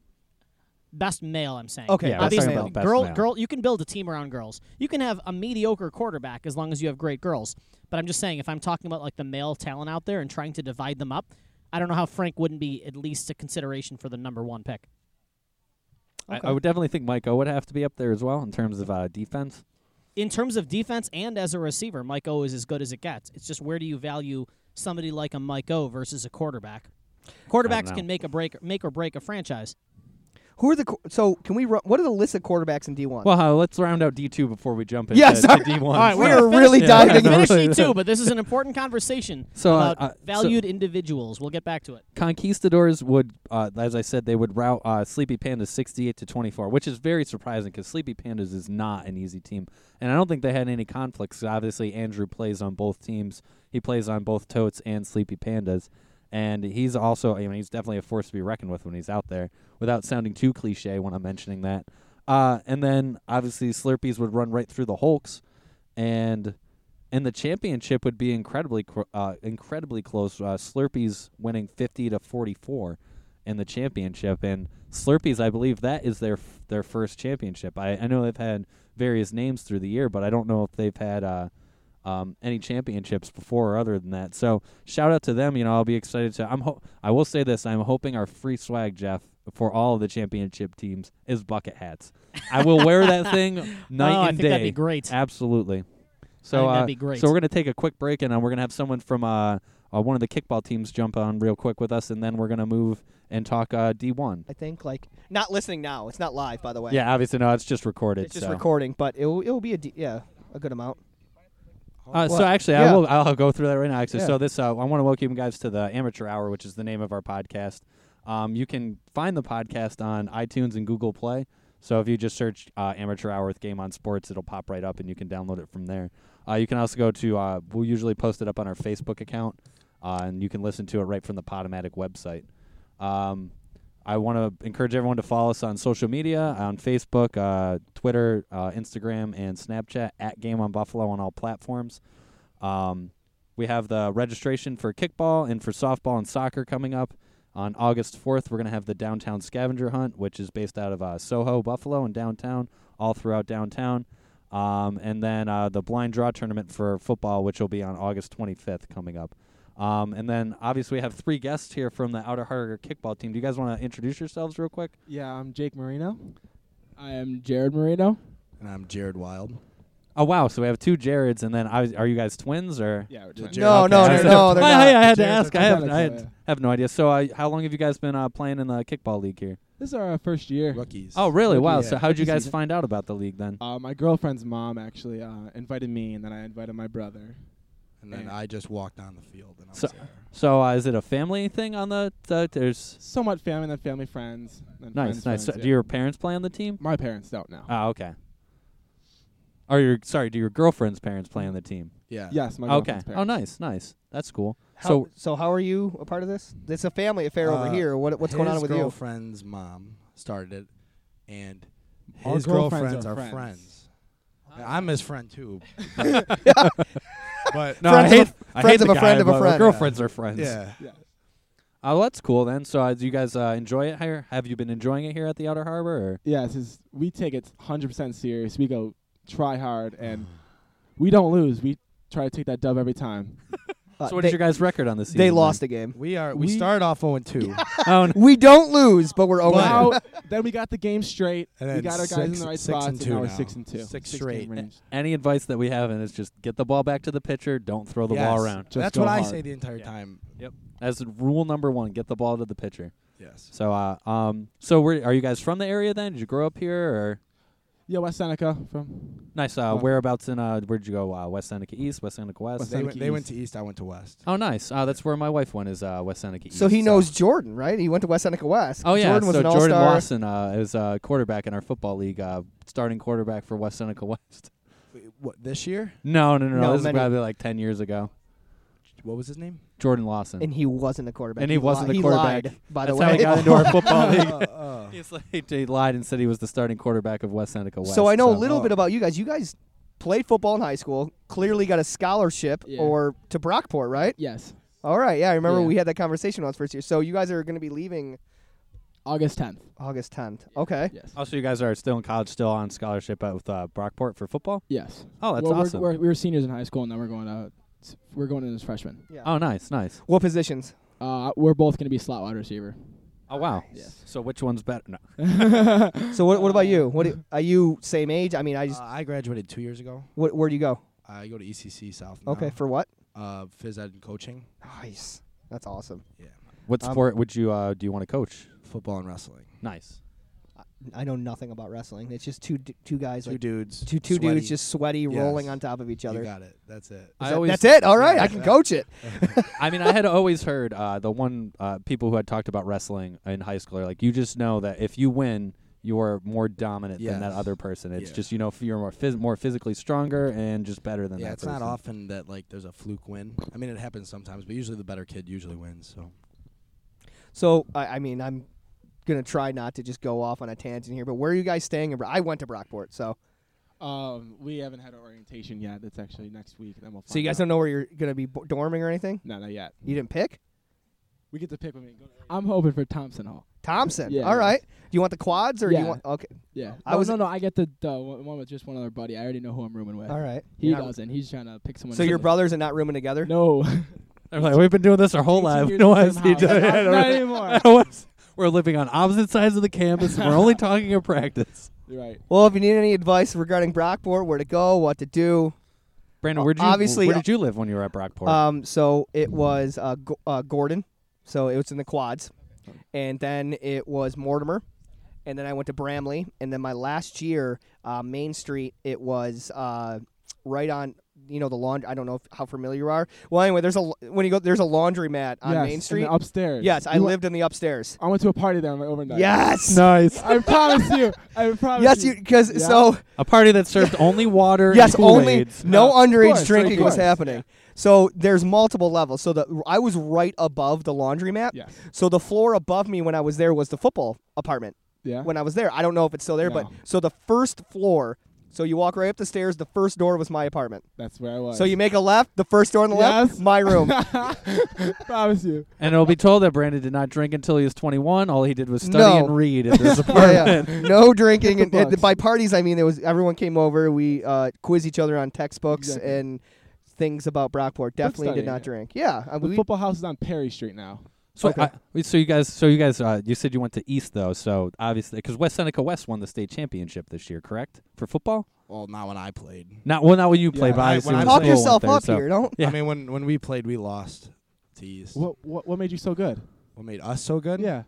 Speaker 1: Best male, I'm saying.
Speaker 2: Okay, Yeah,
Speaker 3: we're
Speaker 1: obviously,
Speaker 2: talking about
Speaker 3: best
Speaker 1: girl,
Speaker 3: male.
Speaker 1: girl. You can build a team around girls. You can have a mediocre quarterback as long as you have great girls. But I'm just saying, if I'm talking about like the male talent out there and trying to divide them up, I don't know how Frank wouldn't be at least a consideration for the number one pick.
Speaker 3: I,
Speaker 2: Okay.
Speaker 3: I would definitely think Mike O would have to be up there as well in terms of uh, defense.
Speaker 1: In terms of defense and as a receiver, Mike O is as good as it gets. It's just where do you value somebody like a Mike O versus a quarterback? Quarterbacks
Speaker 3: know.
Speaker 1: can make a break, make or break a franchise.
Speaker 2: Who are the qu- so can we run, what are the list of quarterbacks in D1?
Speaker 3: Well, uh, let's round out D two before we jump into
Speaker 2: Yeah,
Speaker 3: to
Speaker 2: sorry.
Speaker 3: D one.
Speaker 2: All right, we
Speaker 1: we're
Speaker 2: are really
Speaker 1: finished.
Speaker 3: Yeah,
Speaker 2: diving
Speaker 3: no.
Speaker 2: in.
Speaker 1: Finish
Speaker 3: really-
Speaker 1: E two, but this is an important conversation
Speaker 3: So, uh,
Speaker 1: about
Speaker 3: uh, so-
Speaker 1: valued individuals. We'll get back to it.
Speaker 3: conquistadors would uh, as i said they would route uh, sleepy pandas 68 to 24 which is very surprising because sleepy pandas is not an easy team and i don't think they had any conflicts 'cause obviously andrew plays on both teams he plays on both totes and sleepy pandas and he's also i mean he's definitely a force to be reckoned with when he's out there without sounding too cliche when i'm mentioning that uh, and then obviously slurpees would run right through the hulks and and the championship would be incredibly cr- uh, incredibly close. Uh, Slurpees winning fifty to forty four in the championship, and Slurpees, I believe that is their f- their first championship. I, I know they've had various names through the year, but I don't know if they've had uh, um, any championships before or other than that. So shout out to them. You know, I'll be excited to. I'm ho- I will say this. I'm hoping our free swag, Jeff. For all of the championship teams is bucket hats. I will wear that thing night
Speaker 1: oh,
Speaker 3: and
Speaker 1: I think
Speaker 3: day.
Speaker 1: that'd be great.
Speaker 3: Absolutely. So
Speaker 1: think that'd
Speaker 3: uh,
Speaker 1: be great.
Speaker 3: So we're gonna take a quick break, and uh, we're gonna have someone from uh, uh, one of the kickball teams jump on real quick with us, and then we're gonna move and talk uh, D one.
Speaker 2: I think like not listening now. It's not live by the way.
Speaker 3: Yeah, obviously no, it's just recorded.
Speaker 2: It's just
Speaker 3: so.
Speaker 2: recording, but it will it'll be a D, yeah, a good amount.
Speaker 3: Uh, so
Speaker 2: What?
Speaker 3: actually,
Speaker 2: Yeah.
Speaker 3: I will. I'll go through that right now. Actually,
Speaker 2: Yeah.
Speaker 3: so this uh, I want to welcome you guys to the Amateur Hour, which is the name of our podcast. Um, you can find the podcast on iTunes and Google Play. So if you just search uh, Amateur Hour with Game on Sports, it'll pop right up, and you can download it from there. Uh, you can also go to. Uh, we'll usually post it up on our Facebook account, uh, and you can listen to it right from the Podomatic website. Um, I want to encourage everyone to follow us on social media on Facebook, uh, Twitter, uh, Instagram, and Snapchat at Game on Buffalo on all platforms. Um, we have the registration for kickball and for softball and soccer coming up on August 4th. We're going to have the downtown scavenger hunt, which is based out of uh, Soho, Buffalo, and downtown, all throughout downtown. Um, and then uh, the blind draw tournament for football, which will be on August 25th coming up. Um, and then obviously we have three guests here from the Outer Harbor kickball team. Do you guys want to introduce yourselves real quick?
Speaker 7: Yeah, I'm Jake Marino.
Speaker 8: I am Jared Marino.
Speaker 9: And I'm Jared Wild.
Speaker 3: Oh wow! So we have two Jareds, and then I was, are you guys twins or?
Speaker 8: Yeah, we're
Speaker 9: The
Speaker 8: twins.
Speaker 9: Jared-
Speaker 2: No, no,
Speaker 3: I
Speaker 2: no,
Speaker 3: said-
Speaker 2: no. They're
Speaker 3: I,
Speaker 2: not.
Speaker 3: I had to
Speaker 8: Jareds are
Speaker 3: ask. I have,
Speaker 8: twins,
Speaker 3: I
Speaker 8: yeah.
Speaker 3: had, have no idea. So uh, how long have you guys been uh, playing in the kickball league here?
Speaker 7: This is our first year.
Speaker 9: Rookies.
Speaker 3: Oh really?
Speaker 7: Rookie,
Speaker 3: Wow!
Speaker 7: yeah,
Speaker 3: So how'd you
Speaker 7: rookie
Speaker 3: guys
Speaker 7: season.
Speaker 3: find out about the league then?
Speaker 7: Uh, my girlfriend's mom actually uh, invited me, and then I invited my brother.
Speaker 9: And then I just walked on the field and I was
Speaker 3: So-
Speaker 9: there.
Speaker 3: So uh, is it a family thing on the? the there's
Speaker 7: Somewhat family, then family friends. Then
Speaker 3: nice,
Speaker 7: friends, friends,
Speaker 3: nice. So
Speaker 7: yeah.
Speaker 3: Do your parents play on the team?
Speaker 7: my parents don't know.
Speaker 3: Oh, okay. Are your sorry? Do your girlfriend's parents play on the team?
Speaker 9: Yeah.
Speaker 7: yes, my
Speaker 3: Okay.
Speaker 7: girlfriend's parents.
Speaker 3: Oh, nice, nice. That's cool.
Speaker 2: How,
Speaker 3: so
Speaker 2: so, how are you a part of this? It's a family affair
Speaker 9: Uh,
Speaker 2: over here. What, what's going on
Speaker 9: his
Speaker 2: with you?
Speaker 9: girlfriend's mom started it, and
Speaker 7: Our
Speaker 9: his
Speaker 7: girlfriends
Speaker 9: girlfriends,
Speaker 7: are
Speaker 9: are
Speaker 7: friends.
Speaker 9: friends. I'm his friend too. but
Speaker 3: no,
Speaker 2: friends
Speaker 3: I
Speaker 2: of
Speaker 3: hate,
Speaker 2: a-
Speaker 3: I
Speaker 2: friends
Speaker 3: hate
Speaker 2: of
Speaker 3: the
Speaker 2: a friend
Speaker 3: guy,
Speaker 2: of a
Speaker 3: but
Speaker 2: friend.
Speaker 3: Girlfriends are friends.
Speaker 9: yeah,
Speaker 3: Oh, that's cool then. So, uh, do you guys uh, enjoy it here? Have you been enjoying it here at the Outer Harbor? Or?
Speaker 7: Yeah, this is, we take it 100% serious. We go try hard, and we don't lose. We try to take that dub every time.
Speaker 2: Uh,
Speaker 3: so, what
Speaker 2: they,
Speaker 3: is your guys' record on this season?
Speaker 2: they lost a game.
Speaker 9: we are. We,
Speaker 7: We-
Speaker 9: started off 0 2.
Speaker 3: Oh, no.
Speaker 2: We don't lose, but
Speaker 6: oh
Speaker 2: we're 0
Speaker 9: But-
Speaker 7: Now, then we got the game straight.
Speaker 9: And
Speaker 7: we
Speaker 9: then
Speaker 7: got our guys in
Speaker 9: six-
Speaker 7: the right
Speaker 9: six
Speaker 7: spots,
Speaker 9: and two
Speaker 7: now we're
Speaker 9: now.
Speaker 7: 6 and 2.
Speaker 9: Six
Speaker 7: Six-game
Speaker 9: straight.
Speaker 7: range.
Speaker 3: Any advice that we have, and it's just get the ball back to the pitcher. Don't throw the ball
Speaker 9: Yes.
Speaker 3: around.
Speaker 7: Just
Speaker 9: That's
Speaker 7: go
Speaker 9: what I
Speaker 7: hard.
Speaker 9: say the entire
Speaker 3: Yeah.
Speaker 9: time.
Speaker 3: As rule number one, get the ball to the pitcher.
Speaker 9: Yes.
Speaker 3: So, uh, um, so we're, are you guys from the area then? Did you grow up here? Or
Speaker 7: Yeah, West Seneca from.
Speaker 3: nice.
Speaker 7: Uh,
Speaker 3: Uh, whereabouts in uh, where'd you go? Uh, West Seneca East, West Seneca West.
Speaker 7: West
Speaker 9: They
Speaker 7: Seneca
Speaker 9: went, they went
Speaker 7: East.
Speaker 9: to East. I went to West.
Speaker 3: Oh, nice. Uh, that's where my wife went. Is uh, West Seneca East.
Speaker 2: So he knows Jordan, right? He went to West Seneca West.
Speaker 3: Oh yeah,
Speaker 2: Jordan was
Speaker 3: so
Speaker 2: an
Speaker 3: Jordan
Speaker 2: all-star.
Speaker 3: Lawson uh, is uh, quarterback in our football league, uh, starting quarterback for West Seneca West.
Speaker 9: Wait, What this year?
Speaker 3: No, no, no, no.
Speaker 2: No,
Speaker 3: this
Speaker 2: many-
Speaker 3: is probably like ten years ago.
Speaker 9: What was his name?
Speaker 3: Jordan Lawson.
Speaker 2: And he wasn't a quarterback.
Speaker 3: And he wasn't
Speaker 2: li-
Speaker 3: a quarterback.
Speaker 2: He lied, by
Speaker 3: That's
Speaker 2: the
Speaker 3: how
Speaker 2: way.
Speaker 3: he got into our football league.
Speaker 9: uh,
Speaker 3: He's like, he lied and said he was the starting quarterback of West Seneca West.
Speaker 2: so I know a
Speaker 3: so-
Speaker 2: little
Speaker 9: Oh.
Speaker 2: bit about you guys. You guys played football in high school. Clearly got a scholarship
Speaker 8: Yeah.
Speaker 2: or to Brockport, right?
Speaker 8: Yes,
Speaker 2: All right. Yeah, I remember
Speaker 8: Yeah.
Speaker 2: we had that conversation once first year. So you guys are going to be leaving
Speaker 8: August 10th.
Speaker 2: August 10th. Okay.
Speaker 8: Yes,
Speaker 3: Oh, so you guys are still in college, still on scholarship out with uh, Brockport for football.
Speaker 8: yes.
Speaker 3: Oh, that's
Speaker 8: Well, we're-
Speaker 3: awesome.
Speaker 8: We're, we were seniors in high school, and then we're going to we're going in as freshmen.
Speaker 3: oh, nice, nice.
Speaker 2: What positions?
Speaker 8: Uh, we're both going to be slot wide receiver.
Speaker 3: Oh, wow.
Speaker 8: Yes.
Speaker 3: So which one's better? No.
Speaker 2: So what, what about you? What do- are you same age? I mean, I just
Speaker 9: Uh,
Speaker 3: Uh,
Speaker 9: I graduated two years ago.
Speaker 2: wh- where do you go?
Speaker 9: I go to ECC South. Now.
Speaker 2: Okay, for what?
Speaker 9: uh, phys ed and coaching,
Speaker 2: Nice. That's awesome.
Speaker 3: What
Speaker 2: Um,
Speaker 3: sport would you uh, do you want to coach?
Speaker 9: football and wrestling.
Speaker 3: Nice.
Speaker 2: I know nothing about wrestling. It's just two d- two guys
Speaker 9: Two
Speaker 2: like
Speaker 9: dudes. Uh,
Speaker 2: two two
Speaker 9: sweaty.
Speaker 2: dudes just sweaty
Speaker 9: Yes.
Speaker 2: rolling on top of each other.
Speaker 9: You got it. That's it.
Speaker 3: I
Speaker 2: That-
Speaker 3: always
Speaker 2: that's it. All right,
Speaker 9: Yeah.
Speaker 2: I can coach it.
Speaker 3: I mean, I had always heard uh, the one uh, people who had talked about wrestling in high school are like, you just know that if you win, you are more dominant than that
Speaker 9: Yes.
Speaker 3: other person. It's
Speaker 9: Yeah.
Speaker 3: just you know if you're more phys- more physically stronger and just better than
Speaker 9: yeah,
Speaker 3: that.
Speaker 9: it's not
Speaker 3: person.
Speaker 9: often that like there's a fluke win. I mean, it happens sometimes, but usually the better kid usually wins. So
Speaker 2: So I, I mean, I'm gonna try not to just go off on a tangent here. But where are you guys staying? In Bro- I went to Brockport, so
Speaker 7: Um, we haven't had our orientation yet. That's actually next week. Then we'll
Speaker 2: so you guys don't know where you're gonna be bo- dorming or anything.
Speaker 7: No, not yet.
Speaker 2: You didn't pick
Speaker 7: We get to pick when we go. To
Speaker 8: I'm hoping for Thompson Hall.
Speaker 2: Thompson.
Speaker 8: Yeah.
Speaker 2: All right. Do you want the quads or do
Speaker 8: Yeah.
Speaker 2: you want? Okay.
Speaker 8: Yeah. No,
Speaker 2: Oh, I was-
Speaker 8: no, no. I get the, the one one with just one other buddy. I already know who I'm rooming with.
Speaker 2: right.
Speaker 8: He doesn't. He's trying to pick someone.
Speaker 2: So
Speaker 8: else.
Speaker 2: your brothers are not rooming together.
Speaker 8: No.
Speaker 3: They're like, we've been doing this our whole
Speaker 8: 18
Speaker 3: life.
Speaker 8: years
Speaker 3: No,
Speaker 8: in
Speaker 3: I
Speaker 8: the same
Speaker 3: see each other.
Speaker 8: house.
Speaker 3: I don't
Speaker 8: Not
Speaker 3: know.
Speaker 8: anymore.
Speaker 3: I don't know what's- We're living on opposite sides of the campus. and We're only talking in practice.
Speaker 7: You're right.
Speaker 2: Well, if you need any advice regarding Brockport, where to go, what to do.
Speaker 3: Brandon,
Speaker 2: Uh,
Speaker 3: where'd you
Speaker 2: obviously,
Speaker 3: where
Speaker 2: uh,
Speaker 3: did you live when you were at Brockport?
Speaker 2: Um, so it was uh, G- uh, Gordon. So it was in the quads, and then it was Mortimer, and then I went to Bramley, and then my last year, uh, Main Street. It was uh, right on. You know the laundry. I don't know if, how familiar you are. Well, anyway, there's a l- when you go there's a laundromat on
Speaker 7: yes,
Speaker 2: Main
Speaker 7: and
Speaker 2: Street.
Speaker 7: upstairs.
Speaker 2: Yes, I
Speaker 7: You wa-
Speaker 2: lived in the upstairs.
Speaker 7: I went to a party there on my overnight.
Speaker 2: Yes.
Speaker 3: nice.
Speaker 7: I promise you. I promise
Speaker 2: Yes,
Speaker 7: you.
Speaker 2: you because
Speaker 7: Yeah.
Speaker 2: so
Speaker 3: A party that served only water.
Speaker 2: Yes,
Speaker 3: and
Speaker 2: only
Speaker 3: Kool-Aids.
Speaker 2: no
Speaker 7: Uh, of
Speaker 2: underage
Speaker 7: course, of
Speaker 2: drinking
Speaker 7: course,
Speaker 2: was happening. So there's multiple levels. So the I was right above the laundromat.
Speaker 7: Yes.
Speaker 2: So the floor above me when I was there was the football apartment.
Speaker 7: Yeah.
Speaker 2: When I was there, I don't know if it's still there, but
Speaker 7: No.
Speaker 2: so the first floor. So you walk right up the stairs. The first door was my apartment.
Speaker 7: That's where I was.
Speaker 2: So you make a left. The first door on the left,
Speaker 7: Yes.
Speaker 2: my room.
Speaker 7: promise you.
Speaker 3: And it'll be told that Brandon did not drink until he was 21. All he did was study
Speaker 2: No.
Speaker 3: and read at this
Speaker 2: Yeah, yeah.
Speaker 3: apartment.
Speaker 2: No drinking.
Speaker 7: Get
Speaker 2: And,
Speaker 7: the
Speaker 2: and
Speaker 7: bucks.
Speaker 2: by parties, I mean there was everyone came over. We uh, quiz each other on textbooks
Speaker 7: Exactly.
Speaker 2: and things about Brockport. Definitely did
Speaker 7: study,
Speaker 2: not
Speaker 7: yeah.
Speaker 2: drink. Yeah, I-
Speaker 7: The
Speaker 2: we-
Speaker 7: football house is on Perry Street now.
Speaker 3: So,
Speaker 2: Okay.
Speaker 3: I- wait, so you guys, so you guys, uh, you said you went to East though. So obviously, because West Seneca West won the state championship this year, correct? For football,
Speaker 9: Well, not when I played.
Speaker 3: not well, not when you played,
Speaker 9: Yeah,
Speaker 3: but
Speaker 9: I-
Speaker 3: obviously
Speaker 9: when
Speaker 3: when
Speaker 9: I
Speaker 3: the
Speaker 9: was
Speaker 2: talk
Speaker 9: saying
Speaker 3: school
Speaker 2: yourself
Speaker 3: went there,
Speaker 2: up
Speaker 3: so-
Speaker 2: here. Don't.
Speaker 3: Yeah.
Speaker 9: I mean, when when we played, we lost to East. What,
Speaker 7: What what what made you so good?
Speaker 9: made us so good?
Speaker 7: Yeah.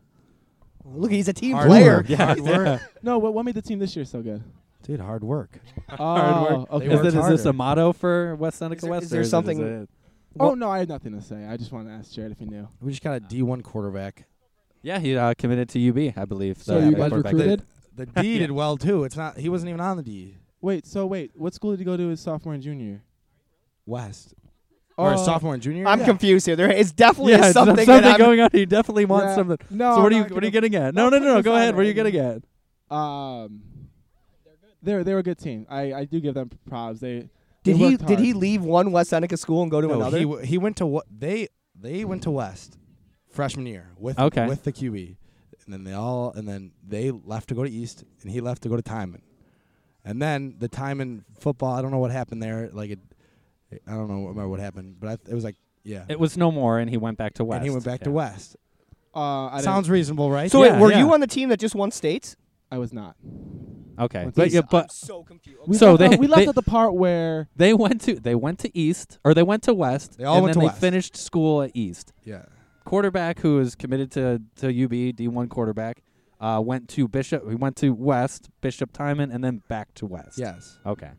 Speaker 2: Look, he's a team
Speaker 9: Hard
Speaker 2: player.
Speaker 9: work. Hard work.
Speaker 7: No, what what made the team this year so good?
Speaker 9: Dude, hard work.
Speaker 7: oh, Okay.
Speaker 9: They
Speaker 3: Is,
Speaker 9: worked
Speaker 3: that, is this
Speaker 9: harder.
Speaker 3: a motto for West Seneca
Speaker 2: there-
Speaker 3: West?
Speaker 2: is there
Speaker 3: or it-
Speaker 2: something-
Speaker 3: it-
Speaker 7: oh no, I had nothing to say. I just wanted to ask Jared if he knew.
Speaker 9: We just got a D1 quarterback.
Speaker 3: yeah, he uh, committed to UB, I believe.
Speaker 7: So
Speaker 3: the
Speaker 7: you
Speaker 3: uh,
Speaker 7: guys
Speaker 3: quarterback.
Speaker 7: recruited?
Speaker 9: The D did well too. It's not. He wasn't even on the D.
Speaker 7: Wait, so wait, what school did he go to his sophomore and junior? year?
Speaker 9: West or
Speaker 7: Uh,
Speaker 9: a sophomore and junior.
Speaker 2: I'm
Speaker 9: Yeah.
Speaker 2: confused here. There is definitely
Speaker 3: Yeah,
Speaker 2: something,
Speaker 3: something,
Speaker 2: that I'm-
Speaker 3: going on. He definitely wants
Speaker 7: Yeah.
Speaker 3: something.
Speaker 7: No.
Speaker 3: so what
Speaker 7: I'm
Speaker 3: are you
Speaker 7: not
Speaker 3: what are you
Speaker 7: gonna-
Speaker 3: getting at?
Speaker 7: No,
Speaker 3: No, no, no, no.
Speaker 7: focus
Speaker 3: Go
Speaker 7: on
Speaker 3: ahead.
Speaker 7: it.
Speaker 3: What are you getting at?
Speaker 7: Um, they're they're a good team. I, I do give them props. They they
Speaker 2: Did he
Speaker 7: worked
Speaker 2: did he
Speaker 7: hard.
Speaker 2: leave one West Seneca school and go to
Speaker 9: No,
Speaker 2: another?
Speaker 9: Oh, he w- he went to what they they went to West freshman year with
Speaker 3: Okay.
Speaker 9: with the QB, and then they all and then they left to go to East, and he left to go to Timon, and then the Timon football. I don't know what happened there. Like it, I don't know remember what happened, but I, it was like yeah,
Speaker 3: It was no more, and he went back to West.
Speaker 9: and he went back
Speaker 3: Yeah.
Speaker 9: to West.
Speaker 7: Uh, I
Speaker 9: Sounds reasonable, right?
Speaker 2: so
Speaker 3: Yeah,
Speaker 2: wait, were
Speaker 3: yeah.
Speaker 2: you on the team that just won states?
Speaker 7: didn't- I was not.
Speaker 3: Okay,
Speaker 7: With
Speaker 3: but
Speaker 7: East.
Speaker 3: yeah, but
Speaker 2: so confused.
Speaker 7: We
Speaker 3: So
Speaker 7: left
Speaker 3: they-
Speaker 7: out- we left
Speaker 3: they-
Speaker 7: out the part where
Speaker 3: They went to they went to East or they went to West.
Speaker 9: They all
Speaker 3: and
Speaker 9: went
Speaker 3: then
Speaker 9: to
Speaker 3: they
Speaker 9: West.
Speaker 3: finished school at East.
Speaker 9: yeah,
Speaker 3: Quarterback who is committed to to UB D one quarterback uh, went to Bishop. He went to West Bishop Timon and then back to West.
Speaker 9: yes.
Speaker 3: Okay.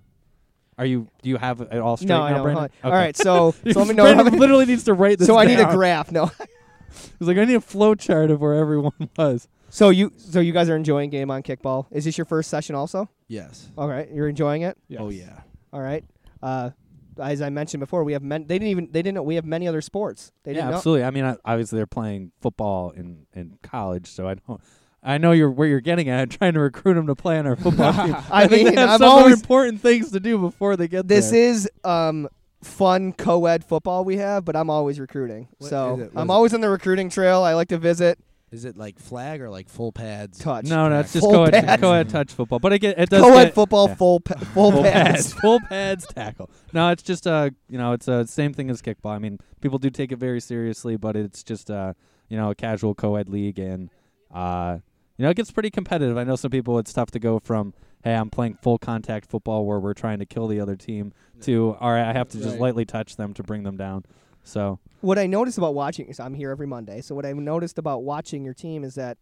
Speaker 3: Are you do you have it all straight
Speaker 2: No,
Speaker 3: now,
Speaker 2: I know.
Speaker 3: Brandon?
Speaker 2: hold
Speaker 3: Okay.
Speaker 2: on. All right, so, so let me know.
Speaker 3: Brandon literally needs to write this.
Speaker 2: so I need a
Speaker 3: down.
Speaker 2: graph. No.
Speaker 3: He's like I need a flow chart of where everyone was.
Speaker 2: So you so you guys are enjoying game on kickball. Is this your first session also?
Speaker 9: Yes.
Speaker 2: All right, you're enjoying it.
Speaker 9: Oh
Speaker 7: Yes.
Speaker 9: yeah.
Speaker 2: All right. Uh, as I mentioned before, we have men. They didn't even they didn't know we have many other sports. They
Speaker 3: Yeah,
Speaker 2: didn't know.
Speaker 3: absolutely. I mean, I, obviously they're playing football in in college, so I don't. I know you're where you're getting at. trying to recruit them to play on our football team.
Speaker 2: I
Speaker 3: think
Speaker 2: mean,
Speaker 3: they have
Speaker 2: I've
Speaker 3: some other
Speaker 2: always
Speaker 3: important things to do before they get
Speaker 2: this
Speaker 3: there.
Speaker 2: is um fun co-ed football we have, but I'm always recruiting.
Speaker 9: What
Speaker 2: so
Speaker 9: is it? What
Speaker 2: I'm
Speaker 9: is it?
Speaker 2: always on the recruiting trail. I like to visit.
Speaker 9: Is it like flag or like full pads?
Speaker 2: Touch.
Speaker 3: no, no, it's just
Speaker 2: Full
Speaker 3: co-ed,
Speaker 2: pads.
Speaker 3: co-ed touch football, but it get, it does
Speaker 2: Co-ed
Speaker 3: get-
Speaker 2: football
Speaker 3: yeah.
Speaker 2: full pa- full pass.
Speaker 3: full pads tackle. No, it's just uh, you know, it's uh, same thing as kickball. I mean, people do take it very seriously, but it's just uh, you know, a casual co-ed league, and uh, you know, it gets pretty competitive. I know some people it's tough to go from hey, I'm playing full contact football where we're trying to kill the other team to all right, I have to just
Speaker 7: Right.
Speaker 3: lightly touch them to bring them down. So
Speaker 2: what I noticed about watching is I'm here every Monday. So what I noticed about watching your team is that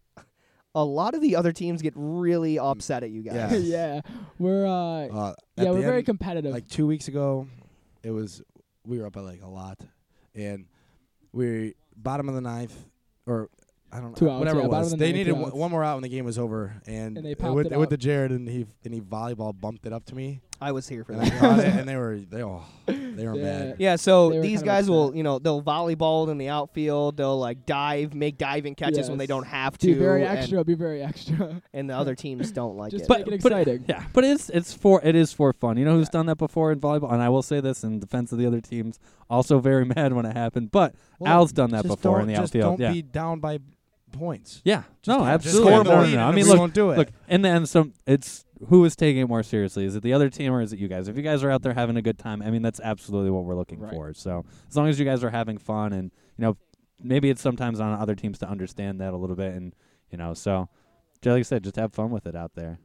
Speaker 2: a lot of the other teams get really upset at you guys.
Speaker 9: Mm. Yeah.
Speaker 8: yeah, we're uh,
Speaker 9: Uh,
Speaker 8: yeah,
Speaker 9: at
Speaker 8: we're
Speaker 9: the
Speaker 8: very
Speaker 9: end-
Speaker 8: competitive.
Speaker 9: like two weeks ago, it was we were up by like a lot, and we bottom of the ninth or I don't know
Speaker 8: Two outs,
Speaker 9: whatever
Speaker 8: yeah,
Speaker 9: it
Speaker 8: bottom
Speaker 9: was.
Speaker 8: of the
Speaker 9: They
Speaker 8: ninth,
Speaker 9: needed
Speaker 8: two
Speaker 9: one,
Speaker 8: outs.
Speaker 9: one more out when the game was over, and,
Speaker 8: And they
Speaker 9: it
Speaker 8: popped
Speaker 9: went,
Speaker 8: it
Speaker 9: it went
Speaker 8: up.
Speaker 9: to Jared, and he and he volleyball bumped it up to me,
Speaker 2: I was here for
Speaker 9: and I
Speaker 2: that.
Speaker 9: caught it, and they were they all they were mad.
Speaker 2: Yeah,
Speaker 8: They
Speaker 2: so
Speaker 8: were
Speaker 2: these
Speaker 8: kind of
Speaker 2: guys will, you know, they'll volleyball in the outfield. They'll like dive, make diving catches when they
Speaker 8: Yes.
Speaker 2: don't have to.
Speaker 8: be very
Speaker 2: and-
Speaker 8: extra. Be very extra.
Speaker 2: And, the other teams don't like
Speaker 8: Just to
Speaker 2: it.
Speaker 3: But-
Speaker 8: make it
Speaker 3: but-
Speaker 8: exciting.
Speaker 3: Yeah, but it's it's for it is for fun. You know who's done that before in volleyball? And I will say this in defense of the other teams, also very mad when it happened. But
Speaker 9: Well,
Speaker 3: Al's done that
Speaker 9: just
Speaker 3: before
Speaker 9: don't,
Speaker 3: in the
Speaker 9: just
Speaker 3: outfield.
Speaker 9: Don't
Speaker 3: yeah,
Speaker 9: be down by points.
Speaker 3: yeah,
Speaker 9: Just
Speaker 3: no,
Speaker 9: don't- just
Speaker 3: absolutely. No,
Speaker 9: score
Speaker 3: no,
Speaker 9: the
Speaker 3: no,
Speaker 9: lead,
Speaker 3: I
Speaker 9: and
Speaker 3: mean,
Speaker 9: we
Speaker 3: look,
Speaker 9: won't do it.
Speaker 3: look. In the end, some it's who is taking it more seriously? Is it the other team or is it you guys? If you guys are out there having a good time, I mean, that's absolutely what we're looking
Speaker 7: Right.
Speaker 3: for. So as long as you guys are having fun, and you know, maybe it's sometimes on other teams to understand that a little bit, and you know, so. just Like I said, just have fun with it out there.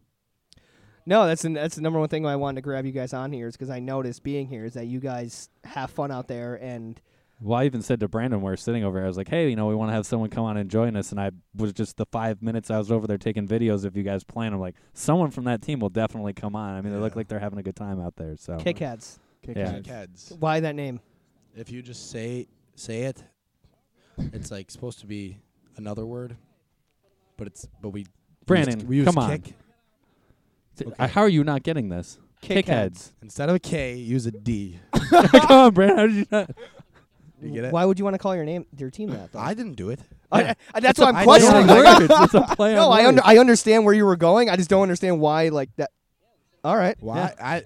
Speaker 2: No, that's an, that's the number one thing why I wanted to grab you guys on here is because I noticed being here is that you guys have fun out there and
Speaker 3: Well, I even said to Brandon, we are sitting over here, I was like, hey, you know, we want to have someone come on and join us. And I was just the five minutes I was over there taking videos of you guys playing. I'm like, someone from that team will definitely come on. I mean, they look
Speaker 9: Yeah.
Speaker 3: like they're having a good time out there. So,
Speaker 2: kickheads.
Speaker 7: Kick
Speaker 3: Yeah.
Speaker 7: ass.
Speaker 9: Kickheads.
Speaker 2: Why that name?
Speaker 9: If you just say say it, it's like supposed to be another word, but it's but we
Speaker 3: Brandon,
Speaker 9: we use,
Speaker 3: come
Speaker 9: we
Speaker 3: on.
Speaker 9: use kick
Speaker 3: T-
Speaker 9: Okay.
Speaker 3: how are you not getting this?
Speaker 2: Kickheads.
Speaker 9: instead of a K, use a D.
Speaker 3: Kickheads. come on, Brandon. How did you not?
Speaker 9: You get it?
Speaker 2: Why would you want to call your name your team that? Though?
Speaker 9: I didn't do it.
Speaker 2: I-
Speaker 9: Yeah.
Speaker 2: I- that's
Speaker 9: It's a
Speaker 2: what I'm
Speaker 9: play
Speaker 2: questioning.
Speaker 9: on
Speaker 2: Like,
Speaker 3: words. It's a play
Speaker 2: no,
Speaker 3: on Ah,
Speaker 2: I under,
Speaker 3: words.
Speaker 2: I understand where you were going. I just don't understand why like that. All right.
Speaker 9: Why? I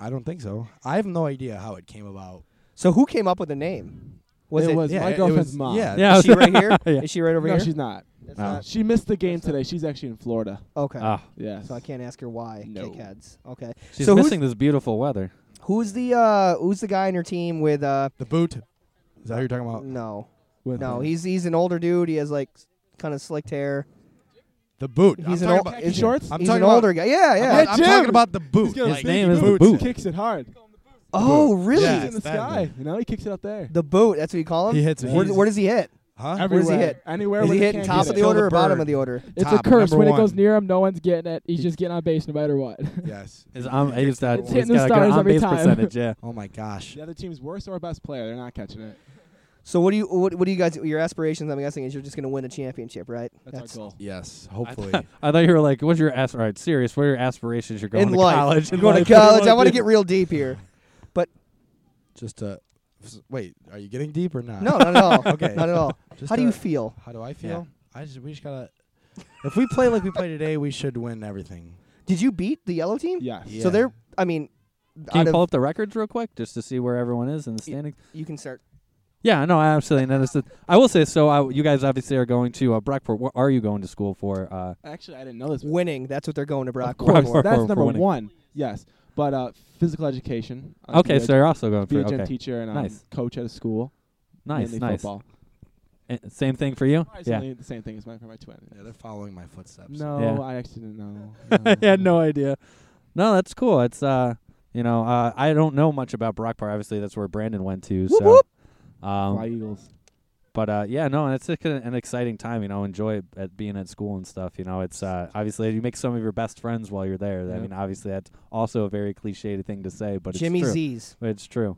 Speaker 9: I don't think so. I have no idea how it came about.
Speaker 2: So who came up with the name? Was it,
Speaker 7: It was
Speaker 9: yeah,
Speaker 7: my
Speaker 9: it
Speaker 7: girlfriend's
Speaker 9: was-
Speaker 7: mom.
Speaker 9: yeah.
Speaker 3: Yeah, I
Speaker 2: Is she
Speaker 3: was-
Speaker 2: right here?
Speaker 3: Yeah.
Speaker 2: Is she right over
Speaker 7: No,
Speaker 2: here?
Speaker 7: she's not.
Speaker 2: That's
Speaker 3: No.
Speaker 2: not-
Speaker 7: She missed the game today. She's actually in Florida.
Speaker 2: okay.
Speaker 3: Ah,
Speaker 7: Yes.
Speaker 2: so I can't ask her why.
Speaker 7: No.
Speaker 2: Kickheads. Okay.
Speaker 3: she's
Speaker 2: so who's-
Speaker 3: missing this beautiful weather.
Speaker 2: Who's, Who's the uh who's the guy on your team with uh
Speaker 9: The boot. Is that who you're talking about?
Speaker 2: no.
Speaker 7: With
Speaker 2: No, he's he's an older dude. He has like kind of slicked hair.
Speaker 9: The boot.
Speaker 2: He's
Speaker 9: I'm
Speaker 2: an
Speaker 9: talking
Speaker 2: ol-
Speaker 9: about-
Speaker 2: is-
Speaker 7: shorts?
Speaker 9: I'm
Speaker 2: he's
Speaker 9: talking
Speaker 2: an
Speaker 9: about-
Speaker 2: older guy. Yeah, yeah.
Speaker 9: I'm,
Speaker 7: Yeah,
Speaker 9: I'm
Speaker 7: Jim.
Speaker 9: talking about the boot.
Speaker 7: He's gonna
Speaker 9: Like,
Speaker 7: sneak
Speaker 3: name
Speaker 7: in
Speaker 3: is
Speaker 7: the
Speaker 3: Boot.
Speaker 7: Kicks it hard.
Speaker 2: oh, really?
Speaker 9: Yeah.
Speaker 7: He's in the
Speaker 9: it's that
Speaker 7: sky.
Speaker 9: dude.
Speaker 7: You know, he kicks it up there.
Speaker 2: The boot. That's what you call him.
Speaker 9: He hits it.
Speaker 2: Where,
Speaker 9: He's-
Speaker 2: where does he hit? Where
Speaker 9: huh?
Speaker 2: does he
Speaker 7: Everywhere.
Speaker 2: hit?
Speaker 7: Anywhere
Speaker 2: Is
Speaker 7: where
Speaker 2: he
Speaker 7: they
Speaker 2: hitting
Speaker 7: can't
Speaker 2: top
Speaker 7: get
Speaker 2: of
Speaker 7: it.
Speaker 2: the
Speaker 9: Kill
Speaker 2: order
Speaker 9: the
Speaker 2: or bottom
Speaker 9: bird.
Speaker 2: of the order?
Speaker 9: It's
Speaker 8: It's
Speaker 9: a
Speaker 8: a
Speaker 9: Top, curse.
Speaker 8: curse.
Speaker 9: number
Speaker 8: When it
Speaker 9: one.
Speaker 8: goes near him, no one's getting it. He's just getting on base no matter what.
Speaker 9: Yes.
Speaker 3: Is on, he's that,
Speaker 8: It's
Speaker 3: he's
Speaker 8: hitting the
Speaker 3: got a good
Speaker 8: stars
Speaker 3: on
Speaker 8: every
Speaker 3: base
Speaker 8: time.
Speaker 3: percentage, yeah.
Speaker 9: Oh my gosh.
Speaker 7: The other team's worst or best player. They're not catching it.
Speaker 2: So what do you what, what do you guys your aspirations? I'm guessing is you're just going to win a championship, right?
Speaker 7: That's, our goal.
Speaker 9: Yes.
Speaker 3: I
Speaker 9: Hopefully.
Speaker 3: thought, I thought you were like, what's your as- all right, serious, what are your aspirations? You're going
Speaker 2: in
Speaker 3: to
Speaker 2: life.
Speaker 3: college.
Speaker 2: I'm
Speaker 3: in
Speaker 2: going
Speaker 3: life.
Speaker 2: to college. I want to get real deep here.
Speaker 9: Just uh, s- wait. Are you getting deep or not?
Speaker 2: No, not at all.
Speaker 9: Okay.
Speaker 2: not at all.
Speaker 9: Just,
Speaker 2: How do you
Speaker 9: uh,
Speaker 2: feel?
Speaker 9: How do I feel? I just we just gotta. if we play like we play today, we should win everything.
Speaker 2: Did you beat the yellow team?
Speaker 7: Yes.
Speaker 9: Yeah.
Speaker 2: So they're. I mean,
Speaker 3: Can
Speaker 2: out
Speaker 3: you
Speaker 2: of-
Speaker 3: pull up the records real quick just to see where everyone is in the standings?
Speaker 2: you can start.
Speaker 3: Yeah, no, absolutely. And then it's the- I will say, so I, you guys obviously are going to uh, Brockport. What are you going to school for? Uh,
Speaker 7: Actually, I didn't know this.
Speaker 2: Winning. That's what they're going to
Speaker 7: Of
Speaker 2: Brockport
Speaker 7: course,
Speaker 3: for-
Speaker 2: for.
Speaker 7: that's
Speaker 3: for
Speaker 7: number
Speaker 3: winning.
Speaker 7: one. Yes, but uh, physical education. I'll
Speaker 3: okay,
Speaker 7: be a-
Speaker 3: so you're also going
Speaker 7: be
Speaker 3: for
Speaker 7: a gym
Speaker 3: okay.
Speaker 7: teacher and um,
Speaker 3: Nice.
Speaker 7: coach at a school.
Speaker 3: Nice,
Speaker 7: mainly
Speaker 3: nice.
Speaker 7: Football.
Speaker 3: And same thing for you? Yeah.
Speaker 7: Surprisingly, the same thing as my, for my twin.
Speaker 9: yeah, they're following my footsteps.
Speaker 7: No,
Speaker 3: Yeah.
Speaker 7: I actually didn't know.
Speaker 3: I had no idea. No, that's cool. It's uh, you know, uh, I don't know much about Brockport. Obviously, that's where Brandon went to.
Speaker 2: Whoop,
Speaker 3: so,
Speaker 2: whoop.
Speaker 3: um,
Speaker 7: Fly Eagles.
Speaker 3: but uh, yeah, no, and it's like an an exciting time. You know, enjoy it at being at school and stuff. You know, it's uh, obviously you make some of your best friends while you're there. I
Speaker 7: Yeah.
Speaker 3: mean, obviously that's also a very cliched thing to say, but
Speaker 2: Jimmy
Speaker 3: it's true.
Speaker 2: Z's.
Speaker 3: It's true.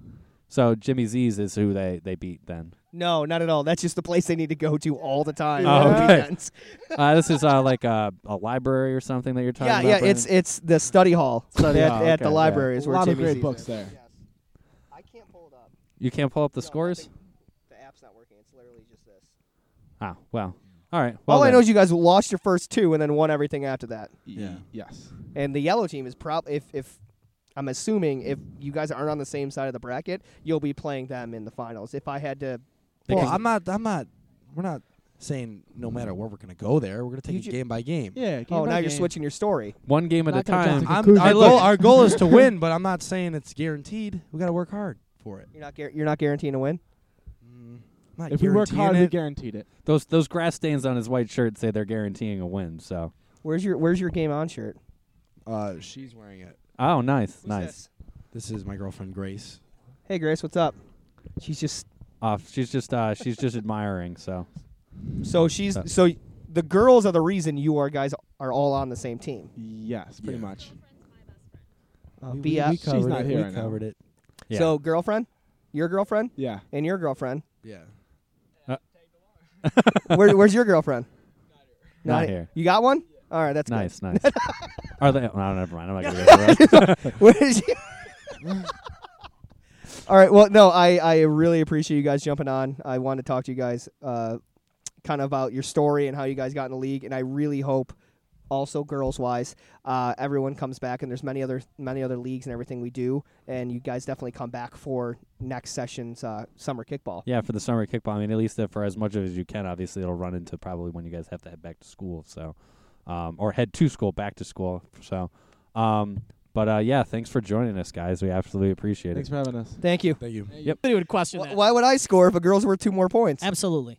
Speaker 3: So Jimmy Z's is who they they beat then.
Speaker 2: No, not at all. That's just the place they need to go to all the time.
Speaker 7: Oh,
Speaker 2: on the
Speaker 3: okay.
Speaker 2: weekends.
Speaker 3: Uh, this is uh, like a, a library or something that you're talking
Speaker 2: Yeah,
Speaker 3: about.
Speaker 2: yeah. It's it's the study hall
Speaker 3: Study
Speaker 2: at,
Speaker 3: hall,
Speaker 2: at
Speaker 3: okay,
Speaker 2: the
Speaker 3: yeah.
Speaker 2: library
Speaker 7: A
Speaker 2: is where
Speaker 7: lot of
Speaker 2: Jimmy
Speaker 7: great
Speaker 2: Z's
Speaker 7: books
Speaker 2: is.
Speaker 7: there.
Speaker 2: I can't pull it up.
Speaker 3: you can't pull up the scores.
Speaker 2: The app's not working. It's literally just this.
Speaker 3: Oh well. All right. Well
Speaker 2: all I
Speaker 3: then.
Speaker 2: know is you guys lost your first two and then won everything after that.
Speaker 9: Yeah.
Speaker 7: Yes.
Speaker 2: And the yellow team is probably if if I'm assuming if you guys aren't on the same side of the bracket, you'll be playing them in the finals. If I had to,
Speaker 9: Well,
Speaker 2: Because-
Speaker 9: I'm not. I'm not. We're not saying no matter where we're gonna go there. We're gonna take
Speaker 2: You
Speaker 9: it
Speaker 2: ju-
Speaker 9: game by game.
Speaker 7: Yeah. game
Speaker 2: oh,
Speaker 7: by
Speaker 2: now you're
Speaker 7: game.
Speaker 2: switching your story.
Speaker 3: one game at a
Speaker 8: Not gonna jump
Speaker 3: time.
Speaker 8: to
Speaker 9: I'm,
Speaker 8: Conclusion.
Speaker 9: our,
Speaker 8: I
Speaker 9: goal,
Speaker 8: looked-
Speaker 9: our goal is to win, but I'm not saying it's guaranteed. We gotta work hard for it.
Speaker 2: You're not guar- you're not guaranteeing a win.
Speaker 9: Mm, I'm not
Speaker 7: If we work
Speaker 9: guaranteeing
Speaker 7: hard, we
Speaker 9: it.
Speaker 7: guaranteed it.
Speaker 3: Those those grass stains on his white shirt say they're guaranteeing a win. So
Speaker 2: Where's your Where's your game on shirt?
Speaker 9: uh, she's wearing it.
Speaker 3: oh, nice, nice.
Speaker 9: This is my girlfriend Grace.
Speaker 2: Hey Grace, what's up? She's just
Speaker 3: Uh, she's just uh, she's just admiring. So
Speaker 2: so she's
Speaker 3: Uh,
Speaker 2: so the girls are the reason you are guys are all on the same team.
Speaker 7: Yes, pretty
Speaker 9: Yeah.
Speaker 7: much.
Speaker 2: Uh,
Speaker 9: we, we,
Speaker 2: BF.
Speaker 9: we
Speaker 7: Oh, She's
Speaker 9: covered
Speaker 7: not
Speaker 9: it.
Speaker 7: here
Speaker 9: we
Speaker 7: right now.
Speaker 9: covered it.
Speaker 3: yeah.
Speaker 2: So girlfriend, your girlfriend,
Speaker 7: Yeah.
Speaker 2: and your girlfriend.
Speaker 9: Yeah.
Speaker 2: Where, where's your girlfriend?
Speaker 3: Not here.
Speaker 2: You got one? All right, that's good.
Speaker 3: nice, nice. Are they? No, never mind. I'm not gonna go through that.
Speaker 2: Where is she? All right. Well, no, I, I really appreciate you guys jumping on. I wanted to talk to you guys uh, kind of about your story and how you guys got in the league, and I really hope also girls wise uh, everyone comes back and there's many other many other leagues and everything we do and you guys definitely come back for next session's uh, summer kickball
Speaker 3: Yeah, for the summer kickball. I mean, at least uh, for as much as you can. Obviously, it'll run into probably when you guys have to head back to school. So, um, or head to school, back to school. So, um, but uh, yeah, thanks for joining us, guys. We absolutely appreciate
Speaker 7: Thanks
Speaker 3: it.
Speaker 7: for having us.
Speaker 2: thank you
Speaker 9: Thank you.
Speaker 1: Nobody would question
Speaker 2: Wh-
Speaker 1: that.
Speaker 2: why would i score if a girl's worth two more points
Speaker 1: Absolutely.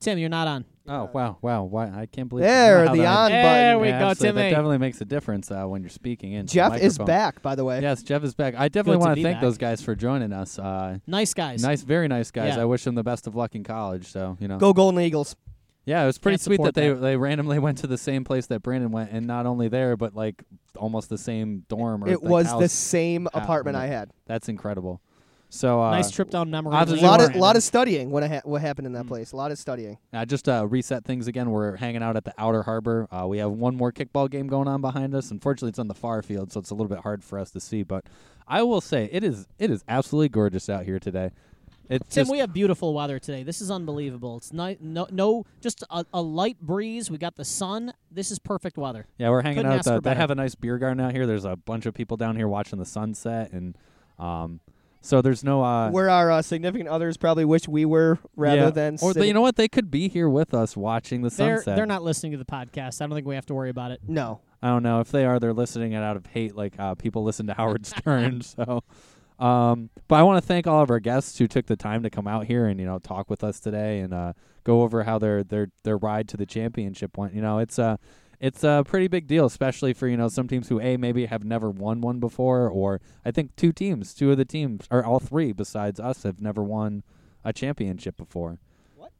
Speaker 1: Tim, you're not on.
Speaker 3: Oh wow, wow, why I can't believe.
Speaker 2: there
Speaker 3: how
Speaker 2: the
Speaker 3: that-
Speaker 2: on
Speaker 1: There
Speaker 2: button
Speaker 1: we
Speaker 3: Yeah,
Speaker 1: go,
Speaker 3: absolutely.
Speaker 1: Timmy.
Speaker 3: That definitely makes a difference uh, when you're speaking in.
Speaker 2: jeff is
Speaker 3: microphone.
Speaker 2: back by the way
Speaker 3: Yes, Jeff is back. I definitely
Speaker 1: Good to
Speaker 3: want
Speaker 1: be
Speaker 3: to thank
Speaker 1: back.
Speaker 3: those guys for joining us. Uh,
Speaker 1: Nice guys.
Speaker 3: nice, very nice guys.
Speaker 1: Yeah.
Speaker 3: I wish them the best of luck in college. So you know,
Speaker 2: go golden eagles
Speaker 3: yeah, it was pretty
Speaker 1: Can't
Speaker 3: sweet that
Speaker 1: support
Speaker 3: they
Speaker 1: that.
Speaker 3: they randomly went to the same place that Brandon went, and not only there, but like almost the same dorm. Or
Speaker 2: it
Speaker 3: like,
Speaker 2: was the
Speaker 3: house.
Speaker 2: same
Speaker 3: Ah,
Speaker 2: apartment i
Speaker 3: right.
Speaker 2: had
Speaker 3: That's incredible. So uh,
Speaker 1: nice trip down memory
Speaker 3: I'll
Speaker 1: lane.
Speaker 2: a
Speaker 3: Does
Speaker 2: lot
Speaker 3: it
Speaker 2: of
Speaker 3: work?
Speaker 2: lot of studying what I ha- what happened in that
Speaker 3: Mm.
Speaker 2: place. A lot of studying.
Speaker 3: Uh, just uh, reset things again. We're hanging out at the Outer Harbor. Uh, we have one more kickball game going on behind us. Unfortunately, it's on the far field, so it's a little bit hard for us to see. But I will say it is it is absolutely gorgeous out here today. It's
Speaker 1: Tim,
Speaker 3: just,
Speaker 1: we have beautiful weather today. This is unbelievable. It's ni- no, no, just a, a light breeze. We got the sun. This is perfect weather.
Speaker 3: yeah, we're hanging
Speaker 1: couldn't
Speaker 3: out.
Speaker 1: ask
Speaker 3: At
Speaker 1: for
Speaker 3: the, they
Speaker 1: better.
Speaker 3: have a nice beer garden out here. There's a bunch of people down here watching the sunset, and um, so there's no uh,
Speaker 2: Where our uh, significant others probably wish we were rather
Speaker 3: yeah.
Speaker 2: than
Speaker 3: or
Speaker 2: sitting-
Speaker 3: you know what they could be here with us watching the
Speaker 1: They're
Speaker 3: sunset.
Speaker 1: they're not listening to the podcast. I don't think we have to worry about it.
Speaker 2: No,
Speaker 3: I don't know if they are. They're listening it out of hate, like uh, people listen to Howard Stern. So, um, but I want to thank all of our guests who took the time to come out here and you know talk with us today and uh, go over how their their their ride to the championship went. You know, it's a it's a pretty big deal, especially for you know some teams who a maybe have never won one before, or I think two teams, two of the teams, or all three besides us have never won a championship before.
Speaker 2: What?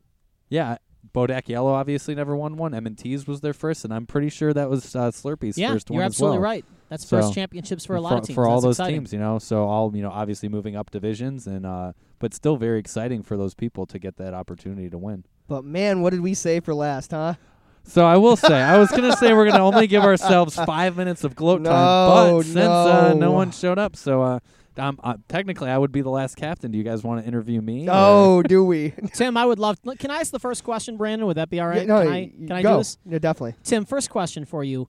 Speaker 3: Yeah, Bodak Yellow obviously never won one. M&T's was their first, and I'm pretty sure that was uh, Slurpee's
Speaker 1: yeah,
Speaker 3: first
Speaker 1: you're
Speaker 3: one
Speaker 1: absolutely
Speaker 3: as well.
Speaker 1: right. That's
Speaker 3: So-
Speaker 1: first championships for a lot
Speaker 3: for,
Speaker 1: of teams.
Speaker 3: for all
Speaker 1: That's
Speaker 3: those
Speaker 1: exciting.
Speaker 3: teams, you know. So all you know, obviously moving up divisions, and uh, but still very exciting for those people to get that opportunity to win.
Speaker 2: But man, what did we say for last, huh?
Speaker 3: So I will say, I was gonna say we're gonna only give ourselves five minutes of gloat time,
Speaker 2: No,
Speaker 3: but since uh, no
Speaker 2: no.
Speaker 3: one showed up, so uh, I'm, uh, technically I would be the last captain. Do you guys want to interview me? or-
Speaker 2: Oh, do we?
Speaker 1: Tim, I would love. look, Can I ask the first question, Brandon? Would that be all right?
Speaker 2: Yeah, no,
Speaker 1: can I,
Speaker 2: y-
Speaker 1: can I
Speaker 2: go.
Speaker 1: do this?
Speaker 2: Yeah, definitely.
Speaker 1: Tim, first question for you.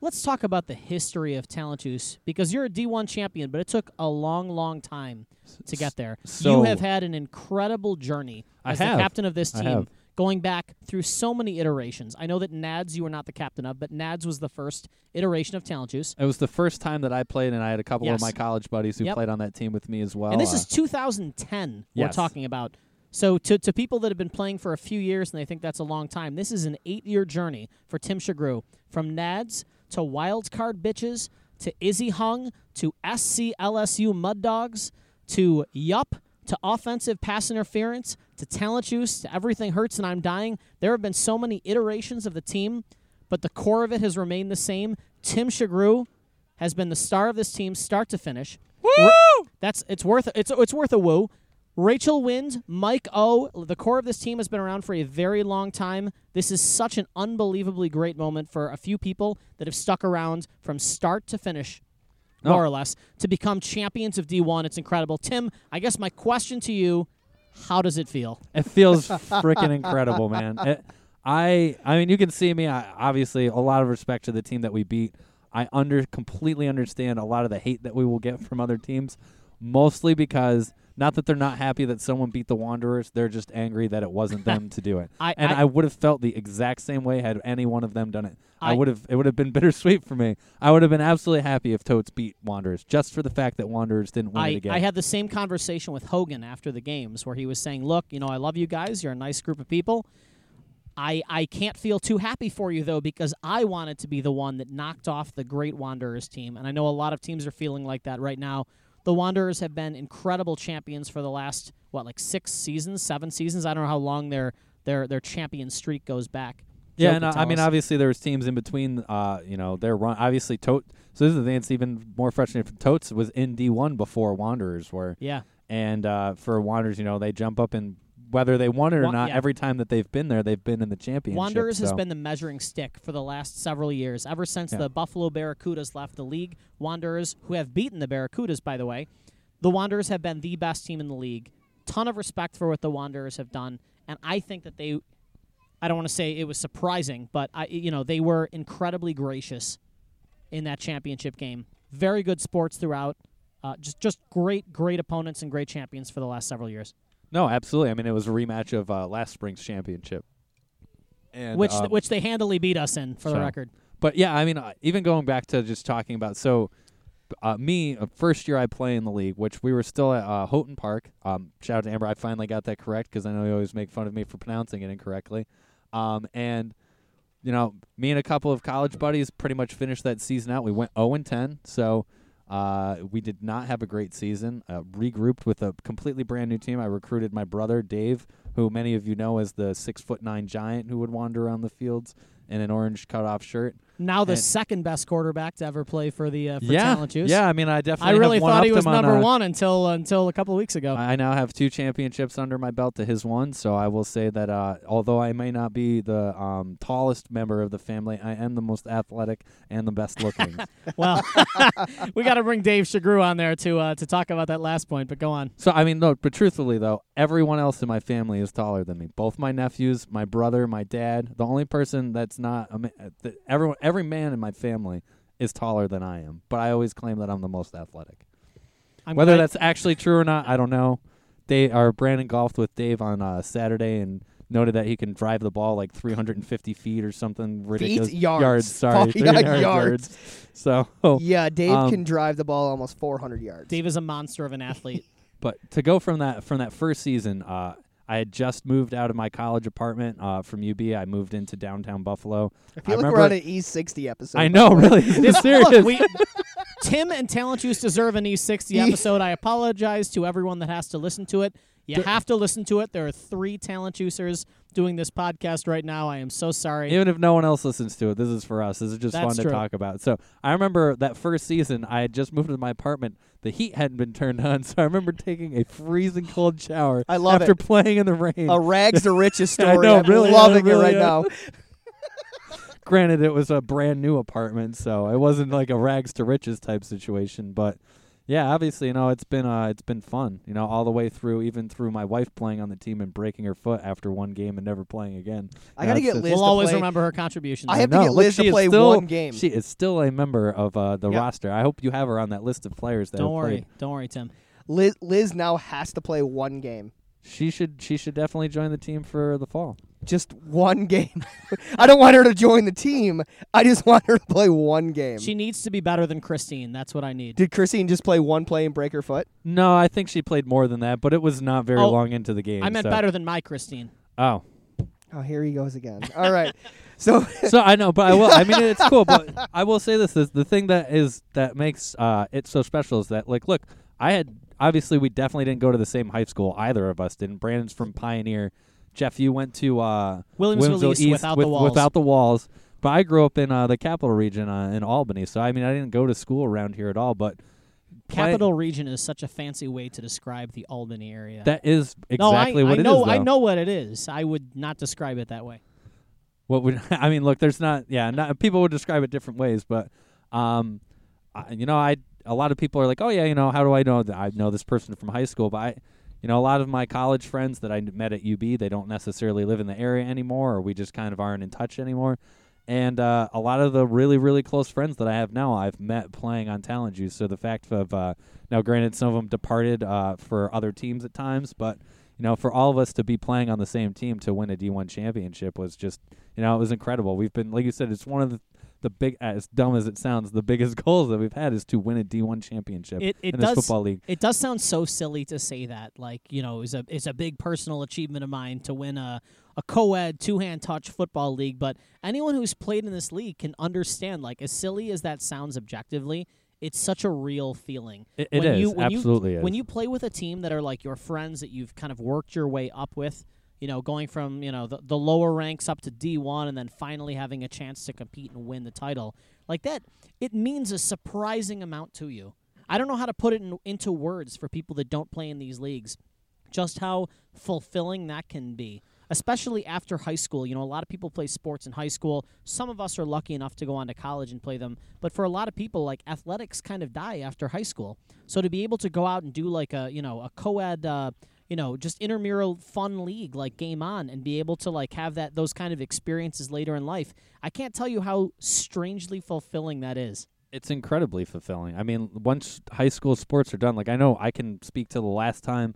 Speaker 1: Let's talk about the history of Talent Juice because you're a D1 champion, but it took a long, long time to get there.
Speaker 3: so-
Speaker 1: you have had an incredible journey
Speaker 3: I
Speaker 1: as
Speaker 3: have.
Speaker 1: the captain of this
Speaker 3: I
Speaker 1: team,
Speaker 3: have.
Speaker 1: going back through so many iterations. I know that Nads you were not the captain of, but Nads was the first iteration of Talent Juice.
Speaker 3: It was the first time that I played, and I had a couple of
Speaker 1: Yes.
Speaker 3: my college buddies who
Speaker 1: Yep.
Speaker 3: played on that team with me as well.
Speaker 1: and this
Speaker 3: Uh,
Speaker 1: is 2010 we're
Speaker 3: yes.
Speaker 1: talking about. So to, to people that have been playing for a few years and they think that's a long time, this is an eight-year journey for Tim Shagrew from Nads to Wild Card Bitches to Izzy Hung to SCLSU Mud Dogs to Yup to offensive pass interference to talent juice to everything hurts and I'm dying. There have been so many iterations of the team, but the core of it has remained the same. Tim Shagrew has been the star of this team, start to finish. Woo! That's it's worth it's it's worth a woo. Rachel Wind, Mike O, the core of this team has been around for a very long time. This is such an unbelievably great moment for a few people that have stuck around from start to finish,
Speaker 3: No.
Speaker 1: more or less, to become champions of D1. It's incredible. Tim, I guess my question to you, how does it feel?
Speaker 3: It feels freaking incredible, man. It, I I mean, you can see me. I, obviously, a lot of respect to the team that we beat. I under completely understand a lot of the hate that we will get from other teams, mostly because not that they're not happy that someone beat the Wanderers, they're just angry that it wasn't them to do it.
Speaker 1: I-
Speaker 3: and
Speaker 1: I-
Speaker 3: I, would have felt the exact same way had any one of them done it. I,
Speaker 1: I-
Speaker 3: would have it would have been bittersweet for me. I would have been absolutely happy if Totes beat Wanderers just for the fact that Wanderers didn't win it
Speaker 1: I,
Speaker 3: again.
Speaker 1: I had the same conversation with Hogan after the games where he was saying, Look, you know, I love you guys. You're a nice group of people. I, I can't feel too happy for you, though, because I wanted to be the one that knocked off the great Wanderers team. And I know a lot of teams are feeling like that right now. The Wanderers have been incredible champions for the last, what, like six seasons, seven seasons? I don't know how long their, their, their champion streak goes back.
Speaker 3: Yeah,
Speaker 1: Joe
Speaker 3: and
Speaker 1: could
Speaker 3: uh, I
Speaker 1: tell
Speaker 3: mean,
Speaker 1: us.
Speaker 3: obviously there was teams in between. Uh, you know, their run. Obviously, Tote. So this is the thing that's even more frustrating. For Totes was in D one before Wanderers were,
Speaker 1: Yeah.
Speaker 3: and uh, for Wanderers, you know, they jump up and whether they want it or
Speaker 1: Wa-
Speaker 3: not,
Speaker 1: yeah.
Speaker 3: every time that they've been there, they've been in the championship.
Speaker 1: Wanderers has
Speaker 3: so-
Speaker 1: been the measuring stick for the last several years, ever since
Speaker 3: Yeah.
Speaker 1: the Buffalo Barracudas left the league. Wanderers, who have beaten the Barracudas, by the way, the Wanderers have been the best team in the league. Ton of respect for what the Wanderers have done, and I think that they, I don't want to say it was surprising, but I, you know, they were incredibly gracious in that championship game. Very good sports throughout. Uh, just, just great, great opponents and great champions for the last several years.
Speaker 3: no, absolutely. I mean, it was a rematch of uh, last spring's championship. And,
Speaker 1: which,
Speaker 3: um,
Speaker 1: which they handily beat us in, for the
Speaker 3: so-
Speaker 1: record.
Speaker 3: But yeah, I mean, uh, even going back to just talking about so, uh, me uh, first year I play in the league, which we were still at uh, Houghton Park. Um, shout out to Amber, I finally got that correct because I know you always make fun of me for pronouncing it incorrectly. Um, and you know, me and a couple of college buddies pretty much finished that season out. We went 0 and 10, so uh, we did not have a great season. Uh, regrouped with a completely brand new team. I recruited my brother Dave, who many of you know as the six foot nine giant who would wander around the fields in an orange cutoff shirt.
Speaker 1: Now the
Speaker 3: And-
Speaker 1: second best quarterback to ever play for the uh, for
Speaker 3: yeah,
Speaker 1: Talent Juice.
Speaker 3: yeah. I mean, I
Speaker 1: I
Speaker 3: definitely.
Speaker 1: really
Speaker 3: have one
Speaker 1: thought he
Speaker 3: upped
Speaker 1: was
Speaker 3: him on,
Speaker 1: number
Speaker 3: uh,
Speaker 1: one until until a couple weeks ago.
Speaker 3: I I now have two championships under my belt to his one, so I will say that uh, although I may not be the um, tallest member of the family, I am the most athletic and the best looking.
Speaker 1: well, we got to bring Dave Shagru on there to uh, to talk about that last point. But go on.
Speaker 3: so I mean, look, but truthfully though, everyone else in my family is taller than me. Both my nephews, my brother, my dad. The only person that's not a ma- uh, th- everyone, every man in my family is taller than I am. But I always claim that I'm the most athletic.
Speaker 1: I'm
Speaker 3: Whether
Speaker 1: glad-
Speaker 3: that's actually true or not, I don't know. They are Brandon golfed with Dave on uh, Saturday, and noted that he can drive the ball like 350 feet or something ridiculous.
Speaker 2: yards.
Speaker 3: sorry,
Speaker 2: Fucking
Speaker 3: 300
Speaker 2: yards.
Speaker 3: So,
Speaker 2: Yeah, Dave
Speaker 3: Um,
Speaker 2: can drive the ball almost 400 yards.
Speaker 1: Dave is a monster of an athlete.
Speaker 3: but to go from that from that first season, uh, I had just moved out of my college apartment uh, from UB. I moved into downtown Buffalo.
Speaker 2: I feel
Speaker 3: I
Speaker 2: like
Speaker 3: remember,
Speaker 2: we're on an E60 episode.
Speaker 3: I know, really.
Speaker 1: This-
Speaker 3: serious.
Speaker 1: Look, we, Tim and Talent Juice deserve an E60
Speaker 2: Yeah.
Speaker 1: episode. I apologize to everyone that has to listen to it. You have to listen to it. There are three Talent Juicers doing this podcast right now. I am so sorry.
Speaker 3: Even if no one else listens to it, this is for us. This is just
Speaker 1: That's
Speaker 3: fun to
Speaker 1: true.
Speaker 3: talk about. So I remember that first season, I had just moved into my apartment. The heat hadn't been turned on, so I remember taking a freezing cold shower
Speaker 2: I love
Speaker 3: after
Speaker 2: it.
Speaker 3: playing in the rain.
Speaker 2: A rags to riches
Speaker 3: I
Speaker 2: story.
Speaker 3: know,
Speaker 2: I'm
Speaker 3: really,
Speaker 2: loving
Speaker 3: I
Speaker 2: it right
Speaker 3: really
Speaker 2: now.
Speaker 3: am. Granted, it was a brand new apartment, so it wasn't like a rags to riches type situation. But yeah, obviously, you know, it's been uh, it's been fun. You know, all the way through, even through my wife playing on the team and breaking her foot after one game and never playing again.
Speaker 2: I gotta
Speaker 3: That's
Speaker 2: get
Speaker 3: just-
Speaker 2: Liz
Speaker 1: we'll
Speaker 2: to
Speaker 1: always
Speaker 2: play.
Speaker 1: remember her contributions.
Speaker 2: I have
Speaker 3: No,
Speaker 2: to get
Speaker 3: look,
Speaker 2: Liz
Speaker 3: she
Speaker 2: to
Speaker 3: is
Speaker 2: play
Speaker 3: still-
Speaker 2: one game.
Speaker 3: She is still a member of uh, the
Speaker 2: Yeah.
Speaker 3: roster. I hope you have her on that list of players that
Speaker 1: don't
Speaker 3: have
Speaker 1: worry.
Speaker 3: played.
Speaker 1: Don't worry, Tim.
Speaker 2: Liz, Liz now has to play one game.
Speaker 3: She should she should definitely join the team for the fall.
Speaker 2: Just one game. I don't want her to join the team. I just want her to play one game.
Speaker 1: She needs to be better than Christine. That's what I need.
Speaker 2: Did Christine just play one play and break her foot?
Speaker 3: No, I think she played more than that, but it was not very
Speaker 1: Oh,
Speaker 3: long into the game.
Speaker 1: I meant
Speaker 3: so-
Speaker 1: better than my Christine.
Speaker 3: Oh,
Speaker 2: Oh, here he goes again. All right. So
Speaker 3: so I know, but I will. I mean, it's cool, but I will say this: is the thing that is that makes uh, it so special is that like, look, I had obviously we definitely didn't go to the same high school. Either of us didn't. Brandon's from Pioneer. Jeff, you went to uh,
Speaker 1: Williamsville East without the walls.
Speaker 3: without the walls. But I grew up in uh, the capital region uh, in Albany, so I mean, I didn't go to school around here at all. But play-
Speaker 1: Capital region is such a fancy way to describe the Albany area.
Speaker 3: that is
Speaker 1: no,
Speaker 3: exactly
Speaker 1: I,
Speaker 3: what
Speaker 1: I
Speaker 3: it
Speaker 1: know.
Speaker 3: is,
Speaker 1: I
Speaker 3: though.
Speaker 1: know what it is. I would not describe it that way.
Speaker 3: what would I mean? Look, there's not. Yeah, not people would describe it different ways, but um, I, you know, I a lot of people are like, oh yeah, you know, how do I know that I know this person from high school? But I, you know, a lot of my college friends that I met at UB, they don't necessarily live in the area anymore, or we just kind of aren't in touch anymore. And uh, a lot of the really, really close friends that I have now, I've met playing on Talent Juice. So the fact of uh, now, granted, some of them departed uh, for other teams at times, but you know, for all of us to be playing on the same team to win a D1 championship was just, you know, it was incredible. We've been, like you said, it's one of the, the big, uh, as dumb as it sounds, the biggest goals that we've had is to win a D1 championship
Speaker 1: It it
Speaker 3: in this
Speaker 1: does
Speaker 3: football league.
Speaker 1: It does sound so silly to say that, like you know, it's a it's a big personal achievement of mine to win a a co-ed two-hand touch football league. But anyone who's played in this league can understand, like as silly as that sounds objectively, it's such a real feeling.
Speaker 3: It, it
Speaker 1: When
Speaker 3: is,
Speaker 1: you- when you-
Speaker 3: absolutely is.
Speaker 1: When you play with a team that are like your friends that you've kind of worked your way up with, you know, going from you know the, the lower ranks up to D1, and then finally having a chance to compete and win the title like that, it means a surprising amount to you. I don't know how to put it in, into words for people that don't play in these leagues, just how fulfilling that can be. Especially after high school, you know, a lot of people play sports in high school. Some of us are lucky enough to go on to college and play them, but for a lot of people, like athletics kind of die after high school. So to be able to go out and do like a you know a co-ed uh, you know just intramural fun league like Game On and be able to like have that those kind of experiences later in life, I can't tell you how strangely fulfilling that is.
Speaker 3: it's incredibly fulfilling. I mean, once high school sports are done, like I know I can speak to the last time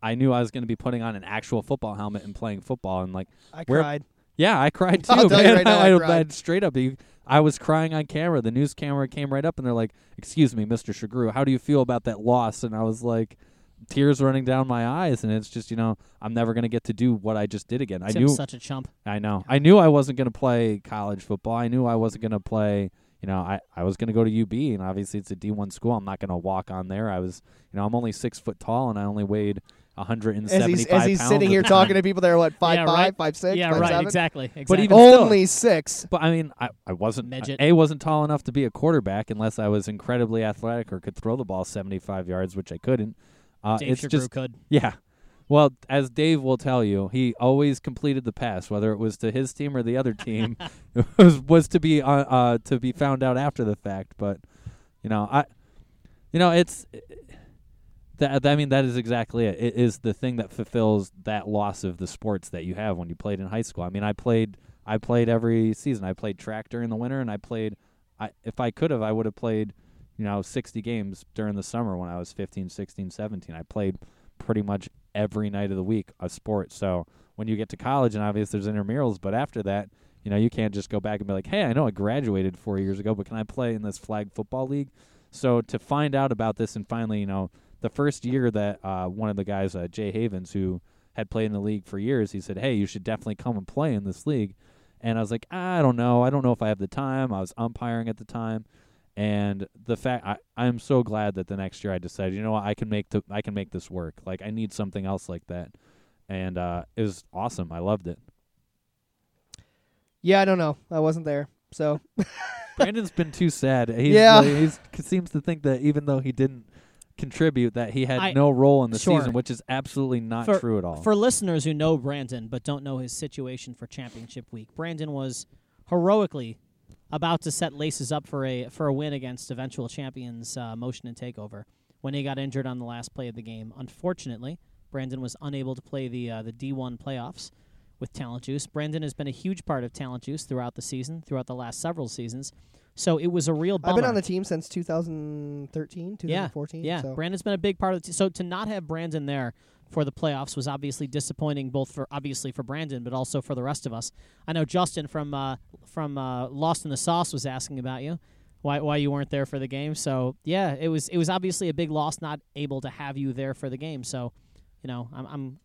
Speaker 3: I knew I was going to be putting on an actual football helmet and playing football, and like
Speaker 2: I
Speaker 3: Where-
Speaker 2: cried.
Speaker 3: Yeah, I cried too.
Speaker 2: I'll tell you
Speaker 3: man.
Speaker 2: right now, I cried.
Speaker 3: I- straight up. you- I was crying on camera. The news camera came right up and they're like, "Excuse me, Mr. Shagru, how do you feel about that loss?" And I was like, tears running down my eyes, and it's just you know, I'm never gonna get to do what I just did again. I
Speaker 1: Tim's
Speaker 3: knew,
Speaker 1: such a chump.
Speaker 3: I know, I knew I wasn't gonna play college football. I knew I wasn't gonna play. You know, I, I was gonna go to UB, and obviously it's a D1 school. I'm not gonna walk on there. I was, you know, I'm only six foot tall, and I only weighed 175
Speaker 2: As he's as he's
Speaker 3: pounds
Speaker 2: sitting
Speaker 3: at
Speaker 2: here
Speaker 3: the time.
Speaker 2: talking to people that are what five
Speaker 1: Yeah,
Speaker 2: five,
Speaker 1: right.
Speaker 2: five six,
Speaker 1: yeah,
Speaker 2: five
Speaker 1: right.
Speaker 2: seven?
Speaker 1: Exactly. Exactly.
Speaker 3: even
Speaker 2: Only six.
Speaker 3: But I mean, I, I wasn't
Speaker 1: Midget.
Speaker 3: A wasn't tall enough to be a quarterback unless I was incredibly athletic or could throw the ball seventy five yards, which I couldn't. Uh,
Speaker 1: Dave
Speaker 3: it's
Speaker 1: Shagru
Speaker 3: just
Speaker 1: could.
Speaker 3: yeah. Well, as Dave will tell you, he always completed the pass, whether it was to his team or the other team, was, was to be uh, uh, to be found out after the fact. But you know, I, you know, it's eh, that. I mean, that is exactly it. It is the thing that fulfills that loss of the sports that you have when you played in high school. I mean, I played, I played every season. I played track during the winter, and I played. I if I could have, I would have played, you know, 60 games during the summer when I was 15, 16, 17. I played pretty much every night of the week a sport. So when you get to college, and obviously there's intramurals, but after that, you know, you can't just go back and be like, hey, I know I graduated four years ago, but can I play in this flag football league? So to find out about this, and finally, you know, the first year that uh, one of the guys, uh, Jay Havens, who had played in the league for years, he said, hey, you should definitely come and play in this league. And I was like, I don't know. I don't know if I have the time. I was umpiring at the time. And the fact I, I'm so glad that the next year I decided, you know what, I can make the I can make this work. Like I need something else like that. And uh, it was awesome. I loved it.
Speaker 2: Yeah, I don't know. I wasn't there. So
Speaker 3: Brandon's been too sad. He's
Speaker 2: Yeah.
Speaker 3: really- he's c- seems to think that even though he didn't contribute, that he had
Speaker 1: I-
Speaker 3: no role in the
Speaker 1: Sure.
Speaker 3: season, which is absolutely not
Speaker 1: For-
Speaker 3: true at all.
Speaker 1: For listeners who know Brandon but don't know his situation for championship week, Brandon was heroically about to set laces up for a for a win against eventual champions uh, Motion and Takeover when he got injured on the last play of the game. Unfortunately, Brandon was unable to play the uh, the D1 playoffs with Talent Juice. Brandon has been a huge part of Talent Juice throughout the season, throughout the last several seasons. So it was a real bummer.
Speaker 2: I've been on the team since 2013, 2014.
Speaker 1: Yeah,
Speaker 2: so.
Speaker 1: Brandon's been a big part of the team. So to not have Brandon there for the playoffs was obviously disappointing, both for obviously for Brandon, but also for the rest of us. I know Justin from uh, from uh, Lost in the Sauce was asking about you, why why you weren't there for the game. So yeah, it was it was obviously a big loss not able to have you there for the game. So you know I'm. I'm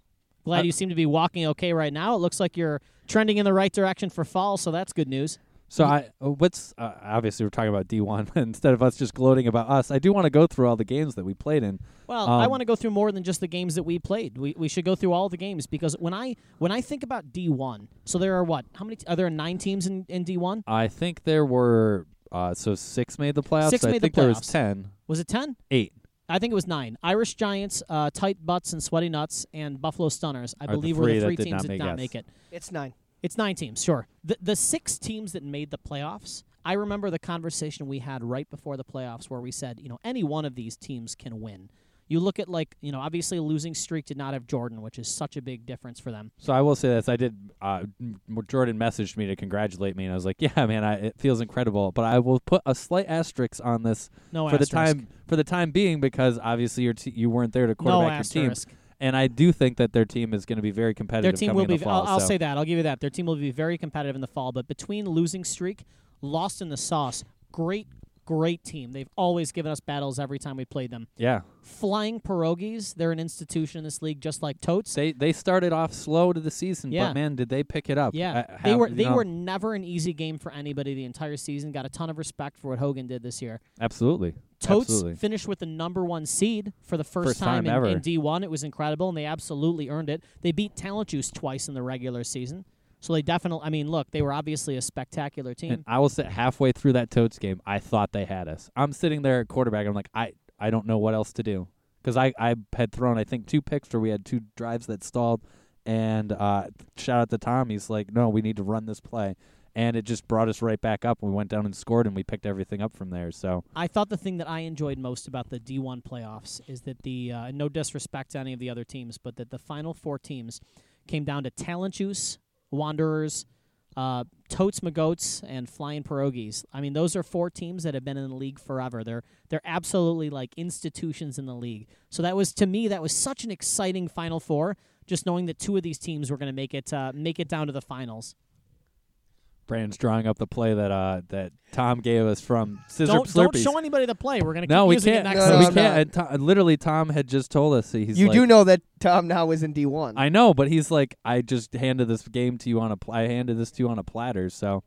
Speaker 1: Glad
Speaker 3: I-
Speaker 1: you seem to be walking okay right now. It looks like you're trending in the right direction for fall, so that's good news.
Speaker 3: So I uh, what's uh, obviously we're talking about D1 but instead of us just gloating about us. I do want to go through all the games that we played in.
Speaker 1: Well, I
Speaker 3: Um,
Speaker 1: want to go through more than just the games that we played. We, we should go through all the games because when I when I think about D one, so there are what? How many? T- are there nine teams in in D one?
Speaker 3: I think there were uh, so six made the playoffs.
Speaker 1: Six
Speaker 3: I
Speaker 1: made the
Speaker 3: think there was
Speaker 1: playoffs.
Speaker 3: ten.
Speaker 1: Was it ten?
Speaker 3: Eight.
Speaker 1: I think it was nine. Irish Giants, uh, Tight Butts and Sweaty Nuts, and Buffalo Stunners. I
Speaker 3: Are the
Speaker 1: believe were
Speaker 3: three
Speaker 1: the
Speaker 3: that
Speaker 1: three
Speaker 3: did
Speaker 1: teams
Speaker 3: not
Speaker 1: that
Speaker 3: make
Speaker 1: did not
Speaker 3: us.
Speaker 1: make it.
Speaker 2: It's nine.
Speaker 1: It's nine teams, sure. The the six teams that made the playoffs. I remember the conversation we had right before the playoffs where we said, you know, any one of these teams can win. You look at like, you know, obviously losing streak did not have Jordan, which is such a big difference for them.
Speaker 3: So I will say this: I did. Uh, m- Jordan messaged me to congratulate me, and I was like, "Yeah, man, I, it feels incredible." But I will put a slight asterisk on this
Speaker 1: No
Speaker 3: for
Speaker 1: Oh, asterisk.
Speaker 3: the time for the time being because obviously your te- you weren't there to
Speaker 1: no
Speaker 3: quarterback your team,
Speaker 1: asterisk.
Speaker 3: and I do think that their team is going to be very competitive.
Speaker 1: Their team
Speaker 3: coming
Speaker 1: will
Speaker 3: in
Speaker 1: be.
Speaker 3: the fall,
Speaker 1: I'll, I'll
Speaker 3: so-
Speaker 1: say that. I'll give you that. Their team will be very competitive in the fall. But between losing streak, lost in the sauce, great, great team. They've always given us battles every time we played them.
Speaker 3: Yeah,
Speaker 1: Flying pierogies. They're an institution in this league, just like totes.
Speaker 3: they they started off slow to the season,
Speaker 1: Yeah.
Speaker 3: but man, did they pick it up?
Speaker 1: Yeah,
Speaker 3: I-
Speaker 1: they
Speaker 3: how-
Speaker 1: were.
Speaker 3: you
Speaker 1: They
Speaker 3: know,
Speaker 1: were never an easy game for anybody the entire season. Got a ton of respect for what Hogan did this year.
Speaker 3: absolutely
Speaker 1: Totes
Speaker 3: absolutely.
Speaker 1: finished with the number one seed for the first,
Speaker 3: First time
Speaker 1: in,
Speaker 3: ever.
Speaker 1: in D1. It was incredible, and they absolutely earned it. They beat Talent Juice twice in the regular season. So they definitely, I mean, look, they were obviously a spectacular team.
Speaker 3: And I will say, halfway through that Totes game, I thought they had us. I'm sitting there at quarterback. I'm like, I, I don't know what else to do because I, I had thrown I think two picks where we had two drives that stalled, and uh, shout out to Tom. He's like, no, we need to run this play, and it just brought us right back up. We went down and scored, and we picked everything up from there. So
Speaker 1: I thought the thing that I enjoyed most about the D1 playoffs is that the, uh, no disrespect to any of the other teams, but that the final four teams came down to Talent Juice, Wanderers, uh, Totes Magotes, and Flying Pierogies. I mean, those are four teams that have been in the league forever. They're they're absolutely like institutions in the league. So that was to me that was such an exciting Final Four. Just knowing that two of these teams were going to make it uh, make it down to the finals.
Speaker 3: Brandon's drawing up the play that uh that Tom gave us from Scissor
Speaker 1: Don't don't
Speaker 3: Slurpees.
Speaker 1: show anybody the play. We're going to
Speaker 3: no,
Speaker 1: keep
Speaker 3: we
Speaker 1: using
Speaker 3: can't.
Speaker 1: it
Speaker 3: No,
Speaker 1: next
Speaker 2: No,
Speaker 3: we
Speaker 1: week.
Speaker 2: no,
Speaker 3: can't.
Speaker 2: no.
Speaker 3: And Tom, literally, Tom had just told us. He's
Speaker 2: you
Speaker 3: like,
Speaker 2: do know that Tom now is in D1.
Speaker 3: I know, but he's like, I just handed this game to you on a, pl- I handed this to you on a platter. So,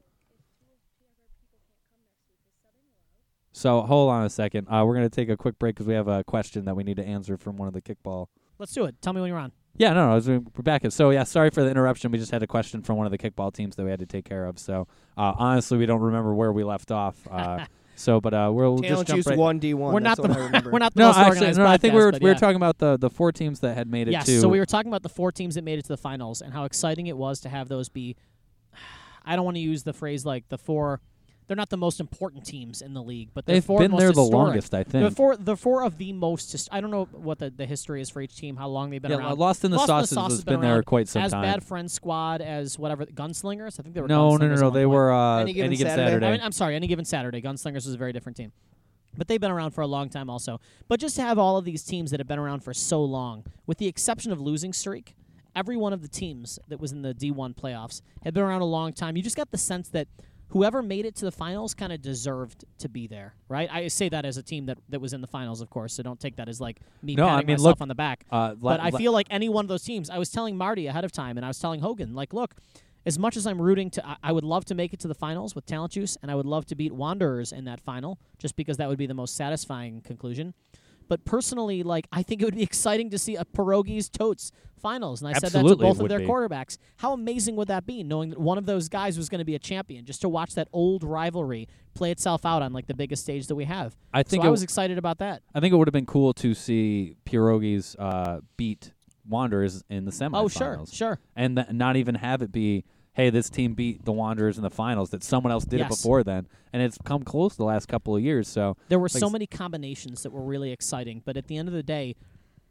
Speaker 3: so hold on a second. Uh, we're gonna take a quick break because we have a question that we need to answer from one of the kickball.
Speaker 1: Let's do it. Tell me when you're on.
Speaker 3: Yeah, no, no, I was- we're back. at- So yeah, sorry for the interruption. We just had a question from one of the kickball teams that we had to take care of. So uh, honestly, we don't remember where we left off. Uh, so, but uh, we'll just
Speaker 2: Talent
Speaker 3: jump
Speaker 2: Juice
Speaker 3: right.
Speaker 2: one D1.
Speaker 1: We're
Speaker 2: that's
Speaker 1: not the
Speaker 2: what I remember.
Speaker 1: we're not the
Speaker 3: No,
Speaker 1: most
Speaker 3: actually,
Speaker 1: organized.
Speaker 3: no. I think we
Speaker 1: podcast,
Speaker 3: were
Speaker 1: but
Speaker 3: we were
Speaker 1: yeah.
Speaker 3: talking about the the four teams that had made it
Speaker 1: Yes,
Speaker 3: to.
Speaker 1: so we were talking about the four teams that made it to the finals and how exciting it was to have those be. I don't want to use the phrase like the four. They're not the most important teams in the league, but they're
Speaker 3: They've
Speaker 1: four
Speaker 3: been
Speaker 1: most
Speaker 3: there the
Speaker 1: historic.
Speaker 3: longest, I think.
Speaker 1: They're four, they're four of the most. hist- I don't know what the, the history is for each team, how long they've been
Speaker 3: Yeah,
Speaker 1: around.
Speaker 3: Lost in the
Speaker 1: Lost in the
Speaker 3: Sauces
Speaker 1: Sauce
Speaker 3: has
Speaker 1: has been
Speaker 3: been there
Speaker 1: around
Speaker 3: quite some
Speaker 1: as
Speaker 3: time.
Speaker 1: bad friend squad as whatever gunslingers. I think they were.
Speaker 3: no, no,
Speaker 1: Gunslingers
Speaker 3: no,
Speaker 1: at
Speaker 3: no.
Speaker 1: one
Speaker 3: They
Speaker 1: point.
Speaker 3: were uh,
Speaker 2: Any Given
Speaker 3: Saturday.
Speaker 2: Saturday.
Speaker 1: I mean, I'm sorry, any given Saturday. Gunslingers was a very different team. But they've been around for a long time also. But just to have all of these teams that have been around for so long, with the exception of losing streak, every one of the teams that was in the D1 playoffs had been around a long time. You just got the sense that whoever made it to the finals kind of deserved to be there, right? I say that as a team that, that was in the finals, of course, so don't take that as like me
Speaker 3: No, I
Speaker 1: patting
Speaker 3: mean,
Speaker 1: myself
Speaker 3: look,
Speaker 1: on the back.
Speaker 3: Uh,
Speaker 1: But I
Speaker 3: le- le-
Speaker 1: feel like any one of those teams, I was telling Marty ahead of time, and I was telling Hogan, like, look, as much as I'm rooting to, I, I would love to make it to the finals with Talent Juice, and I would love to beat Wanderers in that final, just because that would be the most satisfying conclusion. But personally, like, I think it would be exciting to see a Pierogies Totes finals, and I said that to
Speaker 3: Absolutely, it
Speaker 1: both of
Speaker 3: would
Speaker 1: their
Speaker 3: be.
Speaker 1: quarterbacks. How amazing would that be, knowing that one of those guys was going to be a champion, just to watch that old rivalry play itself out on like the biggest stage that we have.
Speaker 3: I think
Speaker 1: so.
Speaker 3: it
Speaker 1: I
Speaker 3: w-
Speaker 1: was excited about that.
Speaker 3: I think it would have been cool to see Pierogies uh, beat Wanderers in the semifinals.
Speaker 1: Oh, sure, sure.
Speaker 3: And th- not even have it be, hey, this team beat the Wanderers in the finals, that someone else did
Speaker 1: Yes.
Speaker 3: it before then. And it's come close the last couple of years. So
Speaker 1: There were
Speaker 3: Like
Speaker 1: so
Speaker 3: s-
Speaker 1: many combinations that were really exciting, but at the end of the day,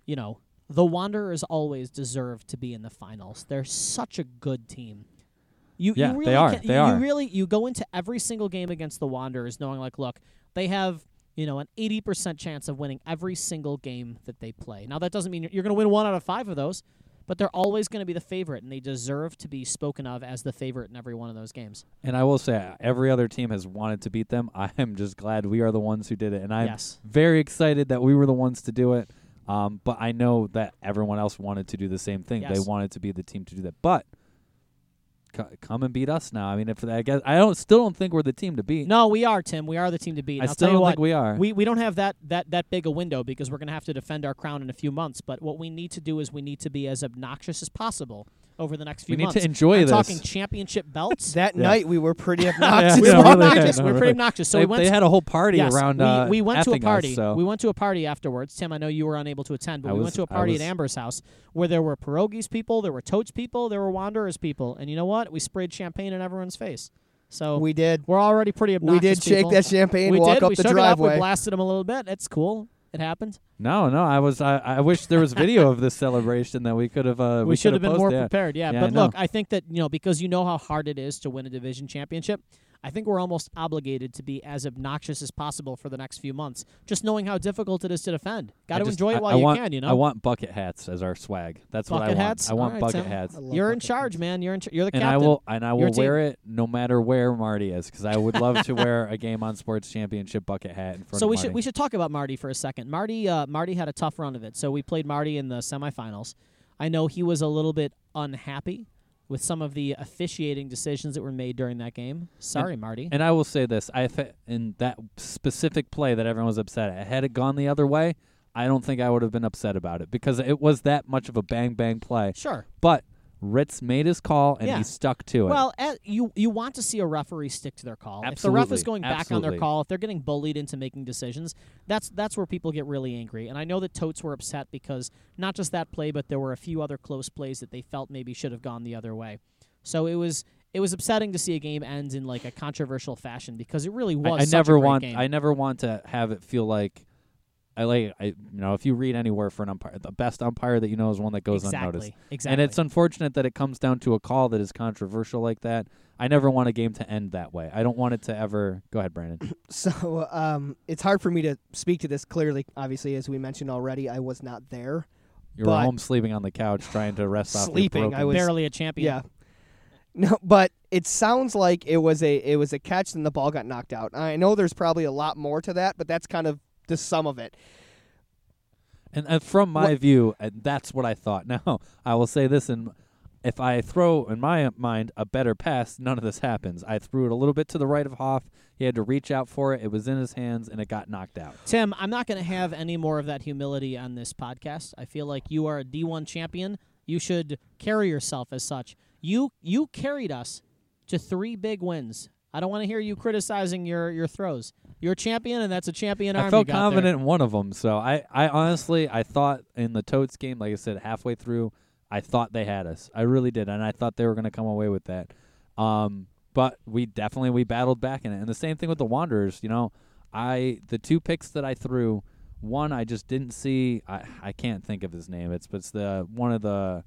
Speaker 1: you know, the Wanderers always deserve to be in the finals. They're such a good team. You,
Speaker 3: Yeah,
Speaker 1: you
Speaker 3: they
Speaker 1: really
Speaker 3: are,
Speaker 1: Can,
Speaker 3: they
Speaker 1: you
Speaker 3: are.
Speaker 1: really you go into every single game against the Wanderers knowing like, look, they have you know an 80% chance of winning every single game that they play. Now that doesn't mean you're, you're going to win one out of five of those, but they're always going to be the favorite, and they deserve to be spoken of as the favorite in every one of those games.
Speaker 3: And I will say, uh, every other team has wanted to beat them. I am just glad we are the ones who did it, and I'm
Speaker 1: Yes.
Speaker 3: very excited that we were the ones to do it. Um, but I know that everyone else wanted to do the same thing. They
Speaker 1: Yes.
Speaker 3: wanted to be the team to do that. But co- come and beat us now. I mean, if I guess I don't still don't think we're the team to beat.
Speaker 1: No, we are Tim. We are the team to beat.
Speaker 3: I
Speaker 1: I'll
Speaker 3: still
Speaker 1: tell you
Speaker 3: don't
Speaker 1: what,
Speaker 3: think we are.
Speaker 1: We, we don't have that, that, that big a window because we're going to have to defend our crown in a few months. But what we need to do is we need to be as obnoxious as possible over the next few
Speaker 3: We need
Speaker 1: months.
Speaker 3: to enjoy
Speaker 1: I'm
Speaker 3: this.
Speaker 1: talking championship belts.
Speaker 2: That
Speaker 3: Yeah.
Speaker 2: night we were pretty obnoxious.
Speaker 1: we
Speaker 3: Yeah,
Speaker 1: were
Speaker 3: really
Speaker 1: obnoxious.
Speaker 3: did.
Speaker 1: we
Speaker 3: No,
Speaker 1: were pretty
Speaker 3: really.
Speaker 1: obnoxious. So
Speaker 3: they,
Speaker 1: we went
Speaker 3: they
Speaker 1: to-
Speaker 3: had a whole party
Speaker 1: yes,
Speaker 3: around.
Speaker 1: We,
Speaker 3: uh,
Speaker 1: we went to a
Speaker 3: effing us,
Speaker 1: party.
Speaker 3: so.
Speaker 1: We went to a party afterwards. Tim, I know you were unable to attend, but
Speaker 3: I
Speaker 1: we
Speaker 3: was-
Speaker 1: went to a
Speaker 3: I
Speaker 1: party
Speaker 3: was-
Speaker 1: at Amber's house where there were pierogies people, there were totes people, there were wanderers people, and you know what? We sprayed champagne in everyone's face. So
Speaker 2: we did.
Speaker 1: we're already pretty
Speaker 2: We
Speaker 1: obnoxious.
Speaker 2: did shake
Speaker 1: people.
Speaker 2: that champagne,
Speaker 1: we
Speaker 2: walk
Speaker 1: did.
Speaker 2: up
Speaker 1: we
Speaker 2: the
Speaker 1: shook It up.
Speaker 2: driveway.
Speaker 1: We blasted him a little bit. It's cool. It happened.
Speaker 3: no, no. I was. I, I wish there was video of this celebration that we could have. Uh, we,
Speaker 1: we should have been more
Speaker 3: posted, yeah.
Speaker 1: prepared. Yeah,
Speaker 3: Yeah, I
Speaker 1: but
Speaker 3: know.
Speaker 1: look, I think that you know because you know how hard it is to win a division championship. I think we're almost obligated to be as obnoxious as possible for the next few months, just knowing how difficult it is to defend. Got
Speaker 3: I
Speaker 1: to
Speaker 3: just-
Speaker 1: enjoy
Speaker 3: I-
Speaker 1: it while
Speaker 3: I
Speaker 1: you
Speaker 3: want-
Speaker 1: can. You know,
Speaker 3: I want bucket hats as our swag. That's what I
Speaker 1: Bucket
Speaker 3: want.
Speaker 1: hats?
Speaker 3: I want
Speaker 1: All right,
Speaker 3: bucket
Speaker 1: Tim.
Speaker 3: hats.
Speaker 1: you're in charge, man. You're in. Char- you're the
Speaker 3: and
Speaker 1: captain.
Speaker 3: I will and I
Speaker 1: Your
Speaker 3: will
Speaker 1: team.
Speaker 3: wear it no matter where Marty is because I would love to wear a game on sports championship bucket hat in front
Speaker 1: So
Speaker 3: of
Speaker 1: we
Speaker 3: Marty.
Speaker 1: should we should talk about Marty for a second. Marty uh, Marty had a tough run of it. So we played Marty in the semifinals. I know he was a little bit unhappy with some of the officiating decisions that were made during that game. Sorry, Marty.
Speaker 3: and I will say this: I fe- in that specific play that everyone was upset at, had it gone the other way, I don't think I would have been upset about it because it was that much of a bang bang play.
Speaker 1: sure.
Speaker 3: But Ritz made his call and
Speaker 1: Yeah.
Speaker 3: he stuck to it.
Speaker 1: Well, a you you want to see a referee stick to their call. If the ref is
Speaker 3: Absolutely.
Speaker 1: going back on
Speaker 3: Absolutely.
Speaker 1: their call, if they're getting bullied into making decisions, that's that's where people get really angry. And I know that totes were upset because not just that play, but there were a few other close plays that they felt maybe should have gone the other way. So it was it was upsetting to see a game end in like a controversial fashion because it really
Speaker 3: I,
Speaker 1: was.
Speaker 3: I
Speaker 1: such a
Speaker 3: never
Speaker 1: great
Speaker 3: want
Speaker 1: game.
Speaker 3: I never want to have it feel like I like I you know if you read anywhere for an umpire, the best umpire that you know is one that goes
Speaker 1: exactly
Speaker 3: unnoticed.
Speaker 1: exactly.
Speaker 3: And it's unfortunate that it comes down to a call that is controversial like that. I never want a game to end that way. I don't want it to ever. Go ahead, Brandon.
Speaker 2: So um, it's hard for me to speak to this clearly. Obviously, as we mentioned already, I was not there.
Speaker 3: You were
Speaker 2: But-
Speaker 3: home sleeping on the couch trying to rest off. your
Speaker 2: Sleeping, I
Speaker 3: broken-
Speaker 2: was-
Speaker 1: barely a champion.
Speaker 2: Yeah. No, but it sounds like it was a it was a catch and the ball got knocked out. I know there's probably a lot more to that, but that's kind of the sum of it.
Speaker 3: And, and from my view, uh, that's what I thought. Now I will say this: and if I throw in my mind a better pass, none of this happens. I threw it a little bit to the right of Hoff. He had to reach out for it. It was in his hands, and it got knocked out.
Speaker 1: Tim, I'm not going to have any more of that humility on this podcast. I feel like you are a D1 champion. You should carry yourself as such. You you carried us to three big wins. I don't want to hear you criticizing your your throws. You're a champion, and that's a champion arm.
Speaker 3: I
Speaker 1: you
Speaker 3: felt
Speaker 1: got there.
Speaker 3: confident in one of them. So I, I honestly, I thought in the Totes game, like I said, halfway through, I thought they had us. I really did, and I thought they were going to come away with that. Um, but we definitely we battled back in it, and the same thing with the Wanderers. You know, I the two picks that I threw, one I just didn't see. I I can't think of his name. It's but it's the one of the.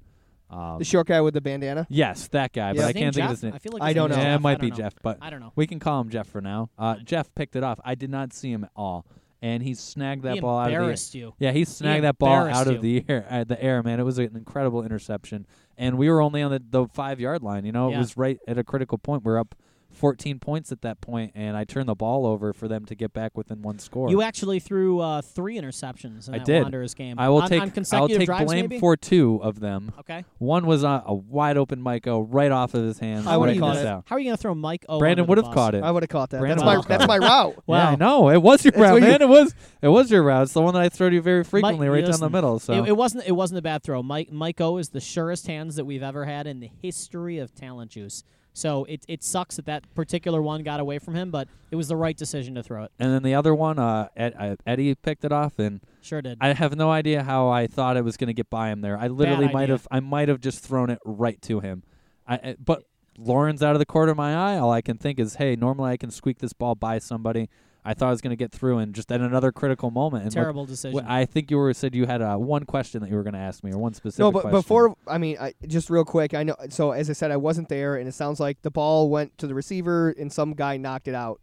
Speaker 3: Um,
Speaker 2: The short guy with the bandana.
Speaker 3: Yes, that guy,
Speaker 2: Yeah.
Speaker 3: but I
Speaker 1: His name
Speaker 3: can't think
Speaker 1: Jeff?
Speaker 3: of his name.
Speaker 1: I feel like
Speaker 2: I
Speaker 1: his
Speaker 2: don't
Speaker 1: name
Speaker 2: know.
Speaker 1: is
Speaker 3: Yeah, it
Speaker 1: Jeff. I
Speaker 3: might be
Speaker 1: don't know.
Speaker 3: Jeff, but
Speaker 1: I don't know.
Speaker 3: we can call him Jeff for now. Uh, Jeff picked it off. I did not see him at all. and he snagged that
Speaker 1: he
Speaker 3: ball out of the air.
Speaker 1: embarrassed you.
Speaker 3: Yeah, he snagged that ball out
Speaker 1: embarrassed
Speaker 3: of the air, uh, the air, man. It was an incredible interception, and we were only on the, the five yard line. You know,
Speaker 1: Yeah.
Speaker 3: it was right at a critical point. We're up fourteen points at that point, and I turned the ball over for them to get back within one score.
Speaker 1: You actually threw uh, three interceptions in
Speaker 3: I
Speaker 1: that
Speaker 3: did.
Speaker 1: Wanderers game.
Speaker 3: I will
Speaker 1: on,
Speaker 3: take
Speaker 1: on
Speaker 3: I'll
Speaker 1: consecutive
Speaker 3: take
Speaker 1: drives,
Speaker 3: blame
Speaker 1: maybe?
Speaker 3: for two of them.
Speaker 1: Okay.
Speaker 3: One was on a wide open Miko right off of his hands.
Speaker 2: I would've
Speaker 3: right
Speaker 2: caught
Speaker 3: this
Speaker 2: it.
Speaker 3: out.
Speaker 1: How are you going to throw Mike O?
Speaker 3: Brandon would have caught it.
Speaker 2: I would have caught that.
Speaker 3: Brandon
Speaker 2: that's my
Speaker 3: Walcott.
Speaker 2: that's my route.
Speaker 1: Wow.
Speaker 3: Yeah, I know. It was your
Speaker 2: That's
Speaker 3: route,
Speaker 2: what you-
Speaker 3: man. It was it was your route. It's the one that I throw to you very frequently, right down the
Speaker 1: listen,
Speaker 3: middle. So
Speaker 1: It, it wasn't. It wasn't a bad throw. Mike Mike O is the surest hands that we've ever had in the history of talent juice. So it it sucks that that particular one got away from him, but it was the right decision to throw it.
Speaker 3: and then the other one, uh, Ed, uh, Eddie picked it off, and
Speaker 1: Sure did.
Speaker 3: I have no idea how I thought I was going to get by him there. I literally might
Speaker 1: idea.
Speaker 3: have I might have just thrown it right to him. I, I but Lauren's out of the corner of my eye. All I can think is, hey, normally I can squeak this ball by somebody. I thought I was going to get through, and just at another critical moment. And look-
Speaker 1: Terrible
Speaker 3: wh-
Speaker 1: decision.
Speaker 3: I think you were said you had uh, one question that you were going to ask me, or one specific.
Speaker 2: No, but
Speaker 3: question.
Speaker 2: before I mean, I, just real quick, I know. So as I said, I wasn't there, and it sounds like the ball went to the receiver, and some guy knocked it out.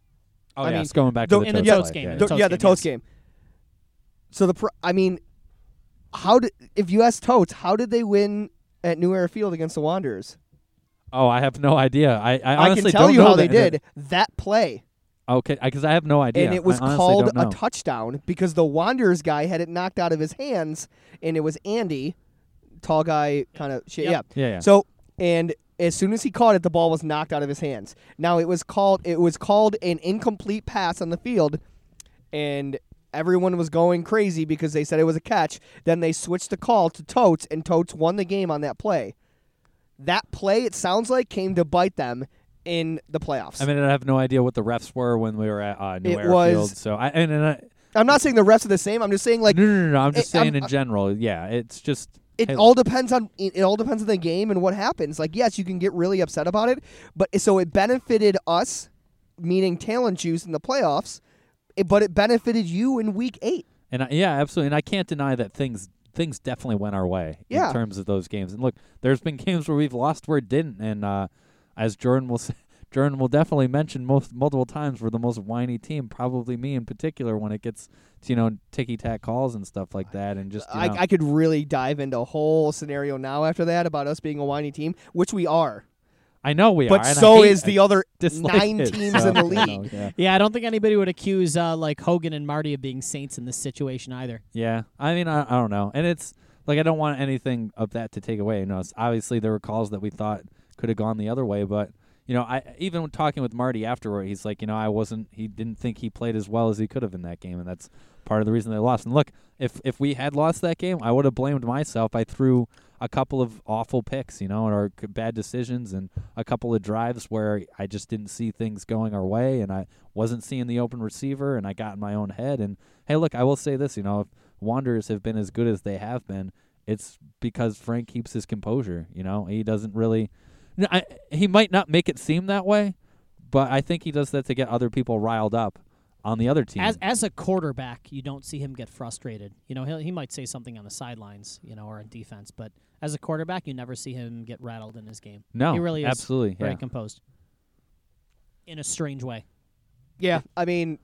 Speaker 3: oh
Speaker 2: I
Speaker 3: yeah,
Speaker 2: mean,
Speaker 3: it's going back
Speaker 2: the-
Speaker 3: to the
Speaker 1: in the
Speaker 3: Totes
Speaker 1: Totes
Speaker 3: fight,
Speaker 1: game,
Speaker 3: yeah.
Speaker 1: in
Speaker 2: The-
Speaker 1: Totes
Speaker 2: yeah, the
Speaker 1: game,
Speaker 2: Totes
Speaker 1: yes.
Speaker 2: game. So the pro- I mean, how did if you ask Totes, how did they win at New Era Field against the Wanderers?
Speaker 3: Oh, I have no idea. I, I
Speaker 2: I can
Speaker 3: honestly
Speaker 2: tell
Speaker 3: don't
Speaker 2: you
Speaker 3: know
Speaker 2: how they
Speaker 3: that- that-
Speaker 2: did that play,
Speaker 3: Okay, because I have no idea.
Speaker 2: and it was
Speaker 3: I honestly
Speaker 2: called
Speaker 3: don't
Speaker 2: a
Speaker 3: know.
Speaker 2: touchdown because the Wanderers guy had it knocked out of his hands, and it was Andy, tall guy, kind of shit.
Speaker 1: Yep.
Speaker 2: Yeah,
Speaker 3: yeah, yeah.
Speaker 2: So and as soon as he caught it, the ball was knocked out of his hands. Now it was called it was called an incomplete pass on the field, and everyone was going crazy because they said it was a catch. Then they switched the call to Totes, and Totes won the game on that play. That play, it sounds like, came to bite them in the playoffs.
Speaker 3: I mean, I have no idea what the refs were when we were at uh, New
Speaker 2: It
Speaker 3: Era
Speaker 2: was-
Speaker 3: Field. So I and, and I,
Speaker 2: I'm not saying the refs are the same. I'm just saying like
Speaker 3: no, no, no, no. I'm just
Speaker 2: it- I'm- uh,
Speaker 3: saying in general. Yeah, it's just
Speaker 2: it
Speaker 3: Hey,
Speaker 2: all depends on it it all depends on the game and what happens. Like yes, you can get really upset about it, but so it benefited us, meaning talent juice in the playoffs, it- but it benefited you in week eight.
Speaker 3: And I, yeah, absolutely. And I can't deny that things things definitely went our way
Speaker 2: Yeah.
Speaker 3: in terms of those games. And look, there's been games where we've lost where it didn't. And uh, as Jordan will say, Jordan will definitely mention most multiple times we're the most whiny team, probably me in particular, when it gets to, you know ticky tack calls and stuff like that. And just you
Speaker 2: I,
Speaker 3: know,
Speaker 2: I could really dive into a whole scenario now after that about us being a whiny team, which we are.
Speaker 3: I know we
Speaker 2: but
Speaker 3: are. and I
Speaker 2: so
Speaker 3: hate-
Speaker 2: is
Speaker 3: I
Speaker 2: the other
Speaker 3: dislike
Speaker 2: nine
Speaker 3: it,
Speaker 2: teams
Speaker 3: so,
Speaker 2: in the
Speaker 3: you know,
Speaker 2: league.
Speaker 3: yeah.
Speaker 1: yeah, I don't think anybody would accuse uh, like Hogan and Marty of being saints in this situation either.
Speaker 3: Yeah, I mean, I, I don't know, and it's like I don't want anything of that to take away. You know, it's obviously there were calls that we thought could have gone the other way, but you know, I even when talking with Marty afterward, he's like, you know, I wasn't, he didn't think he played as well as he could have in that game, and that's part of the reason they lost. And look, if if we had lost that game, I would have blamed myself. I threw a couple of awful picks, you know, or c- bad decisions, and a couple of drives where I just didn't see things going our way, and I wasn't seeing the open receiver, and I got in my own head. And hey, look, I will say this, you know, if Wanderers have been as good as they have been, it's because Frank keeps his composure. You know, he doesn't really. No, I, he might not make it seem that way, but I think he does that to get other people riled up on the other team.
Speaker 1: As as a quarterback, you don't see him get frustrated. You know, he he might say something on the sidelines, you know, or on defense, but as a quarterback, you never see him get rattled in his game.
Speaker 3: no,
Speaker 1: he really is
Speaker 3: absolutely,
Speaker 1: Very
Speaker 3: yeah.
Speaker 1: composed. In a strange way.
Speaker 2: Yeah, I mean,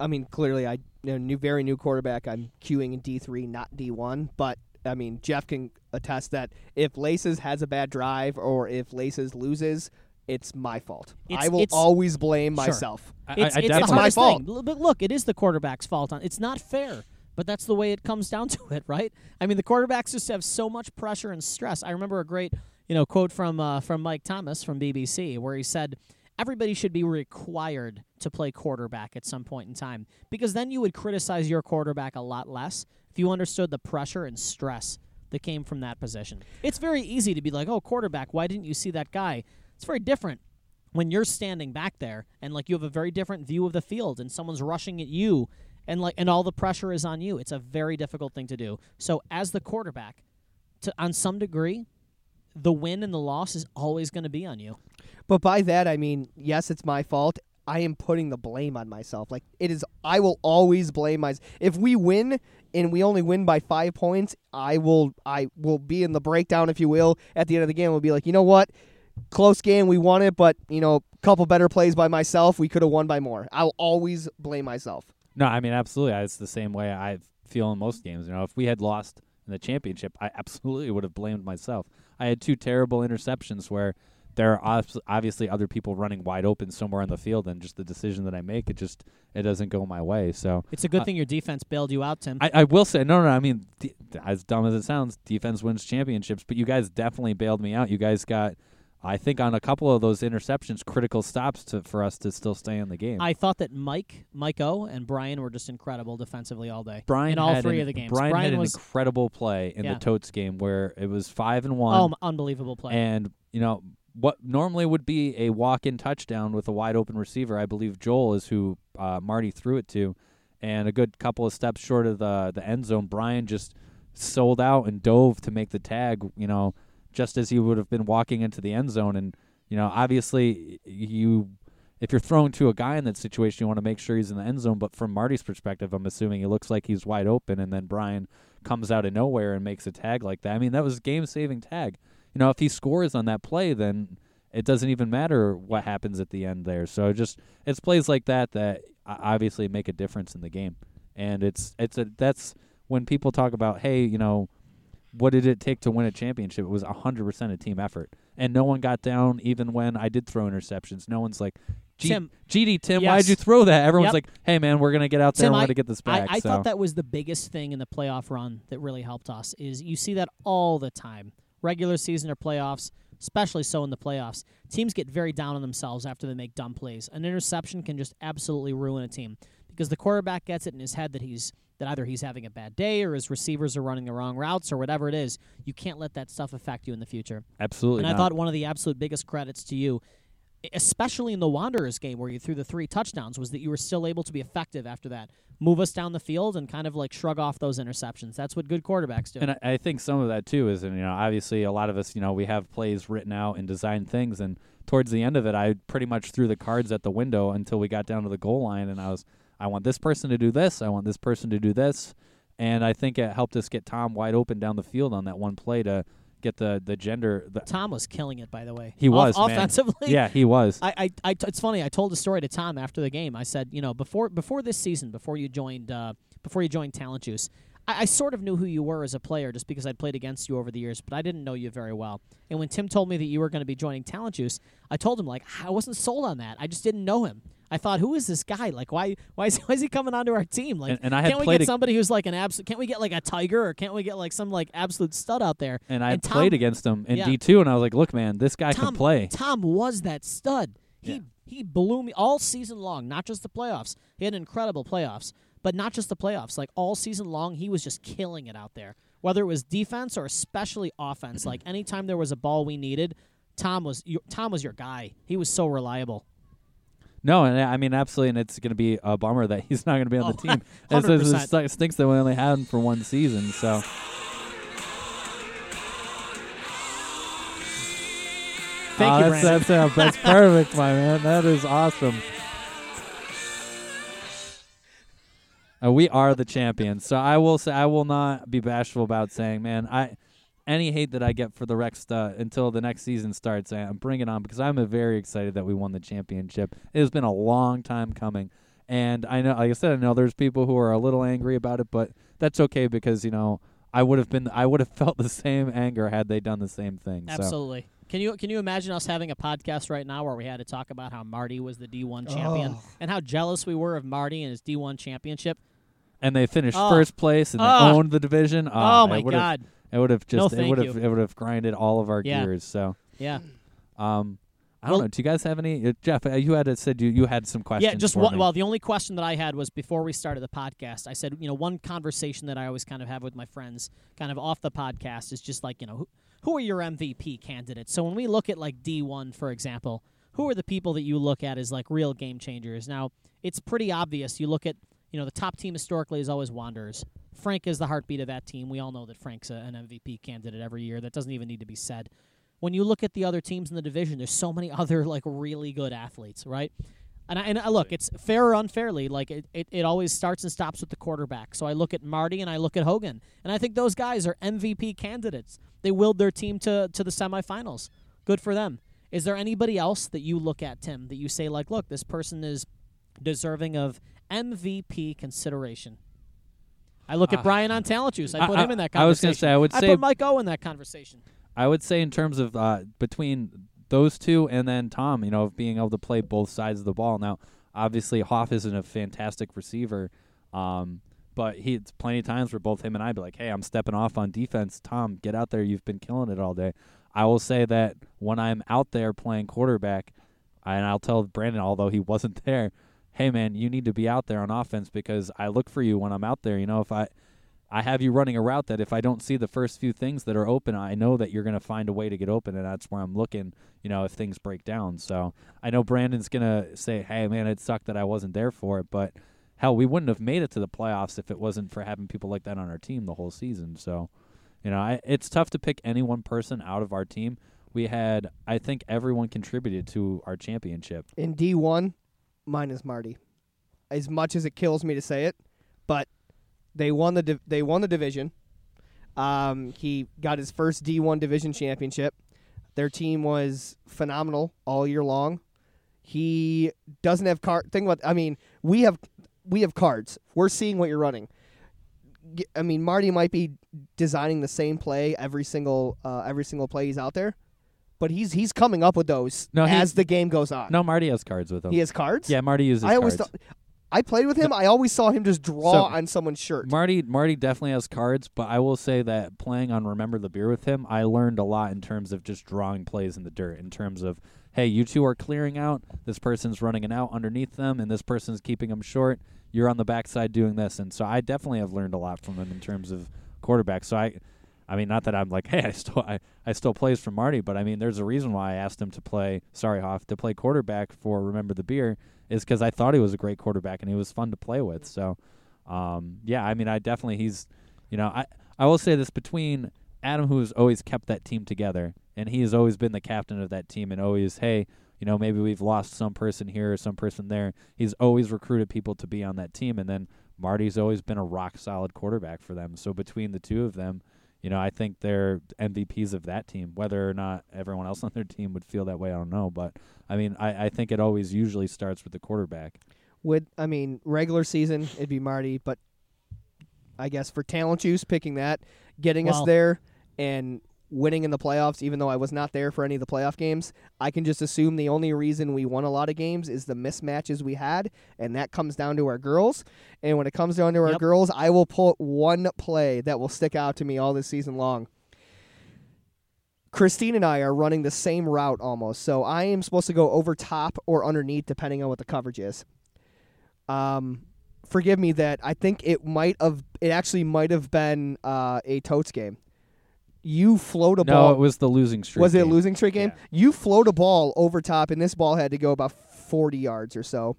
Speaker 2: I mean, clearly, I you know, new, very new quarterback. I'm queuing in D three, not D one. But I mean, Jeff can attest that if Laces has a bad drive or if Laces loses, it's my fault.
Speaker 1: It's-
Speaker 2: I will
Speaker 1: it's-
Speaker 2: always blame
Speaker 1: Sure.
Speaker 2: myself.
Speaker 3: I-
Speaker 1: It's,
Speaker 3: I, I
Speaker 1: it's the
Speaker 3: definitely-
Speaker 1: hardest
Speaker 2: fault.
Speaker 1: thing. L- But look, it is the quarterback's fault. On it's not fair, but that's the way it comes down to it, right? I mean, the quarterbacks just have so much pressure and stress. I remember a great, you know, quote from uh, from Mike Thomas from BBC where he said, "Everybody should be required to play quarterback at some point in time because then you would criticize your quarterback a lot less if you understood the pressure and stress." That came from that position. It's very easy to be like, "Oh, quarterback, why didn't you see that guy?" It's very different when you're standing back there and like you have a very different view of the field and someone's rushing at you and like and all the pressure is on you it's a very difficult thing to do so as the quarterback to on some degree the win and the loss is always going to be on you
Speaker 2: But by that, I mean, yes, it's my fault. I am putting the blame on myself. Like it is, I will always blame myself. If we win and we only win by five points, I will, I will be in the breakdown, if you will, at the end of the game. We'll be like, you know what, close game, we won it, but you know, couple better plays by myself, we could have won by more. I'll always blame myself.
Speaker 3: No, I mean absolutely. I, it's the same way I feel in most games. You know, if we had lost in the championship, I absolutely would have blamed myself. I had two terrible interceptions where there are obs- obviously other people running wide open somewhere on the field, and just the decision that I make, it just it doesn't go my way. So
Speaker 1: It's a good
Speaker 3: Uh,
Speaker 1: thing your defense bailed you out, Tim.
Speaker 3: I, I will say no, no. I mean, de- as dumb as it sounds, defense wins championships, but you guys definitely bailed me out. You guys got. I think on a couple of those interceptions, critical stops to, for us to still stay in the game.
Speaker 1: I thought that Mike, Mike O, and Brian were just incredible defensively all day.
Speaker 3: Brian
Speaker 1: in all
Speaker 3: had
Speaker 1: three
Speaker 3: an-
Speaker 1: of the games.
Speaker 3: Brian, had
Speaker 1: was
Speaker 3: an incredible play in
Speaker 1: Yeah.
Speaker 3: the Totes game where it was five and one,
Speaker 1: oh, unbelievable play.
Speaker 3: and you know what normally would be a walk-in touchdown with a wide open receiver. I believe Joel is who uh, Marty threw it to, and a good couple of steps short of the the end zone, Brian just sold out and dove to make the tag. You know, just as he would have been walking into the end zone, and you know, obviously y- you. If you're thrown to a guy in that situation, you want to make sure he's in the end zone. But from Marty's perspective, I'm assuming he looks like he's wide open, and then Brian comes out of nowhere and makes a tag like that. I mean, that was a game-saving tag. You know, if he scores on that play, then it doesn't even matter what happens at the end there. So just it's plays like that that o- obviously make a difference in the game, and it's it's a that's when people talk about hey, you know, what did it take to win a championship? It was hundred percent a team effort, and no one got down even when I did throw interceptions. No one's like. G-
Speaker 1: Tim.
Speaker 3: GD Tim,
Speaker 1: Yes.
Speaker 3: why'd you throw that? Everyone's
Speaker 1: Yep.
Speaker 3: like, "Hey man, we're gonna get out there
Speaker 1: Tim,
Speaker 3: and we're
Speaker 1: I-
Speaker 3: gonna get this
Speaker 1: I,
Speaker 3: back."
Speaker 1: I
Speaker 3: so.
Speaker 1: thought that was the biggest thing in the playoff run that really helped us is you see that all the time. Regular season or playoffs, especially so in the playoffs, teams get very down on themselves after they make dumb plays. An interception can just absolutely ruin a team because the quarterback gets it in his head that he's that either he's having a bad day or his receivers are running the wrong routes or whatever it is. You can't let that stuff affect you in the future.
Speaker 3: Absolutely.
Speaker 1: And I
Speaker 3: not.
Speaker 1: thought one of the absolute biggest credits to you, e- especially in the Wanderers game where you threw the three touchdowns, was that you were still able to be effective after that. Move us down the field and kind of like shrug off those interceptions. That's what good quarterbacks do.
Speaker 3: And I, I think some of that too is, and you know, obviously a lot of us, you know, we have plays written out and designed things, and towards the end of it, I pretty much threw the cards at the window until we got down to the goal line, and I was, I want this person to do this, I want this person to do this, and I think it helped us get Tom wide open down the field on that one play to get the the gender. The,
Speaker 1: Tom was killing it, by the way.
Speaker 3: He
Speaker 1: Off-
Speaker 3: was, man.
Speaker 1: offensively.
Speaker 3: yeah, he was.
Speaker 1: I, I, I t- it's funny. I told a story to Tom after the game. I said, you know, before before this season, before you joined, uh, before you joined Talent Juice, I, I sort of knew who you were as a player just because I'd played against you over the years, but I didn't know you very well. And when Tim told me that you were going to be joining Talent Juice, I told him like "Ah, I wasn't sold on that. I just didn't know him. I thought, who is this guy? Like, why, why is, why is he coming onto our team? Like,
Speaker 3: And- and I had
Speaker 1: can't we
Speaker 3: played
Speaker 1: get
Speaker 3: ag-
Speaker 1: somebody who's like an absolute? Can't we get like a tiger, or can't we get like some like absolute stud out there?
Speaker 3: and I
Speaker 1: and Tom-
Speaker 3: played against him in
Speaker 1: Yeah.
Speaker 3: D two, and I was like, "Look, man, this guy
Speaker 1: Tom,
Speaker 3: can play."
Speaker 1: Tom was that stud. He he blew me all season long, not just the playoffs. He had incredible playoffs, but not just the playoffs. Like all season long, he was just killing it out there. Whether it was defense or especially offense, like anytime there was a ball we needed, Tom was your, Tom was your guy. He was so reliable.
Speaker 3: No, and I I mean absolutely, and it's going to be a bummer that he's not going to be on
Speaker 1: Oh,
Speaker 3: the team. It's- it's-
Speaker 1: 100%.
Speaker 3: It stu- stinks that we only had him for one season. So
Speaker 1: Thank
Speaker 3: Ah,
Speaker 1: you,
Speaker 3: that's,
Speaker 1: Brandon.
Speaker 3: that's, uh, that's perfect, my man. That is awesome. Uh, we are the champions, so I will say I will not be bashful about saying, man, I any hate that I get for the Rex uh, until the next season starts, I, I'm bringing it on because I'm uh, very excited that we won the championship. It has been a long time coming, and I know, like I said, I know there's people who are a little angry about it, but that's okay because you know I would have been, I would have felt the same anger had they done the same thing. so.
Speaker 1: Absolutely. Can you can you imagine us having a podcast right now where we had to talk about how Marty was the D1 champion and how jealous we were of Marty and his D1 championship?
Speaker 3: and they finished
Speaker 1: Oh.
Speaker 3: first place and they
Speaker 1: Oh.
Speaker 3: owned the division. Ah,
Speaker 1: Oh,
Speaker 3: it
Speaker 1: my
Speaker 3: would've-
Speaker 1: god.
Speaker 3: It would have just it
Speaker 1: thank
Speaker 3: would have
Speaker 1: you.
Speaker 3: it would have grinded all of our
Speaker 1: Yeah.
Speaker 3: gears. So,
Speaker 1: Yeah.
Speaker 3: um, I don't
Speaker 1: Well-
Speaker 3: know. Do you guys have any, uh, Jeff? uh, You had uh, said you, you had some questions.
Speaker 1: Yeah, just
Speaker 3: for
Speaker 1: one.
Speaker 3: me.
Speaker 1: Well, the only question that I had was before we started the podcast. I said, you know, one conversation that I always kind of have with my friends, kind of off the podcast, is just like, you know, who, who are your MVP candidates? So when we look at like D1, for example, who are the people that you look at as like real game changers? Now, it's pretty obvious. You look at, you know, the top team historically is always Wanderers. Frank is the heartbeat of that team. We all know that Frank's a, an MVP candidate every year. That doesn't even need to be said. When you look at the other teams in the division, there's so many other like really good athletes, right? And I, and I look, it's fair or unfairly, like it, it, it always starts and stops with the quarterback. So I look at Marty and I look at Hogan, and I think those guys are MVP candidates. They willed their team to, to the semifinals. Good for them. Is there anybody else that you look at, Tim, that you say, like, look, this person is deserving of MVP consideration. I look at Brian on Talent Juice. I
Speaker 3: Ah. I-
Speaker 1: put him in that conversation.
Speaker 3: I was gonna say, I would say-
Speaker 1: put Mike O in that conversation.
Speaker 3: I would say in terms of uh, between those two and then Tom, you know, of being able to play both sides of the ball. Now, obviously, Hoff isn't a fantastic receiver, um, but he it's plenty of times where both him and I be like, "Hey, I'm stepping off on defense. Tom, get out there. You've been killing it all day." I will say that when I'm out there playing quarterback, and I'll tell Brandon, although he wasn't there, "Hey, man, you need to be out there on offense because I look for you when I'm out there. You know, if I I have you running a route that if I don't see the first few things that are open, I know that you're going to find a way to get open, and that's where I'm looking. You know, if things break down. So I know Brandon's going to say, "Hey, man, it sucked that I wasn't there for it," but hell, we wouldn't have made it to the playoffs if it wasn't for having people like that on our team the whole season. So, you know, I, it's tough to pick any one person out of our team. We had, I think, everyone contributed to our championship.
Speaker 2: In D1, mine is Marty. As much as it kills me to say it, but they won the div- they won the division. Um, he got his first D1 division championship. Their team was phenomenal all year long. He doesn't have card. Think about. I mean, we have we have cards. We're seeing what you're running. G- I mean, Marty might be designing the same play every single uh, every single play he's out there, but he's he's coming up with those
Speaker 3: No, he-
Speaker 2: as the game goes on.
Speaker 3: No, Marty has cards with him.
Speaker 2: He has cards.
Speaker 3: yeah, Marty uses.
Speaker 2: I always
Speaker 3: cards.
Speaker 2: thought. I played with him. I always saw him just draw
Speaker 3: So-
Speaker 2: on someone's shirt.
Speaker 3: Marty Marty definitely has cards, but I will say that playing on Remember the Beer with him, I learned a lot in terms of just drawing plays in the dirt. In terms of, hey, you two are clearing out. This person's running an out underneath them, and this person's keeping them short. You're on the backside doing this, and so I definitely have learned a lot from him in terms of quarterback. So I, I mean, not that I'm like, hey, I still I, I still plays from Marty, but I mean, there's a reason why I asked him to play. Sorry, Hoff, to play quarterback for Remember the Beer is because I thought he was a great quarterback and he was fun to play with. So, um, yeah, I mean, I definitely he's, you know, I I will say this between Adam, who has always kept that team together, and he has always been the captain of that team, and always, hey, you know, maybe we've lost some person here or some person there. He's always recruited people to be on that team, and then Marty's always been a rock solid quarterback for them. So between the two of them. You know, I think they're MVPs of that team. Whether or not everyone else on their team would feel that way, I don't know. But I mean, I, I think it always usually starts with the quarterback.
Speaker 2: Would I mean regular season? It'd be Marty, but I guess for talent juice, picking that, getting us
Speaker 1: Well-
Speaker 2: there, and winning in the playoffs. Even though I was not there for any of the playoff games, I can just assume the only reason we won a lot of games is the mismatches we had, and that comes down to our girls. And when it comes down to our
Speaker 1: Yep.
Speaker 2: girls, I will pull one play that will stick out to me all this season long. Christine and I are running the same route almost. So I am supposed to go over top or underneath depending on what the coverage is. Um, forgive me that I think it might have it actually might have been uh, a totes game. You float a
Speaker 3: no,
Speaker 2: ball.
Speaker 3: it was the losing streak.
Speaker 2: Was it a
Speaker 3: game.
Speaker 2: losing streak game? You float a ball over top, and this ball had to go about 40 yards or so.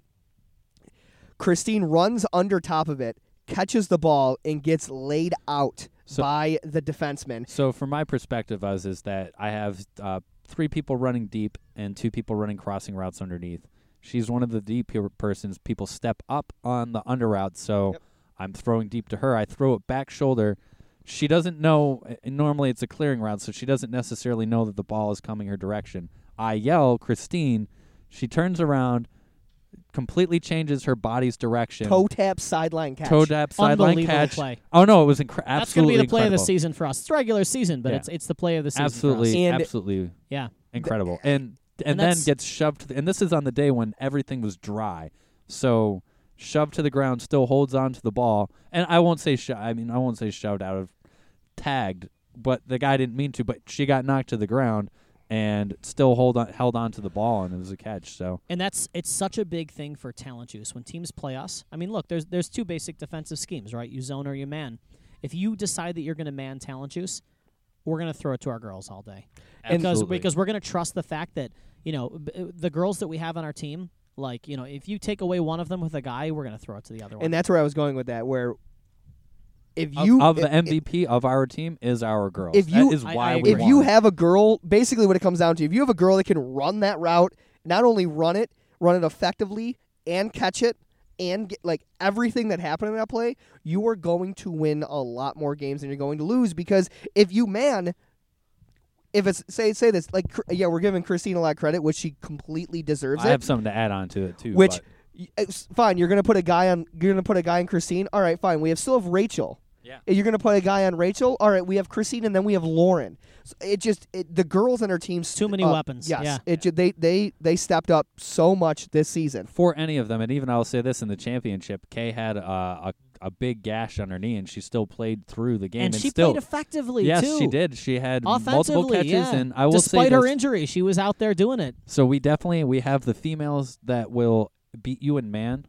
Speaker 2: Christine runs under top of it, catches the ball, and gets laid out
Speaker 3: So-
Speaker 2: by the defenseman.
Speaker 3: So from my perspective, as is that I have uh, three people running deep and two people running crossing routes underneath. She's one of the deep pe- persons. People step up on the under route, so I'm throwing deep to her. I throw it back shoulder. She doesn't know. And normally it's a clearing route, so she doesn't necessarily know that the ball is coming her direction. I yell, Christine. She turns around, completely changes her body's direction.
Speaker 2: Toe tap, sideline catch.
Speaker 3: Toe tap sideline
Speaker 1: Unbelievable
Speaker 3: catch.
Speaker 1: play.
Speaker 3: Oh no, it was incre- absolutely
Speaker 1: That's going to be the play
Speaker 3: incredible.
Speaker 1: of the season for us. It's regular season, but
Speaker 3: Yeah.
Speaker 1: it's it's the play of the season. for us.
Speaker 3: Absolutely,
Speaker 2: And-
Speaker 3: absolutely
Speaker 1: Yeah.
Speaker 3: incredible. And and, then
Speaker 1: that's-
Speaker 3: gets shoved. To the, and this is on the day when everything was dry, so shoved to the ground, still holds on to the ball. And I won't say sho- I mean, I won't say shoved out of tagged, but the guy didn't mean to. But she got knocked to the ground and still hold on, held on to the ball, and it was a catch. So
Speaker 1: And that's it's such a big thing for talent juice when teams play us. I mean, look, there's there's two basic defensive schemes, right? You zone or you man. If you decide that you're going to man talent juice, we're going to throw it to our girls all day.
Speaker 3: And-
Speaker 1: because
Speaker 3: Absolutely.
Speaker 1: because we're going to trust the fact that, you know, b- uh, the girls that we have on our team, like, you know, if you take away one of them with a guy, we're going to throw it to the other one.
Speaker 2: And that's where I was going with that, where if
Speaker 3: of-
Speaker 2: you
Speaker 3: of, the
Speaker 2: if-
Speaker 3: MVP of our team is our girl.
Speaker 2: If you-
Speaker 3: that is
Speaker 1: I-
Speaker 3: why
Speaker 1: I
Speaker 3: we
Speaker 1: agree.
Speaker 2: if you
Speaker 3: won.
Speaker 2: have a girl, basically what it comes down to, if you have a girl that can run that route, not only run it, run it effectively and catch it and get like everything that happened in that play, you are going to win a lot more games than you're going to lose because if you man if it's say say this like cr- yeah, we're giving Christine a lot of credit, which she completely deserves
Speaker 3: I
Speaker 2: it.
Speaker 3: have something to add on to it too.
Speaker 2: which
Speaker 3: but-
Speaker 2: y- it's fine. You're gonna put a guy on. You're gonna put a guy on Christine. All right, fine. We have still have Rachel.
Speaker 3: Yeah.
Speaker 2: And You're gonna put a guy on Rachel. All right, we have Christine, and then we have Lauren. So it just it, the girls in her teams
Speaker 1: Too many
Speaker 2: up.
Speaker 1: weapons,
Speaker 2: Yes.
Speaker 1: yeah.
Speaker 2: It ju- they they they stepped up so much this season.
Speaker 3: for any of them. And even I'll say this in the championship, Kay had uh, a a big gash on her knee, and she still played through the game.
Speaker 1: and
Speaker 3: And,
Speaker 1: she
Speaker 3: still,
Speaker 1: played effectively
Speaker 3: yes,
Speaker 1: too.
Speaker 3: she did. She had multiple
Speaker 1: Offensively,
Speaker 3: catches,
Speaker 1: yeah.
Speaker 3: and I will
Speaker 1: Despite
Speaker 3: say
Speaker 1: her
Speaker 3: this.
Speaker 1: injury, she was out there doing it.
Speaker 3: so we definitely we have the females that will beat you in man,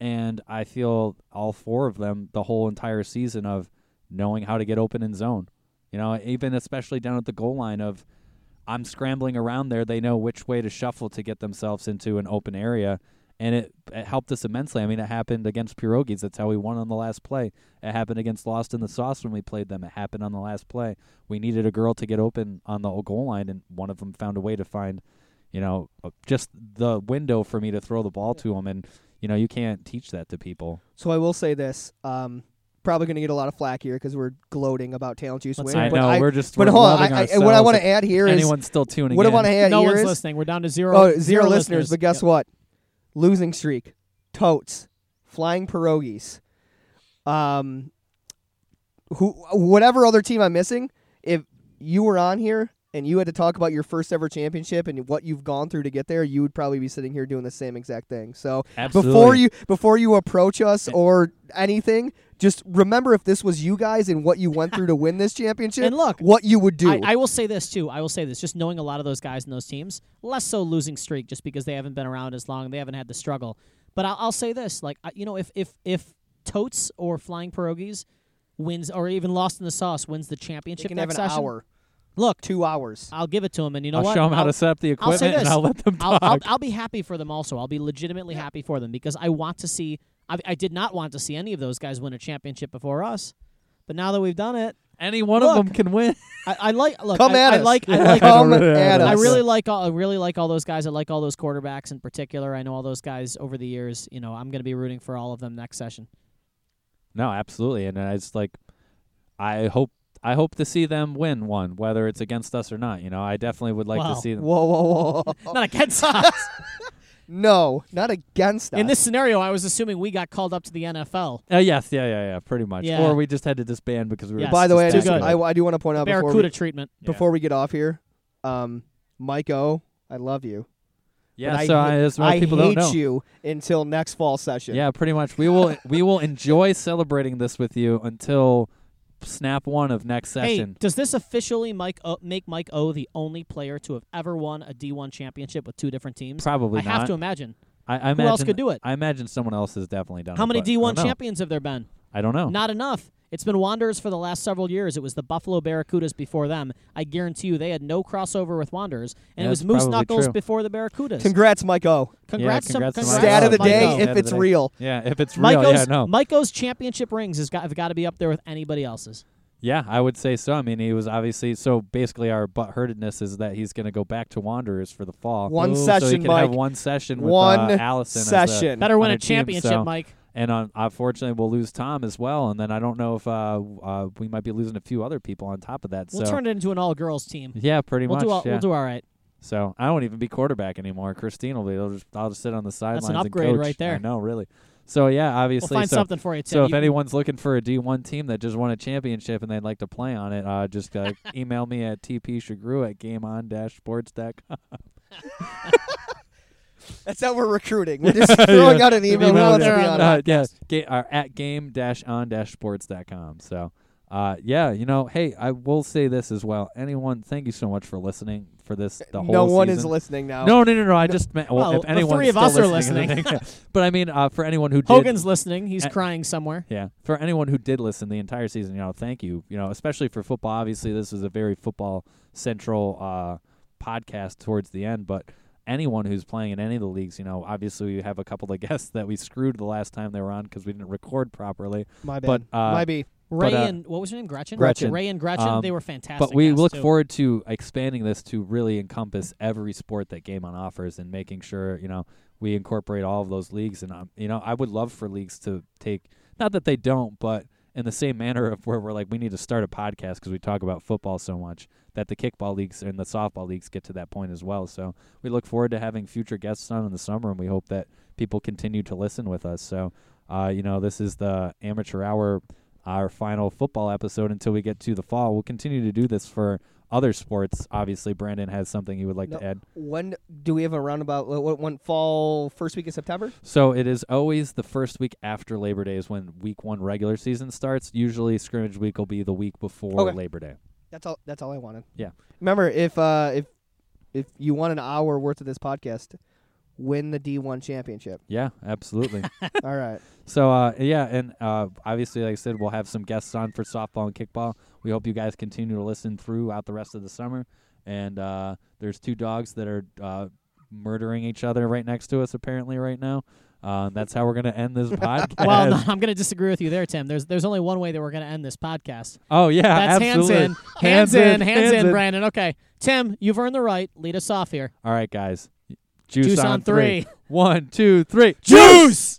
Speaker 3: and I feel all four of them the whole entire season of knowing how to get open in zone. You know, even especially down at the goal line of I'm scrambling around there. They know which way to shuffle to get themselves into an open area. And it, it helped us immensely. I mean, it happened against Pierogies. That's how we won on the last play. It happened against Lost in the Sauce when we played them. It happened on the last play. We needed a girl to get open on the goal line, and one of them found a way to find, you know, uh, just the window for me to throw the ball to 'em. to them. And, you know, you can't teach that to people.
Speaker 2: So I will say this. Um, probably gonna get a lot of flack here because we're gloating about talent juice
Speaker 1: Let's
Speaker 2: win.
Speaker 1: Yeah,
Speaker 3: I
Speaker 2: but
Speaker 3: know.
Speaker 2: I,
Speaker 3: we're just
Speaker 2: but
Speaker 3: we're
Speaker 2: hold on.
Speaker 3: loving
Speaker 2: I, I, what I
Speaker 3: ourselves.
Speaker 2: want
Speaker 3: If
Speaker 2: to add here is
Speaker 3: anyone's still tuning
Speaker 2: what I
Speaker 3: in.
Speaker 2: want to add
Speaker 1: no
Speaker 2: here
Speaker 1: one's
Speaker 2: is-
Speaker 1: listening. We're down to zero.
Speaker 2: Oh, zero listeners,
Speaker 1: listeners.
Speaker 2: But guess
Speaker 1: Yep.
Speaker 2: what? Losing streak, totes, flying pierogies, um, who, whatever other team I'm missing. If you were on here and you had to talk about your first ever championship and what you've gone through to get there, you would probably be sitting here doing the same exact thing. So
Speaker 3: Absolutely.
Speaker 2: before you before you approach us or anything. Just remember if this was you guys and what you went through to win this championship,
Speaker 1: And look,
Speaker 2: what you would do.
Speaker 1: I, I will say this too. I will say this. Just knowing a lot of those guys in those teams, less so losing streak, just because they haven't been around as long and they haven't had the struggle. But I'll, I'll say this: like I- you know, if if if Totes or Flying Pierogies wins, or even Lost in the Sauce wins the
Speaker 2: They
Speaker 1: championship
Speaker 2: can have
Speaker 1: next
Speaker 2: an
Speaker 1: session,
Speaker 2: hour,
Speaker 1: look,
Speaker 2: two hours.
Speaker 1: I'll give it to him, and you know
Speaker 3: I'll
Speaker 1: what?
Speaker 3: show them how
Speaker 1: I'll-
Speaker 3: to set up the
Speaker 1: I'll
Speaker 3: equipment
Speaker 1: say
Speaker 3: and
Speaker 1: this.
Speaker 3: I'll let them
Speaker 1: I'll,
Speaker 3: talk.
Speaker 1: I'll, I'll be happy for them also. I'll be legitimately happy for them because I want to see. I, I did not want to see any of those guys win a championship before us, but now that we've done it,
Speaker 3: Any one of
Speaker 1: Look.
Speaker 3: them can win.
Speaker 1: I, I like. Look,
Speaker 2: Come
Speaker 1: I,
Speaker 2: at
Speaker 1: I
Speaker 2: us.
Speaker 1: like. I like.
Speaker 2: Come
Speaker 3: really
Speaker 2: at
Speaker 3: know.
Speaker 2: us.
Speaker 1: I really like all I really like all those guys. I like all those quarterbacks in particular. I know all those guys over the years. You know, I'm going to be rooting for all of them next session.
Speaker 3: No, absolutely. And it's like I hope I hope to see them win one, whether it's against us or not. You know, I definitely would like
Speaker 1: Wow.
Speaker 3: to see them.
Speaker 2: Whoa, whoa, whoa, whoa, whoa.
Speaker 1: Not against us.
Speaker 2: no, not against us.
Speaker 1: in this scenario, I was assuming we got called up to the NFL.
Speaker 3: Uh, yes, yeah, yeah, yeah, pretty much.
Speaker 1: Yeah.
Speaker 3: Or we just had to disband because we were.
Speaker 1: Yes.
Speaker 2: By the way, I,
Speaker 1: Too
Speaker 2: just,
Speaker 1: good.
Speaker 2: I, I do want to point out Uh, before
Speaker 1: Barracuda
Speaker 2: we,
Speaker 1: treatment.
Speaker 2: before we get off here, um, Mike O, I love you.
Speaker 3: yeah.
Speaker 2: but
Speaker 3: so
Speaker 2: I,
Speaker 3: I,
Speaker 2: hate-
Speaker 3: as well,
Speaker 2: I
Speaker 3: people
Speaker 2: hate
Speaker 3: don't know.
Speaker 2: you until next fall session.
Speaker 3: Yeah, pretty much. We will we will enjoy celebrating this with you until snap one of next
Speaker 1: Hey,
Speaker 3: session.
Speaker 1: does this officially Mike o, make Mike O the only player to have ever won a D1 championship with two different teams?
Speaker 3: Probably
Speaker 1: I
Speaker 3: not.
Speaker 1: have to imagine.
Speaker 3: I, I
Speaker 1: Who else
Speaker 3: imagine-
Speaker 1: could do it?
Speaker 3: I imagine someone else has definitely done it.
Speaker 1: How many
Speaker 3: but I
Speaker 1: D1
Speaker 3: don't know.
Speaker 1: champions have there been?
Speaker 3: I don't know.
Speaker 1: Not enough. It's been Wanderers for the last several years. It was the Buffalo Barracudas before them. I guarantee you they had no crossover with Wanderers, and
Speaker 3: Yeah,
Speaker 1: it was
Speaker 3: that's
Speaker 1: Moose
Speaker 3: probably
Speaker 1: Knuckles
Speaker 3: true.
Speaker 1: before the Barracudas.
Speaker 2: Congrats, Mike O.
Speaker 1: Congrats,
Speaker 3: Yeah, congrats to
Speaker 1: to,
Speaker 3: Mike
Speaker 2: Stat
Speaker 3: O.
Speaker 2: of the
Speaker 3: Mike
Speaker 2: day,
Speaker 3: O.
Speaker 2: if it's real.
Speaker 3: yeah, if it's real,
Speaker 1: Michael's,
Speaker 3: yeah, no.
Speaker 1: Michael's championship rings has got, have got to be up there with anybody else's.
Speaker 3: Yeah, I would say so. I mean, he was obviously so. Basically, our butt hurtedness is that he's going to go back to Wanderers for the fall.
Speaker 2: One
Speaker 3: so he
Speaker 2: session,
Speaker 3: can have
Speaker 2: Mike.
Speaker 3: one session with
Speaker 2: One
Speaker 3: uh, Allison. as the-
Speaker 2: session.
Speaker 1: Better win
Speaker 3: On
Speaker 1: a
Speaker 3: a team,
Speaker 1: championship,
Speaker 3: so-
Speaker 1: Mike.
Speaker 3: and on, unfortunately, we'll lose Tom as well. And then I don't know if uh, uh, we might be losing a few other people on top of that.
Speaker 1: We'll
Speaker 3: so
Speaker 1: turn it into an all girls team.
Speaker 3: yeah, pretty
Speaker 1: We'll
Speaker 3: much.
Speaker 1: do, all,
Speaker 3: yeah.
Speaker 1: we'll do all right.
Speaker 3: so I won't even be quarterback anymore. Christine will be. I'll just, I'll just sit on the sidelines.
Speaker 1: an
Speaker 3: and
Speaker 1: upgrade
Speaker 3: coach.
Speaker 1: right there.
Speaker 3: I know, really. So yeah,
Speaker 1: We'll
Speaker 3: obviously.
Speaker 1: find
Speaker 3: so
Speaker 1: something for you, Tim.
Speaker 3: so if
Speaker 1: You-
Speaker 3: anyone's looking for a D1 team that just won a championship and they'd like to play on it, uh, just uh, email me at tpshagru at gameon-sports.com.
Speaker 2: That's how we're recruiting. We're just throwing out an email.
Speaker 3: Email
Speaker 2: Email
Speaker 3: there
Speaker 2: be
Speaker 1: on
Speaker 2: on
Speaker 1: the-
Speaker 2: it.
Speaker 3: Uh, yeah, ga- uh, at game-on-sports.com. So, uh, yeah, you know, hey, I will say this as well. Anyone, thank you so much for listening for this the whole
Speaker 2: No one is
Speaker 3: season.
Speaker 2: listening now.
Speaker 3: No, no, no, no. I just meant well,
Speaker 1: oh. Well,
Speaker 3: if
Speaker 1: the
Speaker 3: anyone
Speaker 1: three of
Speaker 3: still
Speaker 1: us are
Speaker 3: listening. but I mean, uh, for anyone who did,
Speaker 1: Hogan's listening. He's
Speaker 3: Uh,
Speaker 1: crying somewhere.
Speaker 3: Yeah. For anyone who did listen the entire season, you know, thank you. You know, especially for football. Obviously, this was a very football central uh, podcast towards the end, but anyone who's playing in any of the leagues, you know, obviously we have a couple of guests that we screwed the last time they were on because we didn't record properly.
Speaker 2: My bad.
Speaker 3: But, uh,
Speaker 2: My B.
Speaker 1: Ray
Speaker 3: uh,
Speaker 1: and what was her name? Gretchen.
Speaker 3: Gretchen.
Speaker 1: Ray and Gretchen.
Speaker 3: Um,
Speaker 1: they were fantastic.
Speaker 3: But we
Speaker 1: guests,
Speaker 3: look
Speaker 1: too.
Speaker 3: forward to expanding this to really encompass every sport that Game On offers and making sure, you know, we incorporate all of those leagues. And, um, you know, I would love for leagues to take, not that they don't, but in the same manner of where we're like we need to start a podcast because we talk about football so much that the kickball leagues and the softball leagues get to that point as well. So we look forward to having future guests on in the summer, and we hope that people continue to listen with us. So, uh, you know, this is the amateur hour, our final football episode until we get to the fall. We'll continue to do this for other sports. Obviously, Brandon has something he would like
Speaker 2: No.
Speaker 3: to add.
Speaker 2: When do we have a roundabout? wh- wh- When fall first week of September?
Speaker 3: So it is always the first week after Labor Day is when Week One regular season starts. Usually, scrimmage week will be the week before
Speaker 2: Okay.
Speaker 3: Labor Day.
Speaker 2: That's all. That's all I wanted.
Speaker 3: Yeah.
Speaker 2: Remember, if uh, if if you want an hour worth of this podcast, win the D one championship.
Speaker 3: Yeah, absolutely.
Speaker 2: all right.
Speaker 3: So uh, yeah, and uh, obviously, like I said, we'll have some guests on for softball and kickball. We hope you guys continue to listen throughout the rest of the summer. And uh, there's two dogs that are uh, murdering each other right next to us, apparently, right now. Um, that's how we're gonna end this podcast.
Speaker 1: Well, no, I'm going to disagree with you there, Tim. There's there's only one way that we're going to end this podcast.
Speaker 3: oh yeah,
Speaker 1: That's hands
Speaker 3: absolutely.
Speaker 1: in, hands in, hands in, Brandon. Okay, Tim, you've earned the right. Lead us off here.
Speaker 3: All right, guys. Juice,
Speaker 1: Juice on three.
Speaker 3: One, two, three.
Speaker 1: Juice!